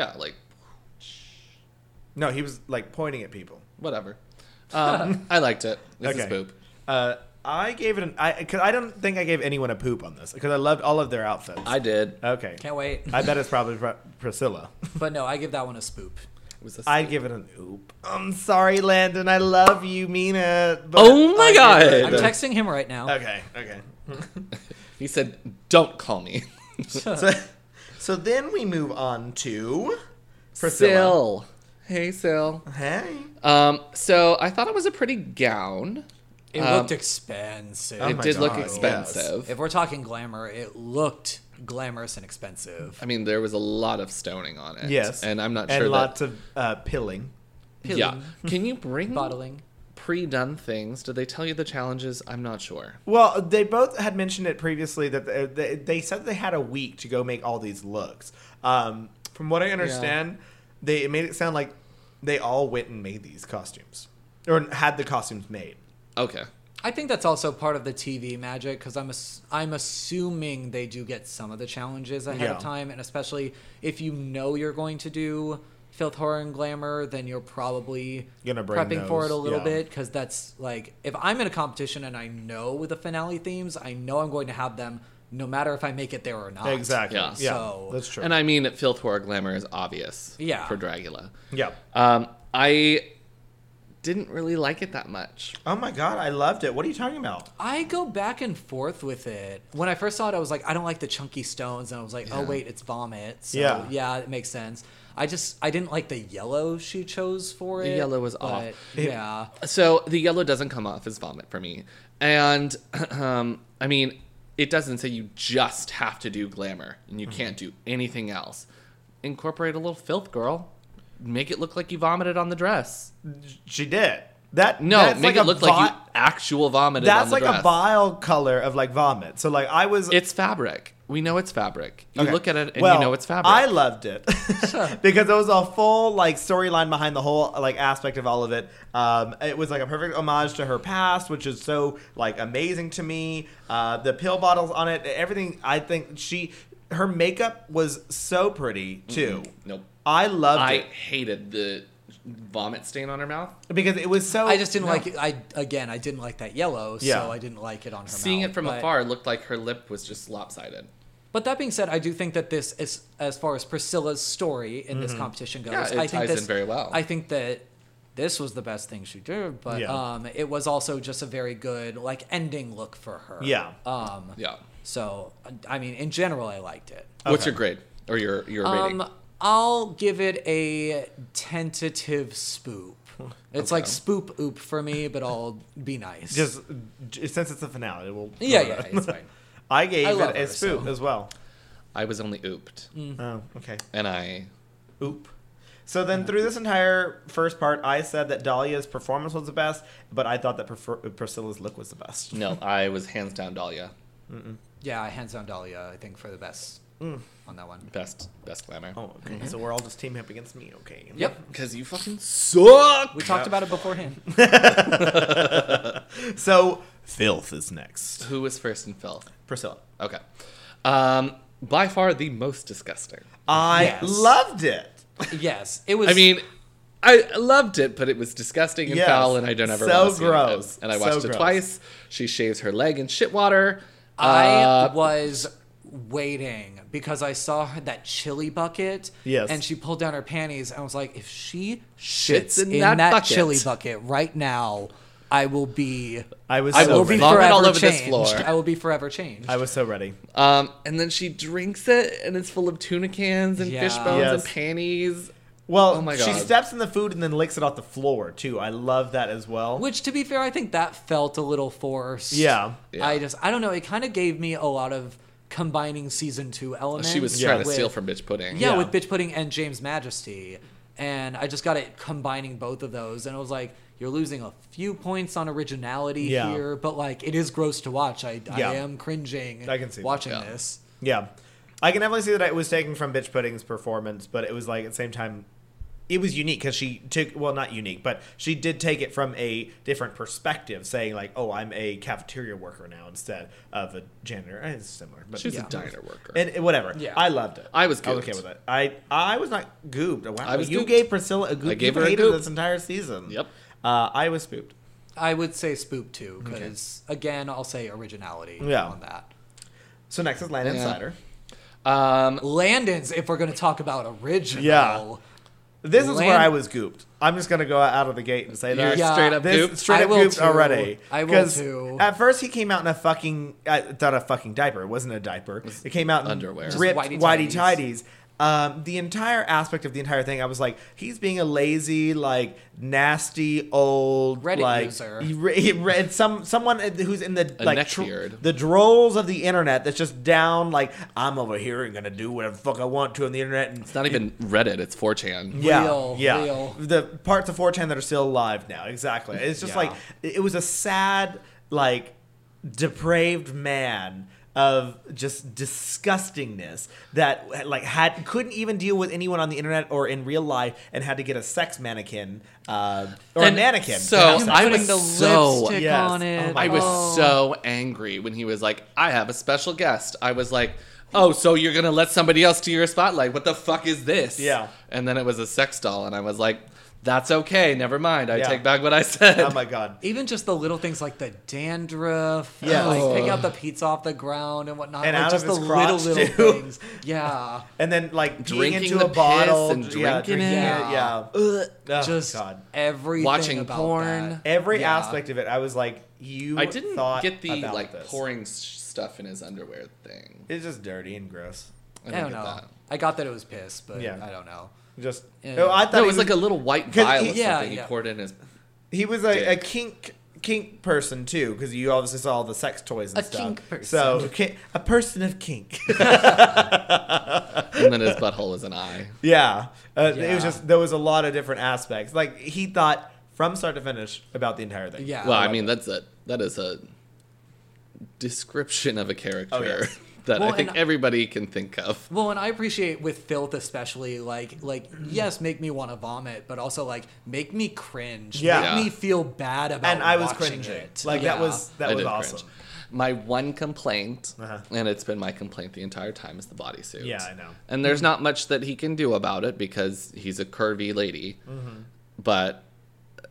[SPEAKER 2] Yeah, like
[SPEAKER 1] No, he was like pointing at people.
[SPEAKER 2] whatever. Um, I liked it. This is
[SPEAKER 1] Okay.
[SPEAKER 2] poop.
[SPEAKER 1] Uh, I gave it an I because I don't think I gave anyone a poop on this because I loved all of their outfits.
[SPEAKER 2] I did.
[SPEAKER 1] okay,
[SPEAKER 3] Can't wait.
[SPEAKER 1] I bet it's probably Pr- Priscilla.
[SPEAKER 3] But no, I give that one a spoop.
[SPEAKER 2] It was a
[SPEAKER 1] I give it an oop. I'm sorry, Landon. I love you, Mina. But
[SPEAKER 2] Oh my
[SPEAKER 1] I give it-
[SPEAKER 2] God.
[SPEAKER 3] I'm texting him right now.
[SPEAKER 1] Okay, okay.
[SPEAKER 2] he said, "Don't call me."
[SPEAKER 1] so, so then we move on to Priscilla.
[SPEAKER 2] Sil. Hey, Sil.
[SPEAKER 1] Hey.
[SPEAKER 2] Um, so I thought it was a pretty gown.
[SPEAKER 3] It
[SPEAKER 2] Um,
[SPEAKER 3] looked expensive.
[SPEAKER 1] Oh
[SPEAKER 2] It
[SPEAKER 1] my
[SPEAKER 2] did look
[SPEAKER 1] God,
[SPEAKER 2] expensive.
[SPEAKER 3] if we're talking glamour, it looked glamorous and expensive.
[SPEAKER 2] I mean, there was a lot of stoning on it.
[SPEAKER 1] Yes.
[SPEAKER 2] and I'm not
[SPEAKER 1] and
[SPEAKER 2] sure
[SPEAKER 1] lots
[SPEAKER 2] that.
[SPEAKER 1] of uh, pilling.
[SPEAKER 2] yeah, can you bring
[SPEAKER 3] Bottling.
[SPEAKER 2] pre-done things? Did they tell you the challenges? I'm not sure.
[SPEAKER 1] Well, they both had mentioned it previously that they, they, they said they had a week to go make all these looks. Um, from what I understand, they it made it sound like they all went and made these costumes or had the costumes made.
[SPEAKER 2] Okay.
[SPEAKER 3] I think that's also part of the TV magic because I'm ass- I'm assuming they do get some of the challenges ahead
[SPEAKER 1] Yeah.
[SPEAKER 3] of time, and especially if you know you're going to do filth horror and glamour, then you're probably
[SPEAKER 1] Gonna bring
[SPEAKER 3] prepping for
[SPEAKER 1] those,
[SPEAKER 3] it a little
[SPEAKER 1] yeah.
[SPEAKER 3] bit because that's like if I'm in a competition and I know the finale themes, I know I'm going to have them no matter if I make it there or not.
[SPEAKER 1] Exactly.
[SPEAKER 2] Yeah.
[SPEAKER 1] Yeah,
[SPEAKER 3] So-
[SPEAKER 1] that's true.
[SPEAKER 2] And I mean, filth horror glamour is obvious.
[SPEAKER 3] Yeah.
[SPEAKER 2] For Dracula.
[SPEAKER 1] yeah.
[SPEAKER 2] Um, I didn't really like it that much.
[SPEAKER 1] Oh my god, I loved it. What are you talking about?
[SPEAKER 3] I go back and forth with it. When I first saw it, I was like, I don't like the chunky stones, and I was like, oh
[SPEAKER 2] Yeah.
[SPEAKER 3] wait, it's vomit. So,
[SPEAKER 1] Yeah.
[SPEAKER 3] yeah, it makes sense. I just I didn't like the yellow she chose for
[SPEAKER 2] The
[SPEAKER 3] it.
[SPEAKER 2] yellow was off.
[SPEAKER 3] but, yeah,
[SPEAKER 2] So the yellow doesn't come off as vomit for me, and um, I mean, it doesn't say you just have to do glamour and you
[SPEAKER 1] Mm-hmm.
[SPEAKER 2] can't do anything else. Incorporate a little filth, girl. Make it look like you vomited on the dress.
[SPEAKER 1] She did. That
[SPEAKER 2] No,
[SPEAKER 1] that's
[SPEAKER 2] make
[SPEAKER 1] like
[SPEAKER 2] it look
[SPEAKER 1] a
[SPEAKER 2] like you
[SPEAKER 1] vi-
[SPEAKER 2] actual vomited. on
[SPEAKER 1] That's
[SPEAKER 2] the
[SPEAKER 1] like
[SPEAKER 2] dress.
[SPEAKER 1] a vile color of like vomit. So like I was.
[SPEAKER 2] It's fabric. We know it's fabric. You
[SPEAKER 1] Okay.
[SPEAKER 2] look at it and
[SPEAKER 1] Well,
[SPEAKER 2] you know it's fabric.
[SPEAKER 1] I loved it because it was a full like storyline behind the whole like aspect of all of it. Um, it was like a perfect homage to her past, which is so like amazing to me. Uh, the pill bottles on it, everything. I think she, her makeup was so pretty too.
[SPEAKER 2] nope.
[SPEAKER 1] I loved
[SPEAKER 2] I
[SPEAKER 1] it
[SPEAKER 2] hated the vomit stain on her mouth.
[SPEAKER 1] because it was so.
[SPEAKER 3] I just didn't like it. I again, I didn't like that yellow,
[SPEAKER 1] Oh, Yeah.
[SPEAKER 3] so I didn't like it on her.
[SPEAKER 2] Seeing
[SPEAKER 3] mouth,
[SPEAKER 2] it from
[SPEAKER 3] but-
[SPEAKER 2] afar, it looked like her lip was just lopsided.
[SPEAKER 3] But that being said, I do think that this is as far as Priscilla's story in this competition goes.
[SPEAKER 2] Yeah, it
[SPEAKER 3] I think
[SPEAKER 2] ties
[SPEAKER 3] this,
[SPEAKER 2] in very well.
[SPEAKER 3] I think that this was the best thing she did, but
[SPEAKER 1] Yeah.
[SPEAKER 3] um, it was also just a very good like ending look for her.
[SPEAKER 1] Yeah.
[SPEAKER 3] Um.
[SPEAKER 2] Yeah.
[SPEAKER 3] So I mean, in general, I liked it.
[SPEAKER 2] What's
[SPEAKER 1] Okay.
[SPEAKER 2] your grade or your your rating?
[SPEAKER 3] Um, I'll give it a tentative spoop. It's like spoop oop for me, but I'll be nice.
[SPEAKER 1] Just j- since it's the finale, it will.
[SPEAKER 3] Yeah, yeah, it's fine.
[SPEAKER 1] I gave
[SPEAKER 3] I
[SPEAKER 1] it
[SPEAKER 3] love
[SPEAKER 1] a
[SPEAKER 3] her,
[SPEAKER 1] spoop
[SPEAKER 3] so.
[SPEAKER 1] as well.
[SPEAKER 2] I was only ooped,
[SPEAKER 1] Oh, okay.
[SPEAKER 2] and I
[SPEAKER 1] Oop. So then, through this entire first part, I said that Dahlia's performance was the best, but I thought that Prefer- Priscilla's look was the best.
[SPEAKER 2] no, I was hands down Dahlia,
[SPEAKER 3] yeah, hands down Dahlia, I think, for the best on that one.
[SPEAKER 2] best best glamour.
[SPEAKER 1] Mm, Oh, okay. So we're all just teaming up against me, okay?
[SPEAKER 3] Yep.
[SPEAKER 2] because you fucking suck.
[SPEAKER 3] We talked about it beforehand.
[SPEAKER 1] So filth is next.
[SPEAKER 2] Who was first in filth?
[SPEAKER 1] Priscilla.
[SPEAKER 2] Okay, um, by far the most disgusting.
[SPEAKER 1] I
[SPEAKER 3] Yes.
[SPEAKER 1] loved it.
[SPEAKER 3] yes, it was.
[SPEAKER 2] I mean, I loved it, but it was disgusting and
[SPEAKER 1] Yes.
[SPEAKER 2] foul, and I don't ever
[SPEAKER 1] So
[SPEAKER 2] want to see it again.
[SPEAKER 1] gross.
[SPEAKER 2] And I
[SPEAKER 1] So
[SPEAKER 2] watched it
[SPEAKER 1] gross.
[SPEAKER 2] twice. She shaves her leg in shit water.
[SPEAKER 3] I
[SPEAKER 2] Uh,
[SPEAKER 3] was waiting because I saw her that chili bucket.
[SPEAKER 1] Yes.
[SPEAKER 3] And she pulled down her panties and I was like, if she
[SPEAKER 2] Shits
[SPEAKER 3] shits
[SPEAKER 2] in
[SPEAKER 3] in,
[SPEAKER 2] that
[SPEAKER 3] that,
[SPEAKER 2] bucket.
[SPEAKER 3] chili bucket right now, I will be.
[SPEAKER 1] I was.
[SPEAKER 2] I
[SPEAKER 1] so
[SPEAKER 2] will
[SPEAKER 1] ready.
[SPEAKER 2] be- Vomit all over this floor.
[SPEAKER 3] I will be forever changed.
[SPEAKER 1] I was so ready.
[SPEAKER 2] um, and then she drinks it, and it's full of tuna cans and
[SPEAKER 3] Yeah.
[SPEAKER 2] fish bones and
[SPEAKER 1] Yes.
[SPEAKER 2] panties.
[SPEAKER 1] Well,
[SPEAKER 2] Oh my
[SPEAKER 1] she
[SPEAKER 2] God.
[SPEAKER 1] steps in the food and then licks it off the floor too. I love that as well.
[SPEAKER 3] Which, to be fair, I think that felt a little forced.
[SPEAKER 1] Yeah.
[SPEAKER 2] Yeah.
[SPEAKER 3] I just, I don't know. It kind of gave me a lot of combining season two elements.
[SPEAKER 2] She was
[SPEAKER 1] Yeah.
[SPEAKER 2] trying to
[SPEAKER 3] with-
[SPEAKER 2] steal from bitch pudding.
[SPEAKER 3] Yeah,
[SPEAKER 1] Yeah.
[SPEAKER 3] with Bitch Pudding and James Majesty. And I just got it combining both of those. And I was like, you're losing a few points on originality
[SPEAKER 1] Yeah.
[SPEAKER 3] here, but like, it is gross to watch. I,
[SPEAKER 1] Yeah.
[SPEAKER 3] I am cringing
[SPEAKER 1] I can see that.
[SPEAKER 3] watching
[SPEAKER 2] Yeah.
[SPEAKER 3] this.
[SPEAKER 1] Yeah. I can definitely see that it was taken from Bitch Pudding's performance, but it was like at the same time, it was unique because she took, well, not unique, but she did take it from a different perspective, saying, like, oh, I'm a cafeteria worker now instead of a janitor. And It's similar, but
[SPEAKER 2] She's
[SPEAKER 1] yeah.
[SPEAKER 2] a diner worker.
[SPEAKER 1] And and whatever.
[SPEAKER 3] Yeah.
[SPEAKER 1] I loved it.
[SPEAKER 2] I was
[SPEAKER 1] I was
[SPEAKER 2] gooped.
[SPEAKER 1] okay with it. I I was not gooped. Wow.
[SPEAKER 2] I was
[SPEAKER 1] you
[SPEAKER 2] gooped.
[SPEAKER 1] gave Priscilla a goop.
[SPEAKER 2] I gave
[SPEAKER 1] you
[SPEAKER 2] her a
[SPEAKER 1] hated
[SPEAKER 2] goop.
[SPEAKER 1] this entire season.
[SPEAKER 2] Yep.
[SPEAKER 1] Uh, I was spooked.
[SPEAKER 3] I would say Spoop too, because again, I'll say originality
[SPEAKER 1] Yeah.
[SPEAKER 3] on that.
[SPEAKER 1] So next is Land
[SPEAKER 2] Yeah.
[SPEAKER 1] Insider.
[SPEAKER 2] um,
[SPEAKER 3] Landon's, if we're going to talk about original.
[SPEAKER 1] Yeah. This is where
[SPEAKER 3] Land-
[SPEAKER 1] I was gooped. I'm just gonna go out of the gate and say that.
[SPEAKER 2] You're
[SPEAKER 3] Yeah,
[SPEAKER 2] straight up
[SPEAKER 1] This
[SPEAKER 2] gooped.
[SPEAKER 1] straight
[SPEAKER 3] I
[SPEAKER 1] up
[SPEAKER 3] will
[SPEAKER 1] gooped
[SPEAKER 3] too.
[SPEAKER 1] already.
[SPEAKER 3] I will
[SPEAKER 1] 'Cause
[SPEAKER 3] too.
[SPEAKER 1] At first, he came out in a fucking uh, not a fucking diaper. It wasn't a diaper. It came out in
[SPEAKER 2] underwear. Just
[SPEAKER 1] ripped
[SPEAKER 3] whitey
[SPEAKER 1] whitey
[SPEAKER 3] tidies.
[SPEAKER 1] tidies. Um, the entire aspect of the entire thing, I was like, he's being a lazy, like nasty old
[SPEAKER 3] Reddit
[SPEAKER 1] like,
[SPEAKER 3] user.
[SPEAKER 1] he re- he read some someone who's in the
[SPEAKER 2] A
[SPEAKER 1] like
[SPEAKER 2] neck beard.
[SPEAKER 1] the drolls of the internet that's just down like I'm over here and gonna do whatever the fuck I want to on the internet and
[SPEAKER 2] it's not even Reddit, it's 4chan.
[SPEAKER 1] yeah,
[SPEAKER 3] Real,
[SPEAKER 1] yeah.
[SPEAKER 3] real.
[SPEAKER 1] The parts of 4chan that are still alive now. Exactly. It's just
[SPEAKER 3] Yeah.
[SPEAKER 1] like it was a sad, like depraved man of just disgustingness that like had couldn't even deal with anyone on the internet or in real life and had to get a sex mannequin uh, or
[SPEAKER 2] And
[SPEAKER 1] a mannequin. to
[SPEAKER 2] so-
[SPEAKER 1] have sex.
[SPEAKER 2] I
[SPEAKER 3] putting
[SPEAKER 2] was
[SPEAKER 3] the
[SPEAKER 2] so-
[SPEAKER 3] lipstick
[SPEAKER 1] Yes.
[SPEAKER 3] on
[SPEAKER 1] Oh
[SPEAKER 3] it.
[SPEAKER 1] my
[SPEAKER 2] I was
[SPEAKER 3] Oh.
[SPEAKER 2] so angry when he was like, I have a special guest. I was like, oh, so you're going to let somebody else to your spotlight? What the fuck is this?
[SPEAKER 1] Yeah.
[SPEAKER 2] And then it was a sex doll, and I was like, that's okay. Never mind. I
[SPEAKER 1] Yeah.
[SPEAKER 2] take back what I said.
[SPEAKER 1] oh my god.
[SPEAKER 3] Even just the little things like the dandruff,
[SPEAKER 1] Yes.
[SPEAKER 3] yeah, like picking up the pizza off the ground and whatnot,
[SPEAKER 1] And
[SPEAKER 3] like
[SPEAKER 1] out
[SPEAKER 3] just
[SPEAKER 1] of his
[SPEAKER 3] the little
[SPEAKER 1] crotch,
[SPEAKER 3] little
[SPEAKER 1] too.
[SPEAKER 3] things. Yeah,
[SPEAKER 1] And then like
[SPEAKER 2] Drinking
[SPEAKER 1] drinking into
[SPEAKER 2] the
[SPEAKER 1] a bottle
[SPEAKER 2] piss and
[SPEAKER 1] yeah,
[SPEAKER 2] drinking
[SPEAKER 1] drinking
[SPEAKER 2] it.
[SPEAKER 1] it. Yeah.
[SPEAKER 3] Ugh.
[SPEAKER 1] Oh,
[SPEAKER 3] just
[SPEAKER 1] God.
[SPEAKER 3] everything.
[SPEAKER 2] Watching
[SPEAKER 3] about
[SPEAKER 2] porn.
[SPEAKER 3] that.
[SPEAKER 1] Every
[SPEAKER 3] Yeah.
[SPEAKER 1] aspect of it, I was like, you.
[SPEAKER 2] I didn't
[SPEAKER 1] thought
[SPEAKER 2] get the
[SPEAKER 1] about
[SPEAKER 2] like
[SPEAKER 1] this.
[SPEAKER 2] pouring s- stuff in his underwear thing.
[SPEAKER 1] It's just dirty and gross.
[SPEAKER 2] I,
[SPEAKER 3] I,
[SPEAKER 2] didn't
[SPEAKER 3] don't
[SPEAKER 2] get
[SPEAKER 3] know.
[SPEAKER 2] That.
[SPEAKER 3] I got that it was piss, but
[SPEAKER 1] Yeah.
[SPEAKER 3] I don't know.
[SPEAKER 1] Just
[SPEAKER 3] Yeah.
[SPEAKER 1] no, I thought
[SPEAKER 2] No, it
[SPEAKER 1] he
[SPEAKER 2] was like a little white
[SPEAKER 1] 'cause
[SPEAKER 2] vial
[SPEAKER 1] he-
[SPEAKER 2] or
[SPEAKER 3] yeah,
[SPEAKER 2] something he
[SPEAKER 3] yeah.
[SPEAKER 2] poured in his.
[SPEAKER 1] He was a, a
[SPEAKER 2] Dick.
[SPEAKER 1] kink kink person too, because you obviously saw all the sex toys and
[SPEAKER 3] A
[SPEAKER 1] stuff.
[SPEAKER 3] kink person.
[SPEAKER 1] So ki- a person of kink.
[SPEAKER 2] And then his butthole was an eye.
[SPEAKER 1] yeah. Uh, it
[SPEAKER 3] Yeah.
[SPEAKER 1] was just there was a lot of different aspects. Like he thought from start to finish about the entire thing.
[SPEAKER 3] Yeah.
[SPEAKER 2] Well, I
[SPEAKER 1] love
[SPEAKER 2] mean, that's a that is a description of a character
[SPEAKER 1] Oh, yes.
[SPEAKER 2] that
[SPEAKER 3] Well,
[SPEAKER 2] I think
[SPEAKER 3] and-
[SPEAKER 2] everybody can think of.
[SPEAKER 3] Well, and I appreciate with filth especially, like like yes, make me want to vomit, but also like make me cringe,
[SPEAKER 1] Yeah.
[SPEAKER 3] make
[SPEAKER 2] Yeah.
[SPEAKER 3] me feel bad about.
[SPEAKER 1] And I was
[SPEAKER 3] watching
[SPEAKER 1] cringing.
[SPEAKER 3] it.
[SPEAKER 1] Like that
[SPEAKER 3] Yeah.
[SPEAKER 1] was that
[SPEAKER 2] I
[SPEAKER 1] was
[SPEAKER 2] did
[SPEAKER 1] awesome.
[SPEAKER 2] cringe. My one complaint,
[SPEAKER 1] Uh-huh.
[SPEAKER 2] and it's been my complaint the entire time, is the bodysuit.
[SPEAKER 1] Yeah, I know.
[SPEAKER 2] And there's not much that he can do about it because he's a curvy lady.
[SPEAKER 1] Mm-hmm.
[SPEAKER 2] But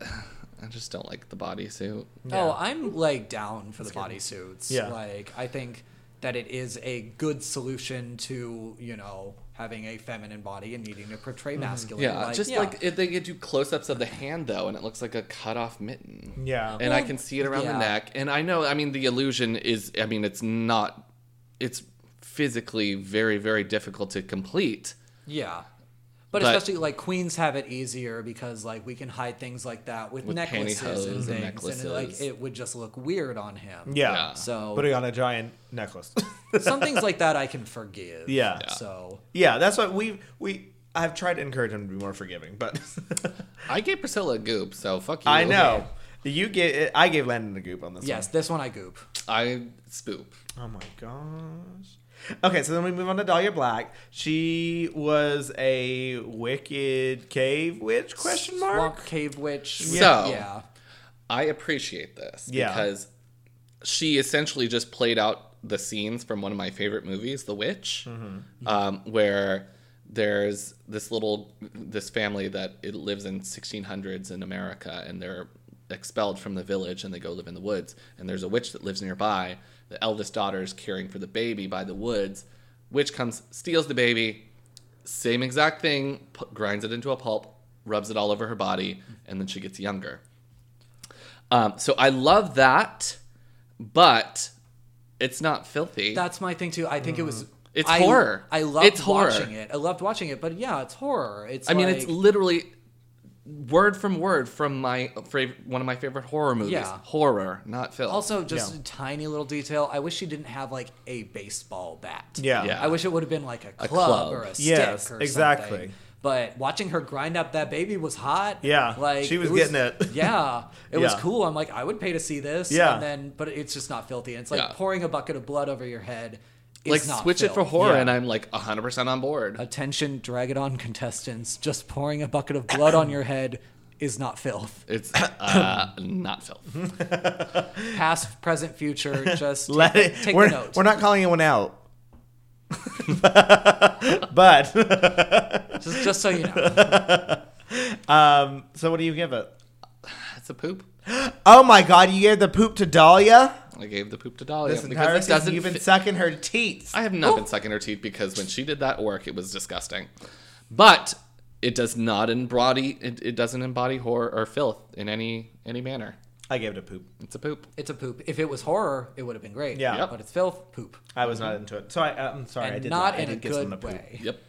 [SPEAKER 2] I just don't like the bodysuit.
[SPEAKER 3] Oh, I'm like down for the bodysuits.
[SPEAKER 1] Yeah.
[SPEAKER 3] Like I think that it is a good solution to, you know, having a feminine body and needing to portray
[SPEAKER 1] Mm-hmm.
[SPEAKER 3] masculine.
[SPEAKER 2] Yeah,
[SPEAKER 3] Like,
[SPEAKER 2] just
[SPEAKER 3] yeah.
[SPEAKER 2] like if they could do close-ups of the hand though, and it looks like a cut-off mitten.
[SPEAKER 1] Yeah.
[SPEAKER 2] and I
[SPEAKER 3] Well,
[SPEAKER 2] can see it around the
[SPEAKER 3] yeah.
[SPEAKER 2] neck. And I know, I mean, the illusion is, I mean, it's not, it's physically very, very difficult to complete.
[SPEAKER 3] Yeah. But,
[SPEAKER 2] But-
[SPEAKER 3] especially like queens have it easier because like we can hide things like that with,
[SPEAKER 2] With
[SPEAKER 3] necklaces
[SPEAKER 2] pantyhose
[SPEAKER 3] and
[SPEAKER 2] and
[SPEAKER 3] things, and, like
[SPEAKER 2] necklaces.
[SPEAKER 3] it would just look weird on him.
[SPEAKER 1] Yeah.
[SPEAKER 2] Yeah.
[SPEAKER 3] So
[SPEAKER 1] Putting on a giant necklace.
[SPEAKER 3] some things like that I can forgive.
[SPEAKER 1] Yeah. Yeah.
[SPEAKER 3] So
[SPEAKER 1] yeah, that's what we we I've tried to encourage him to be more forgiving, but
[SPEAKER 2] I gave Priscilla a goop, so fuck you.
[SPEAKER 1] I know. You get I gave Landon a goop on this
[SPEAKER 3] yes, this one I goop.
[SPEAKER 2] I spoop.
[SPEAKER 1] Oh my gosh. Okay, so then we move on to Dahlia Black. She was a wicked cave witch question mark.
[SPEAKER 3] Swamp cave witch.
[SPEAKER 2] Yeah. So-
[SPEAKER 3] yeah.
[SPEAKER 2] I appreciate this
[SPEAKER 1] Yeah.
[SPEAKER 2] because she essentially just played out the scenes from one of my favorite movies, The Witch, um, where there's this little this family that it lives in 1600s in America, and they're expelled from the village and they go live in the woods. And there's a witch that lives nearby. The eldest daughter is caring for the baby by the woods. Witch comes, steals the baby, same exact thing, p- grinds it into a pulp, rubs it all over her body, and then she gets younger. Um, so I love that, but it's not filthy.
[SPEAKER 3] That's my thing too. I think it was.
[SPEAKER 2] Mm. It's
[SPEAKER 3] I,
[SPEAKER 2] horror.
[SPEAKER 3] I loved
[SPEAKER 2] It's horror.
[SPEAKER 3] watching it. I loved watching it, but yeah, it's horror. It's.
[SPEAKER 2] I mean,
[SPEAKER 3] like-
[SPEAKER 2] it's literally word from word from my fav- one of my favorite horror movies.
[SPEAKER 3] Yeah.
[SPEAKER 2] Horror, not film.
[SPEAKER 3] also just
[SPEAKER 1] Yeah.
[SPEAKER 3] a tiny little detail. I wish she didn't have like a baseball bat.
[SPEAKER 1] Yeah.
[SPEAKER 2] Yeah.
[SPEAKER 3] I wish it would have been like a club,
[SPEAKER 2] club.
[SPEAKER 3] or a stick
[SPEAKER 1] Yes,
[SPEAKER 3] or
[SPEAKER 1] exactly.
[SPEAKER 3] something. But watching her grind up that baby was hot.
[SPEAKER 1] Yeah,
[SPEAKER 3] like
[SPEAKER 1] she was getting it.
[SPEAKER 3] Yeah, it was
[SPEAKER 1] Yeah.
[SPEAKER 3] cool. I'm like, I would pay to see this.
[SPEAKER 1] Yeah.
[SPEAKER 3] and then but it's just not filthy. And it's like
[SPEAKER 2] Yeah.
[SPEAKER 3] pouring a bucket of blood over your head. Is
[SPEAKER 2] like
[SPEAKER 3] not
[SPEAKER 2] switch it for
[SPEAKER 3] filth.
[SPEAKER 2] horror,
[SPEAKER 1] Yeah.
[SPEAKER 2] and I'm like 100 percent on board.
[SPEAKER 3] Attention, drag it on, contestants. Just pouring a bucket of blood on your head is not filth.
[SPEAKER 2] It's uh, not filth.
[SPEAKER 3] Past, present, future. Just take,
[SPEAKER 1] Let it,
[SPEAKER 3] take
[SPEAKER 1] we're,
[SPEAKER 3] the note.
[SPEAKER 1] we're not calling anyone out. but
[SPEAKER 3] just, just so you know.
[SPEAKER 1] um, so what do you give it?
[SPEAKER 2] That's a poop.
[SPEAKER 1] Oh my god, you gave the poop to Dahlia?
[SPEAKER 2] I gave the poop to Dahlia
[SPEAKER 1] This entire
[SPEAKER 2] because it
[SPEAKER 1] season
[SPEAKER 2] doesn't.
[SPEAKER 1] you've been
[SPEAKER 2] fit-
[SPEAKER 1] sucking her teats.
[SPEAKER 2] I have not been sucking her teeth because when she did that work, it was disgusting. But it does not embody it, it doesn't embody horror or filth in any any manner.
[SPEAKER 1] I gave it a poop.
[SPEAKER 2] It's a poop.
[SPEAKER 3] It's a poop. If it was horror, it would have been great.
[SPEAKER 1] Yeah. Yep.
[SPEAKER 3] But it's filth, poop.
[SPEAKER 1] I was not into it. So I, I'm sorry, I
[SPEAKER 3] and
[SPEAKER 1] did
[SPEAKER 3] not
[SPEAKER 1] I
[SPEAKER 3] in
[SPEAKER 1] did
[SPEAKER 3] a
[SPEAKER 1] give someone
[SPEAKER 3] good way.
[SPEAKER 2] Yep.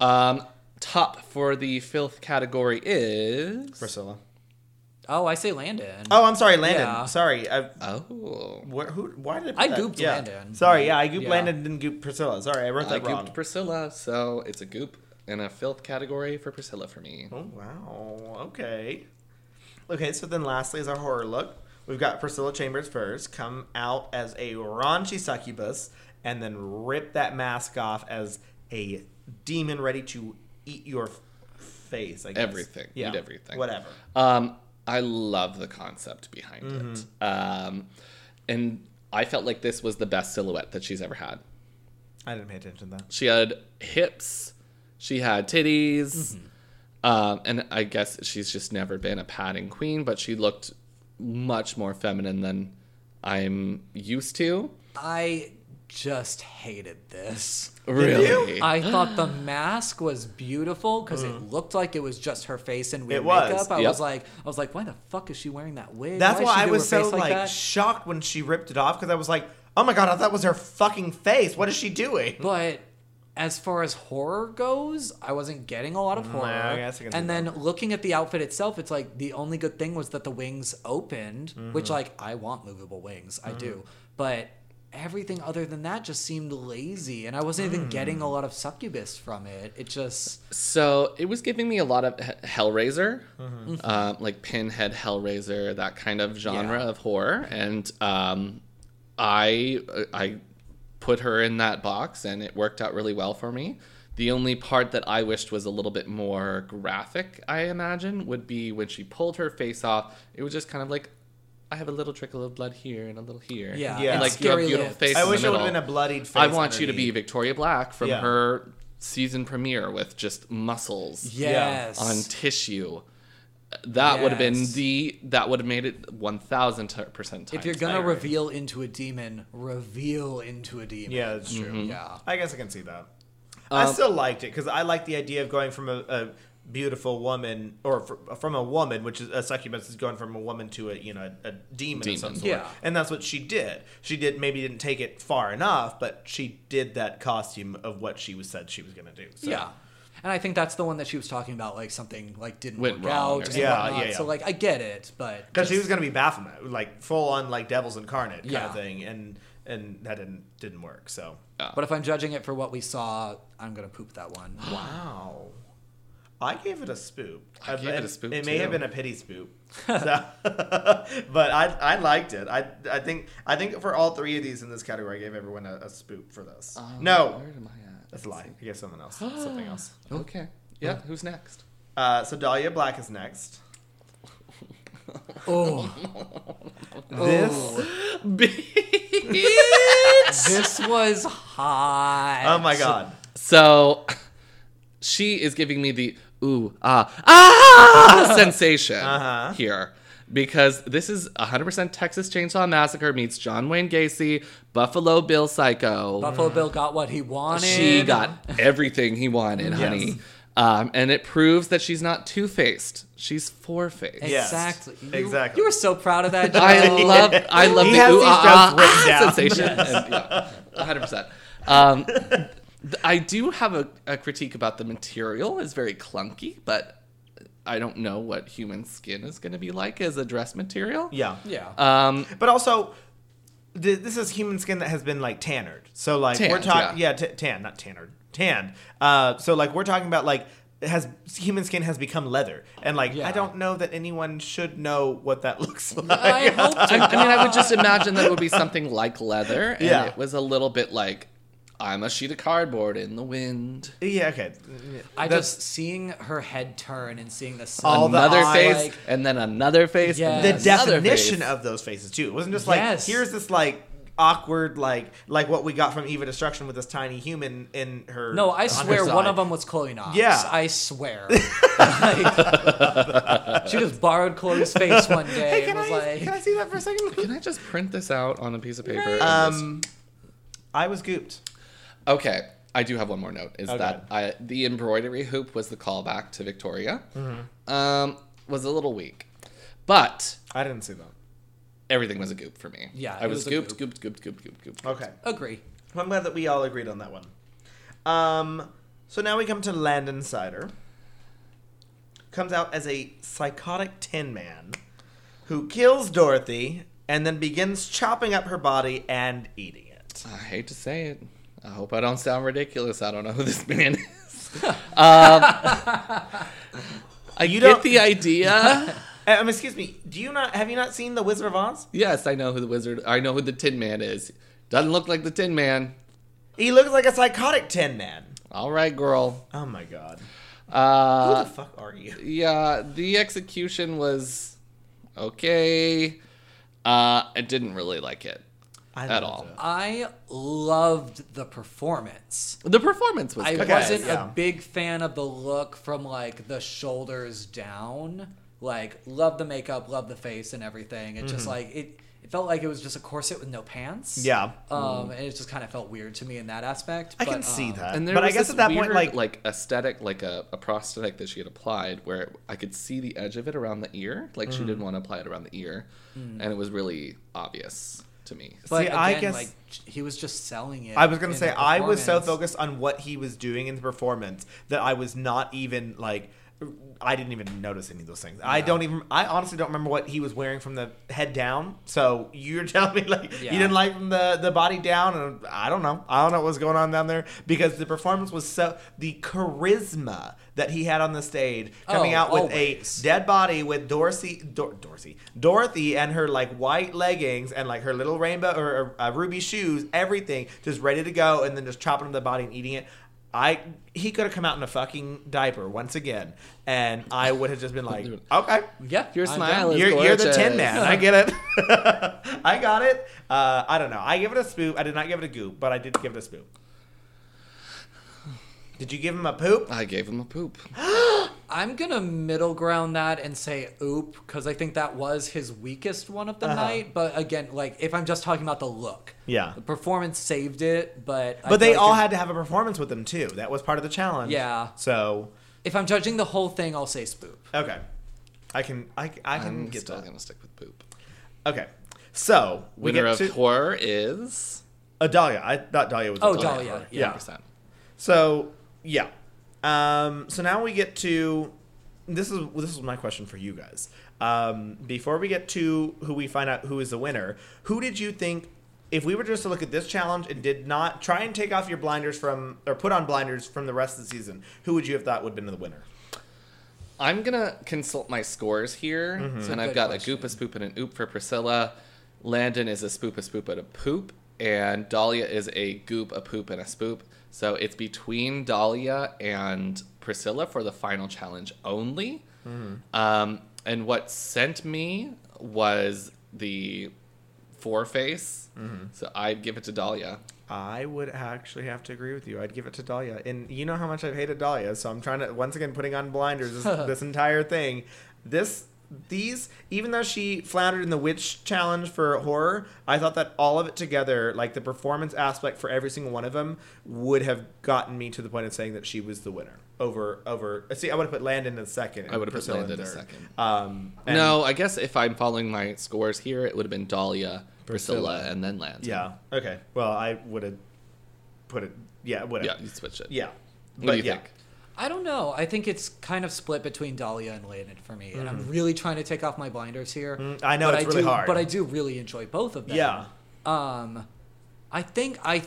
[SPEAKER 2] Um, top for the filth category is
[SPEAKER 1] Priscilla.
[SPEAKER 3] Oh, I say Landon.
[SPEAKER 1] Oh, I'm sorry, Landon.
[SPEAKER 3] Yeah.
[SPEAKER 1] Sorry, I,
[SPEAKER 2] oh,
[SPEAKER 1] Where, who, why did
[SPEAKER 3] I
[SPEAKER 1] put that?
[SPEAKER 3] gooped
[SPEAKER 1] yeah.
[SPEAKER 3] Landon.
[SPEAKER 1] Sorry, yeah, I gooped
[SPEAKER 3] Yeah.
[SPEAKER 1] Landon, didn't goop Priscilla. Sorry, I wrote
[SPEAKER 2] I
[SPEAKER 1] that wrong.
[SPEAKER 2] gooped Priscilla, so it's a goop and a filth category for Priscilla for me.
[SPEAKER 1] oh wow, okay, okay. So then, lastly, is our horror look. We've got Priscilla Chambers first come out as a raunchy succubus, and then rip that mask off as a demon ready to eat your f- face. I guess.
[SPEAKER 2] Everything. Eat everything.
[SPEAKER 1] Whatever.
[SPEAKER 2] Um, I love the concept behind
[SPEAKER 1] Mm-hmm.
[SPEAKER 2] it. Um, and I felt like this was the best silhouette that she's ever had.
[SPEAKER 1] I didn't pay attention to that.
[SPEAKER 2] She had hips. She had titties. Um, and I guess she's just never been a padding queen, but she looked much more feminine than I'm used to.
[SPEAKER 3] I just hated this.
[SPEAKER 2] Really?
[SPEAKER 3] I thought the mask was beautiful because it looked like it was just her face and
[SPEAKER 1] Mm.
[SPEAKER 3] weird
[SPEAKER 1] It was.
[SPEAKER 3] makeup. I
[SPEAKER 2] Yep.
[SPEAKER 3] was like, I was like, why the fuck is she wearing that wig?
[SPEAKER 1] That's
[SPEAKER 3] Why
[SPEAKER 1] why
[SPEAKER 3] she
[SPEAKER 1] I
[SPEAKER 3] do
[SPEAKER 1] was
[SPEAKER 3] her
[SPEAKER 1] so
[SPEAKER 3] face
[SPEAKER 1] like,
[SPEAKER 3] that?
[SPEAKER 1] shocked when she ripped it off because I was like, oh my god, I thought it was her fucking face. What is she doing?
[SPEAKER 3] But as far as horror goes, I wasn't getting a lot of horror.
[SPEAKER 1] I guess I can see
[SPEAKER 3] and then looking at the outfit itself, it's like the only good thing was that the wings opened,
[SPEAKER 1] Mm-hmm.
[SPEAKER 3] which like I want movable wings, I do. But everything other than that just seemed lazy, and I wasn't even getting
[SPEAKER 1] Mm.
[SPEAKER 3] a lot of succubus from it. It just
[SPEAKER 2] So it was giving me a lot of he- Hellraiser,
[SPEAKER 1] Mm-hmm.
[SPEAKER 2] um, like Pinhead Hellraiser, that kind of genre
[SPEAKER 3] Yeah.
[SPEAKER 2] of horror, and um, I uh, I put her in that box, and it worked out really well for me. The only part that I wished was a little bit more graphic, I imagine, would be when she pulled her face off. It was just kind of like, I have a little trickle of blood here and a little here.
[SPEAKER 3] yeah,
[SPEAKER 1] Yeah.
[SPEAKER 3] it's
[SPEAKER 2] like you have
[SPEAKER 3] scary
[SPEAKER 2] beautiful
[SPEAKER 3] lips.
[SPEAKER 2] face.
[SPEAKER 1] I
[SPEAKER 2] in the
[SPEAKER 1] wish it would have
[SPEAKER 2] middle.
[SPEAKER 1] been a bloodied face.
[SPEAKER 2] I want you to be
[SPEAKER 1] underneath.
[SPEAKER 2] Victoria Black from
[SPEAKER 1] Yeah.
[SPEAKER 2] her season premiere with just muscles
[SPEAKER 3] Yes.
[SPEAKER 2] on tissue. That would have been
[SPEAKER 3] Yes.
[SPEAKER 2] the that would have made it one thousand percent.
[SPEAKER 3] if you're gonna reveal into a demon, reveal into a demon. Mm-hmm.
[SPEAKER 1] Yeah, that's true.
[SPEAKER 2] Mm-hmm.
[SPEAKER 3] Yeah.
[SPEAKER 1] I guess I can see that. I
[SPEAKER 2] Um,
[SPEAKER 1] still liked it because I like the idea of going from a, a beautiful woman or fr- from a woman, which is a succubus, is going from a woman to a you know a, a demon,
[SPEAKER 2] Demon.
[SPEAKER 1] of some sort.
[SPEAKER 3] Yeah.
[SPEAKER 1] and that's what she did. She did maybe didn't take it far enough, but she did that costume of what she was said she was going to do. So.
[SPEAKER 3] Yeah. And I think that's the one that she was talking about, like something like didn't
[SPEAKER 2] Went
[SPEAKER 3] work
[SPEAKER 2] wrong or
[SPEAKER 3] out. and
[SPEAKER 2] something.
[SPEAKER 1] Yeah,
[SPEAKER 3] whatnot.
[SPEAKER 1] yeah, yeah.
[SPEAKER 3] So like I get it, but
[SPEAKER 1] because she
[SPEAKER 3] just-
[SPEAKER 1] was gonna be Baphomet, like full on like devil's incarnate kind
[SPEAKER 3] Yeah.
[SPEAKER 1] of thing, and and that didn't didn't work. So
[SPEAKER 3] But if I'm judging it for what we saw, I'm gonna poop that one.
[SPEAKER 1] wow, I gave it a spoop.
[SPEAKER 2] I gave it a spoop,
[SPEAKER 1] It may have
[SPEAKER 2] too.
[SPEAKER 1] been a pity spoop, so, but I I liked it. I I think I think for all three of these in this category, I gave everyone a, a spoop for this. no,
[SPEAKER 2] Oh, Where am I at?
[SPEAKER 1] that's a lie. I gave someone else something else.
[SPEAKER 2] Okay. Yeah. Who's next?
[SPEAKER 1] Uh, so Dahlia Black is next.
[SPEAKER 3] Oh,
[SPEAKER 1] This
[SPEAKER 3] this was hot.
[SPEAKER 1] oh my god.
[SPEAKER 2] so she is giving me the ooh ah ah sensation
[SPEAKER 1] Uh-huh.
[SPEAKER 2] here because this is 100% Texas Chainsaw Massacre meets John Wayne Gacy, Buffalo Bill Psycho.
[SPEAKER 3] Buffalo Bill got what he wanted.
[SPEAKER 2] Mm. She got everything he wanted, honey.
[SPEAKER 1] Yes.
[SPEAKER 2] Um, and it proves that she's not two faced. She's four faced.
[SPEAKER 1] Yeah. Yes.
[SPEAKER 3] exactly. You-
[SPEAKER 1] Exactly.
[SPEAKER 3] You were so proud of that.
[SPEAKER 2] I
[SPEAKER 3] Joe.
[SPEAKER 2] love I love
[SPEAKER 1] He
[SPEAKER 2] the
[SPEAKER 1] has
[SPEAKER 2] ooh,
[SPEAKER 1] these
[SPEAKER 2] ah, ah,
[SPEAKER 1] jokes written
[SPEAKER 2] ah
[SPEAKER 1] down.
[SPEAKER 2] sensation. And, yeah, 100%. Um, th- I do have a, a critique about the material. It's very clunky, but I don't know what human skin is going to be like as a dress material.
[SPEAKER 1] Yeah.
[SPEAKER 3] Yeah.
[SPEAKER 2] Um,
[SPEAKER 1] But also, th- this is human skin that has been like tannered. So like we're
[SPEAKER 2] Tanned,
[SPEAKER 1] talking,
[SPEAKER 2] yeah.
[SPEAKER 1] yeah, t- tan, not tannered, tanned. Uh, so like we're talking about like it has human skin has become leather, and like
[SPEAKER 3] Yeah.
[SPEAKER 1] I don't know that anyone should know what that looks like.
[SPEAKER 3] I hope
[SPEAKER 2] I,
[SPEAKER 3] to
[SPEAKER 2] I mean, I would just imagine that it would be something like leather. And
[SPEAKER 1] Yeah.
[SPEAKER 2] it was a little bit like, I'm a sheet of cardboard in the wind.
[SPEAKER 1] yeah. Okay.
[SPEAKER 3] I
[SPEAKER 1] That's-
[SPEAKER 3] just seeing her head turn and seeing the
[SPEAKER 1] All
[SPEAKER 3] sun.
[SPEAKER 1] the
[SPEAKER 2] another
[SPEAKER 1] eye,
[SPEAKER 2] face,
[SPEAKER 3] like-
[SPEAKER 2] and then another face. and
[SPEAKER 3] Yes.
[SPEAKER 1] the
[SPEAKER 2] then another
[SPEAKER 1] definition
[SPEAKER 2] face.
[SPEAKER 1] of those faces too. It wasn't just like
[SPEAKER 3] Yes.
[SPEAKER 1] here's this like awkward like like what we got from Eva Destruction with this tiny human in her.
[SPEAKER 3] No,
[SPEAKER 1] on
[SPEAKER 3] I
[SPEAKER 1] her
[SPEAKER 3] swear one
[SPEAKER 1] side.
[SPEAKER 3] of them was Chloe Knox.
[SPEAKER 1] Yeah.
[SPEAKER 3] I swear. Like, she just borrowed Chloe's face one day
[SPEAKER 1] Hey,
[SPEAKER 3] and
[SPEAKER 1] can
[SPEAKER 3] was
[SPEAKER 1] I
[SPEAKER 3] like,
[SPEAKER 1] can I see that for a second?
[SPEAKER 2] Can I just print this out on a piece of paper? and just-
[SPEAKER 1] Um, I was gooped.
[SPEAKER 2] Okay, I do have one more note. Is
[SPEAKER 1] Okay.
[SPEAKER 2] that I, the embroidery hoop was the callback to Victoria? Um, was a little weak, but
[SPEAKER 1] I didn't see that.
[SPEAKER 2] everything was a goop for me.
[SPEAKER 3] Yeah,
[SPEAKER 2] I
[SPEAKER 3] it
[SPEAKER 2] was,
[SPEAKER 3] was a
[SPEAKER 2] gooped, gooped, gooped, gooped, gooped, gooped.
[SPEAKER 1] Okay.
[SPEAKER 3] agree.
[SPEAKER 1] Well, I'm glad that we all agreed on that one. Um, so now we come to Landon Cider. Comes out as a psychotic tin man who kills Dorothy and then begins chopping up her body and eating it.
[SPEAKER 2] I hate to say it. I hope I don't sound ridiculous. I don't know who this man is. um, I
[SPEAKER 1] You
[SPEAKER 2] get
[SPEAKER 1] don't-
[SPEAKER 2] the idea.
[SPEAKER 1] Uh, Um, excuse me. Do you not have you not seen The Wizard of Oz?
[SPEAKER 2] yes, I know who the wizard. I know who the Tin Man is. Doesn't look like the Tin Man.
[SPEAKER 1] He looks like a psychotic tin man.
[SPEAKER 2] All right, girl.
[SPEAKER 1] Oh my god. Who
[SPEAKER 2] Uh,
[SPEAKER 1] the fuck are you?
[SPEAKER 2] yeah, the execution was okay. Uh, I didn't really like it
[SPEAKER 1] I
[SPEAKER 2] at
[SPEAKER 1] loved
[SPEAKER 2] all.
[SPEAKER 1] it.
[SPEAKER 3] I loved the performance.
[SPEAKER 2] The performance was
[SPEAKER 3] I
[SPEAKER 2] good.
[SPEAKER 1] Okay,
[SPEAKER 3] wasn't
[SPEAKER 1] yeah.
[SPEAKER 3] a big fan of the look from like the shoulders down. Like, love the makeup, love the face and everything. It
[SPEAKER 1] Mm-hmm.
[SPEAKER 3] just like it. It felt like it was just a corset with no pants.
[SPEAKER 1] Yeah.
[SPEAKER 3] Um, and it just kind of felt weird to me in that aspect.
[SPEAKER 1] I can
[SPEAKER 3] but,
[SPEAKER 1] see
[SPEAKER 3] um,
[SPEAKER 1] that.
[SPEAKER 2] And there
[SPEAKER 1] but
[SPEAKER 2] was
[SPEAKER 1] I guess
[SPEAKER 2] this
[SPEAKER 1] at that
[SPEAKER 2] weird,
[SPEAKER 1] point, like,
[SPEAKER 2] like aesthetic, like a, a prosthetic that she had applied, where I could see the edge of it around the ear. Like she didn't want to apply it around the ear, and it was really obvious to me.
[SPEAKER 3] But
[SPEAKER 1] See,
[SPEAKER 3] again,
[SPEAKER 1] I guess-
[SPEAKER 3] like he was just selling it.
[SPEAKER 1] I was gonna
[SPEAKER 3] in
[SPEAKER 1] say
[SPEAKER 3] the
[SPEAKER 1] I was so
[SPEAKER 3] performance.
[SPEAKER 1] focused on what he was doing in the performance that I was not even like I didn't even notice any of those things. I don't even I honestly don't remember what he was wearing from the head down. So you're telling me like
[SPEAKER 3] Yeah.
[SPEAKER 1] you didn't like from the the body down and I don't know. I don't know what was going on down there because the performance was so the charisma that he had on the stage coming
[SPEAKER 3] Oh,
[SPEAKER 1] out with
[SPEAKER 3] always.
[SPEAKER 1] a dead body with Dorsey, Dor- Dorsey, Dorothy, and her like white leggings and like her little rainbow or, or, uh, ruby shoes, everything just ready to go, and then just chopping up the body and eating it. I he could have come out in a fucking diaper once again, and I would have just been like, okay.
[SPEAKER 3] Yeah,
[SPEAKER 2] Your
[SPEAKER 3] I'm
[SPEAKER 2] smile
[SPEAKER 3] down.
[SPEAKER 2] is
[SPEAKER 1] You're, you're the
[SPEAKER 2] gorgeous.
[SPEAKER 1] tin man. I get it. I got it. Uh, I don't know. I give it a spoop. I did not give it a goop, but I did give it a spoop. Did you give him a poop?
[SPEAKER 2] I gave him a poop.
[SPEAKER 3] I'm gonna middle ground that and say oop because I think that was his weakest one of the night. But again, like if I'm just talking about the look,
[SPEAKER 1] Uh-huh. Yeah.
[SPEAKER 3] the performance saved it. But
[SPEAKER 1] But
[SPEAKER 3] I feel
[SPEAKER 1] they
[SPEAKER 3] like
[SPEAKER 1] all
[SPEAKER 3] if-
[SPEAKER 1] had to have a performance with them too. That was part of the challenge.
[SPEAKER 3] Yeah.
[SPEAKER 1] So
[SPEAKER 3] If I'm judging the whole thing, I'll say spoop.
[SPEAKER 1] okay, I can I, I can
[SPEAKER 2] I'm
[SPEAKER 1] get
[SPEAKER 2] still
[SPEAKER 1] that.
[SPEAKER 2] gonna stick with poop.
[SPEAKER 1] Okay, so we
[SPEAKER 2] Winner
[SPEAKER 1] get
[SPEAKER 2] of
[SPEAKER 1] to
[SPEAKER 2] horror is
[SPEAKER 1] Adalia. I thought Dahlia was.
[SPEAKER 3] Oh,
[SPEAKER 1] Adalia.
[SPEAKER 3] Dahlia, yeah.
[SPEAKER 2] percent.
[SPEAKER 1] So yeah, Um, so now we get to this is this is my question for you guys. Um, before we get to who we find out who is the winner, who did you think? If we were just to look at this challenge and did not try and take off your blinders from or put on blinders from the rest of the season, who would you have thought would have been the winner?
[SPEAKER 2] I'm gonna consult my scores here, and I've
[SPEAKER 3] Good
[SPEAKER 2] got
[SPEAKER 3] question.
[SPEAKER 2] a goopa spoop and an oop for Priscilla. Landon is a spoop a spoop and a poop, and Dahlia is a goop a poop and a spoop. So it's between Dahlia and Priscilla for the final challenge only. Um, and what sent me was the four face, so I'd give it to Dahlia.
[SPEAKER 1] I would actually have to agree with you. I'd give it to Dahlia. And you know how much I've hated Dahlia, so I'm trying to once again putting on blinders this, this entire thing. This these even though she floundered in the witch challenge for horror, I thought that all of it together, like the performance aspect for every single one of them would have gotten me to the point of saying that she was the winner. Over over see I would have put Landon in second. and
[SPEAKER 2] I would've put
[SPEAKER 1] Priscilla
[SPEAKER 2] Landon
[SPEAKER 1] in
[SPEAKER 2] in
[SPEAKER 1] third.
[SPEAKER 2] second.
[SPEAKER 1] Um and-
[SPEAKER 2] no, I guess if I'm following my scores here, it would have been Dahlia, Priscilla,
[SPEAKER 1] Priscilla.
[SPEAKER 2] and then Landon.
[SPEAKER 1] Yeah. Okay. Well I would have put it yeah,
[SPEAKER 2] yeah,
[SPEAKER 1] whatever.
[SPEAKER 2] you switch it.
[SPEAKER 1] Yeah.
[SPEAKER 2] What do you think?
[SPEAKER 3] I don't know. I think it's kind of split between Dahlia and Landon for me, and I'm really trying to take off my blinders here.
[SPEAKER 1] Mm-hmm. Mm, I know,
[SPEAKER 3] but
[SPEAKER 1] it's really
[SPEAKER 3] do,
[SPEAKER 1] hard.
[SPEAKER 3] but I do really enjoy both of them.
[SPEAKER 1] Yeah.
[SPEAKER 3] Um, I think I,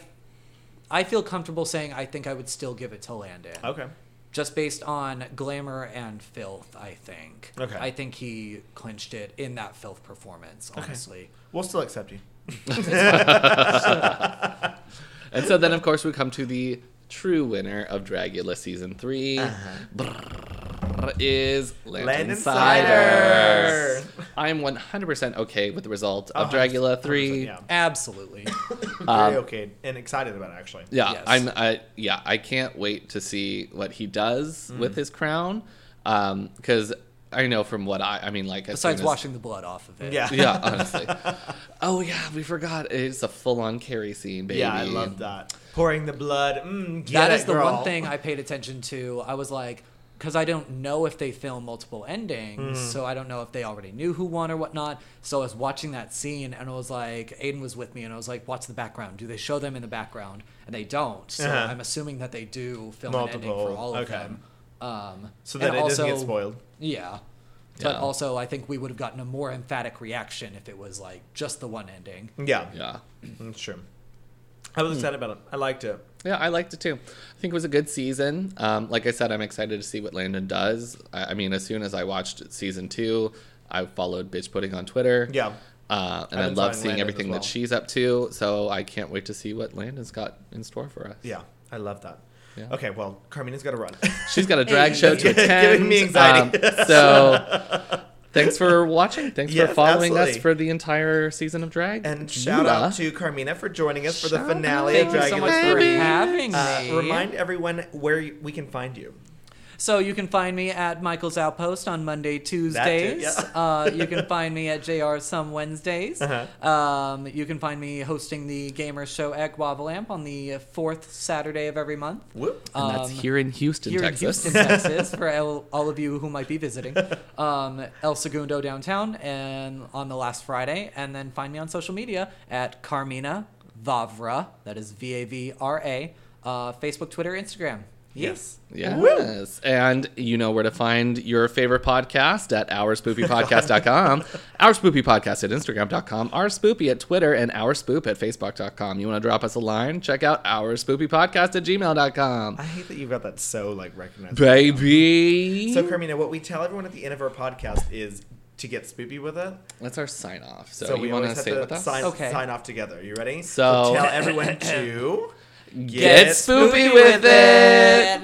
[SPEAKER 3] I feel comfortable saying I think I would still give it to Landon,
[SPEAKER 1] Okay.
[SPEAKER 3] just based on glamour and filth. I think.
[SPEAKER 1] Okay.
[SPEAKER 3] I think he clinched it in that filth performance. Honestly.
[SPEAKER 1] We'll still accept you.
[SPEAKER 2] And so then, of course, we come to the true winner of Dragula season 3
[SPEAKER 1] Uh-huh.
[SPEAKER 2] Brrrr, is Landon
[SPEAKER 1] Landon
[SPEAKER 2] Siders.
[SPEAKER 1] Siders.
[SPEAKER 2] I am 100% okay with the result of
[SPEAKER 1] Oh, 100%,
[SPEAKER 2] Dragula 3.
[SPEAKER 1] Yeah.
[SPEAKER 3] Absolutely. Um,
[SPEAKER 1] Very okay and excited about it actually.
[SPEAKER 2] Yeah,
[SPEAKER 3] Yes.
[SPEAKER 2] I'm. I, yeah, I can't wait to see what he does
[SPEAKER 1] Mm.
[SPEAKER 2] with his crown, because I know from what I. I mean, like as
[SPEAKER 3] Besides
[SPEAKER 2] soon as-
[SPEAKER 3] washing the blood off of it.
[SPEAKER 1] Yeah.
[SPEAKER 2] yeah, honestly. oh yeah, we forgot. It's a full-on carry scene, baby.
[SPEAKER 1] Yeah, I love that. Pouring the blood. Mm, get
[SPEAKER 3] That
[SPEAKER 1] it,
[SPEAKER 3] is the
[SPEAKER 1] girl.
[SPEAKER 3] one thing I paid attention to. I was like, because I don't know if they film multiple endings,
[SPEAKER 1] Hmm.
[SPEAKER 3] so I don't know if they already knew who won or whatnot. So I was watching that scene, and I was like, Aiden was with me, and I was like, what's the background? Do they show them in the background? And they don't. So
[SPEAKER 1] Uh-huh.
[SPEAKER 3] I'm assuming that they do film an ending for
[SPEAKER 1] Multiple,
[SPEAKER 3] all of
[SPEAKER 1] okay.
[SPEAKER 3] them. Um,
[SPEAKER 1] So
[SPEAKER 3] and
[SPEAKER 1] that it
[SPEAKER 3] also,
[SPEAKER 1] doesn't get spoiled.
[SPEAKER 3] Yeah. But
[SPEAKER 2] Yeah.
[SPEAKER 3] also, I think we would have gotten a more emphatic reaction if it was like just the one ending.
[SPEAKER 1] Yeah,
[SPEAKER 2] Yeah.
[SPEAKER 1] that's true. I
[SPEAKER 3] Hmm.
[SPEAKER 1] was excited about it. I liked it.
[SPEAKER 2] Yeah, I liked it too. I think it was a good season. Um, like I said, I'm excited to see what Landon does. I, I mean, as soon as I watched season two, I followed Bitch Pudding on Twitter.
[SPEAKER 1] Yeah.
[SPEAKER 2] Uh, and
[SPEAKER 1] I've been
[SPEAKER 2] I love
[SPEAKER 1] following
[SPEAKER 2] seeing
[SPEAKER 1] Landon
[SPEAKER 2] everything
[SPEAKER 1] as well.
[SPEAKER 2] that she's up to. So I can't wait to see what Landon's got in store for us.
[SPEAKER 1] Yeah, I love that.
[SPEAKER 2] Yeah.
[SPEAKER 1] Okay, well, Carmina's got to run.
[SPEAKER 2] She's got a drag
[SPEAKER 3] Hey.
[SPEAKER 2] show to
[SPEAKER 1] It's giving
[SPEAKER 2] attend.
[SPEAKER 1] me anxiety.
[SPEAKER 2] Um, so thanks for watching. Thanks for
[SPEAKER 1] Yes,
[SPEAKER 2] following us
[SPEAKER 1] absolutely.
[SPEAKER 2] for the entire season of drag.
[SPEAKER 1] and shout out
[SPEAKER 2] Dragula.
[SPEAKER 1] to Carmina for joining us for the
[SPEAKER 2] Shout
[SPEAKER 1] finale of
[SPEAKER 2] out.
[SPEAKER 3] Thank you
[SPEAKER 1] Dragula
[SPEAKER 3] so much for
[SPEAKER 2] Baby.
[SPEAKER 3] having me.
[SPEAKER 1] Uh, remind everyone where you- we can find you.
[SPEAKER 3] So you can find me at Michael's Outpost on Monday, Tuesdays.
[SPEAKER 1] yeah.
[SPEAKER 3] uh, you can find me at JR some Wednesdays.
[SPEAKER 1] Uh-huh.
[SPEAKER 3] Um, you can find me hosting the gamer show at Guava Lamp on the fourth Saturday of every month.
[SPEAKER 1] Whoop.
[SPEAKER 2] and that's
[SPEAKER 3] um,
[SPEAKER 2] here in Houston,
[SPEAKER 3] Here
[SPEAKER 2] Texas.
[SPEAKER 3] in Houston, Texas, for all, all of you who might be visiting, um, El Segundo downtown, and on the last Friday, and then find me on social media at Carmina Vavra. That is V A V R A. Uh, Facebook, Twitter, Instagram.
[SPEAKER 1] Yes. Woo.
[SPEAKER 2] Yes. And you know where to find your favorite podcast at ourspoopypodcast.com, ourspoopypodcast at instagram.com, ourspoopy at Twitter, and ourspoop at facebook.com. You want to drop us a line? Check out ourspoopypodcast at gmail.com.
[SPEAKER 1] I hate that you got that so like recognized.
[SPEAKER 2] Baby.
[SPEAKER 1] So, Carmina, what we tell everyone at the end of our podcast is to get spoopy with it.
[SPEAKER 2] That's our sign off. So,
[SPEAKER 1] So we
[SPEAKER 2] you want
[SPEAKER 1] always
[SPEAKER 2] to
[SPEAKER 1] have
[SPEAKER 2] say it with
[SPEAKER 1] to
[SPEAKER 2] us?
[SPEAKER 1] sign,
[SPEAKER 3] Okay.
[SPEAKER 1] sign off together. You ready?
[SPEAKER 2] So-
[SPEAKER 1] tell everyone to
[SPEAKER 2] Get spoopy with it.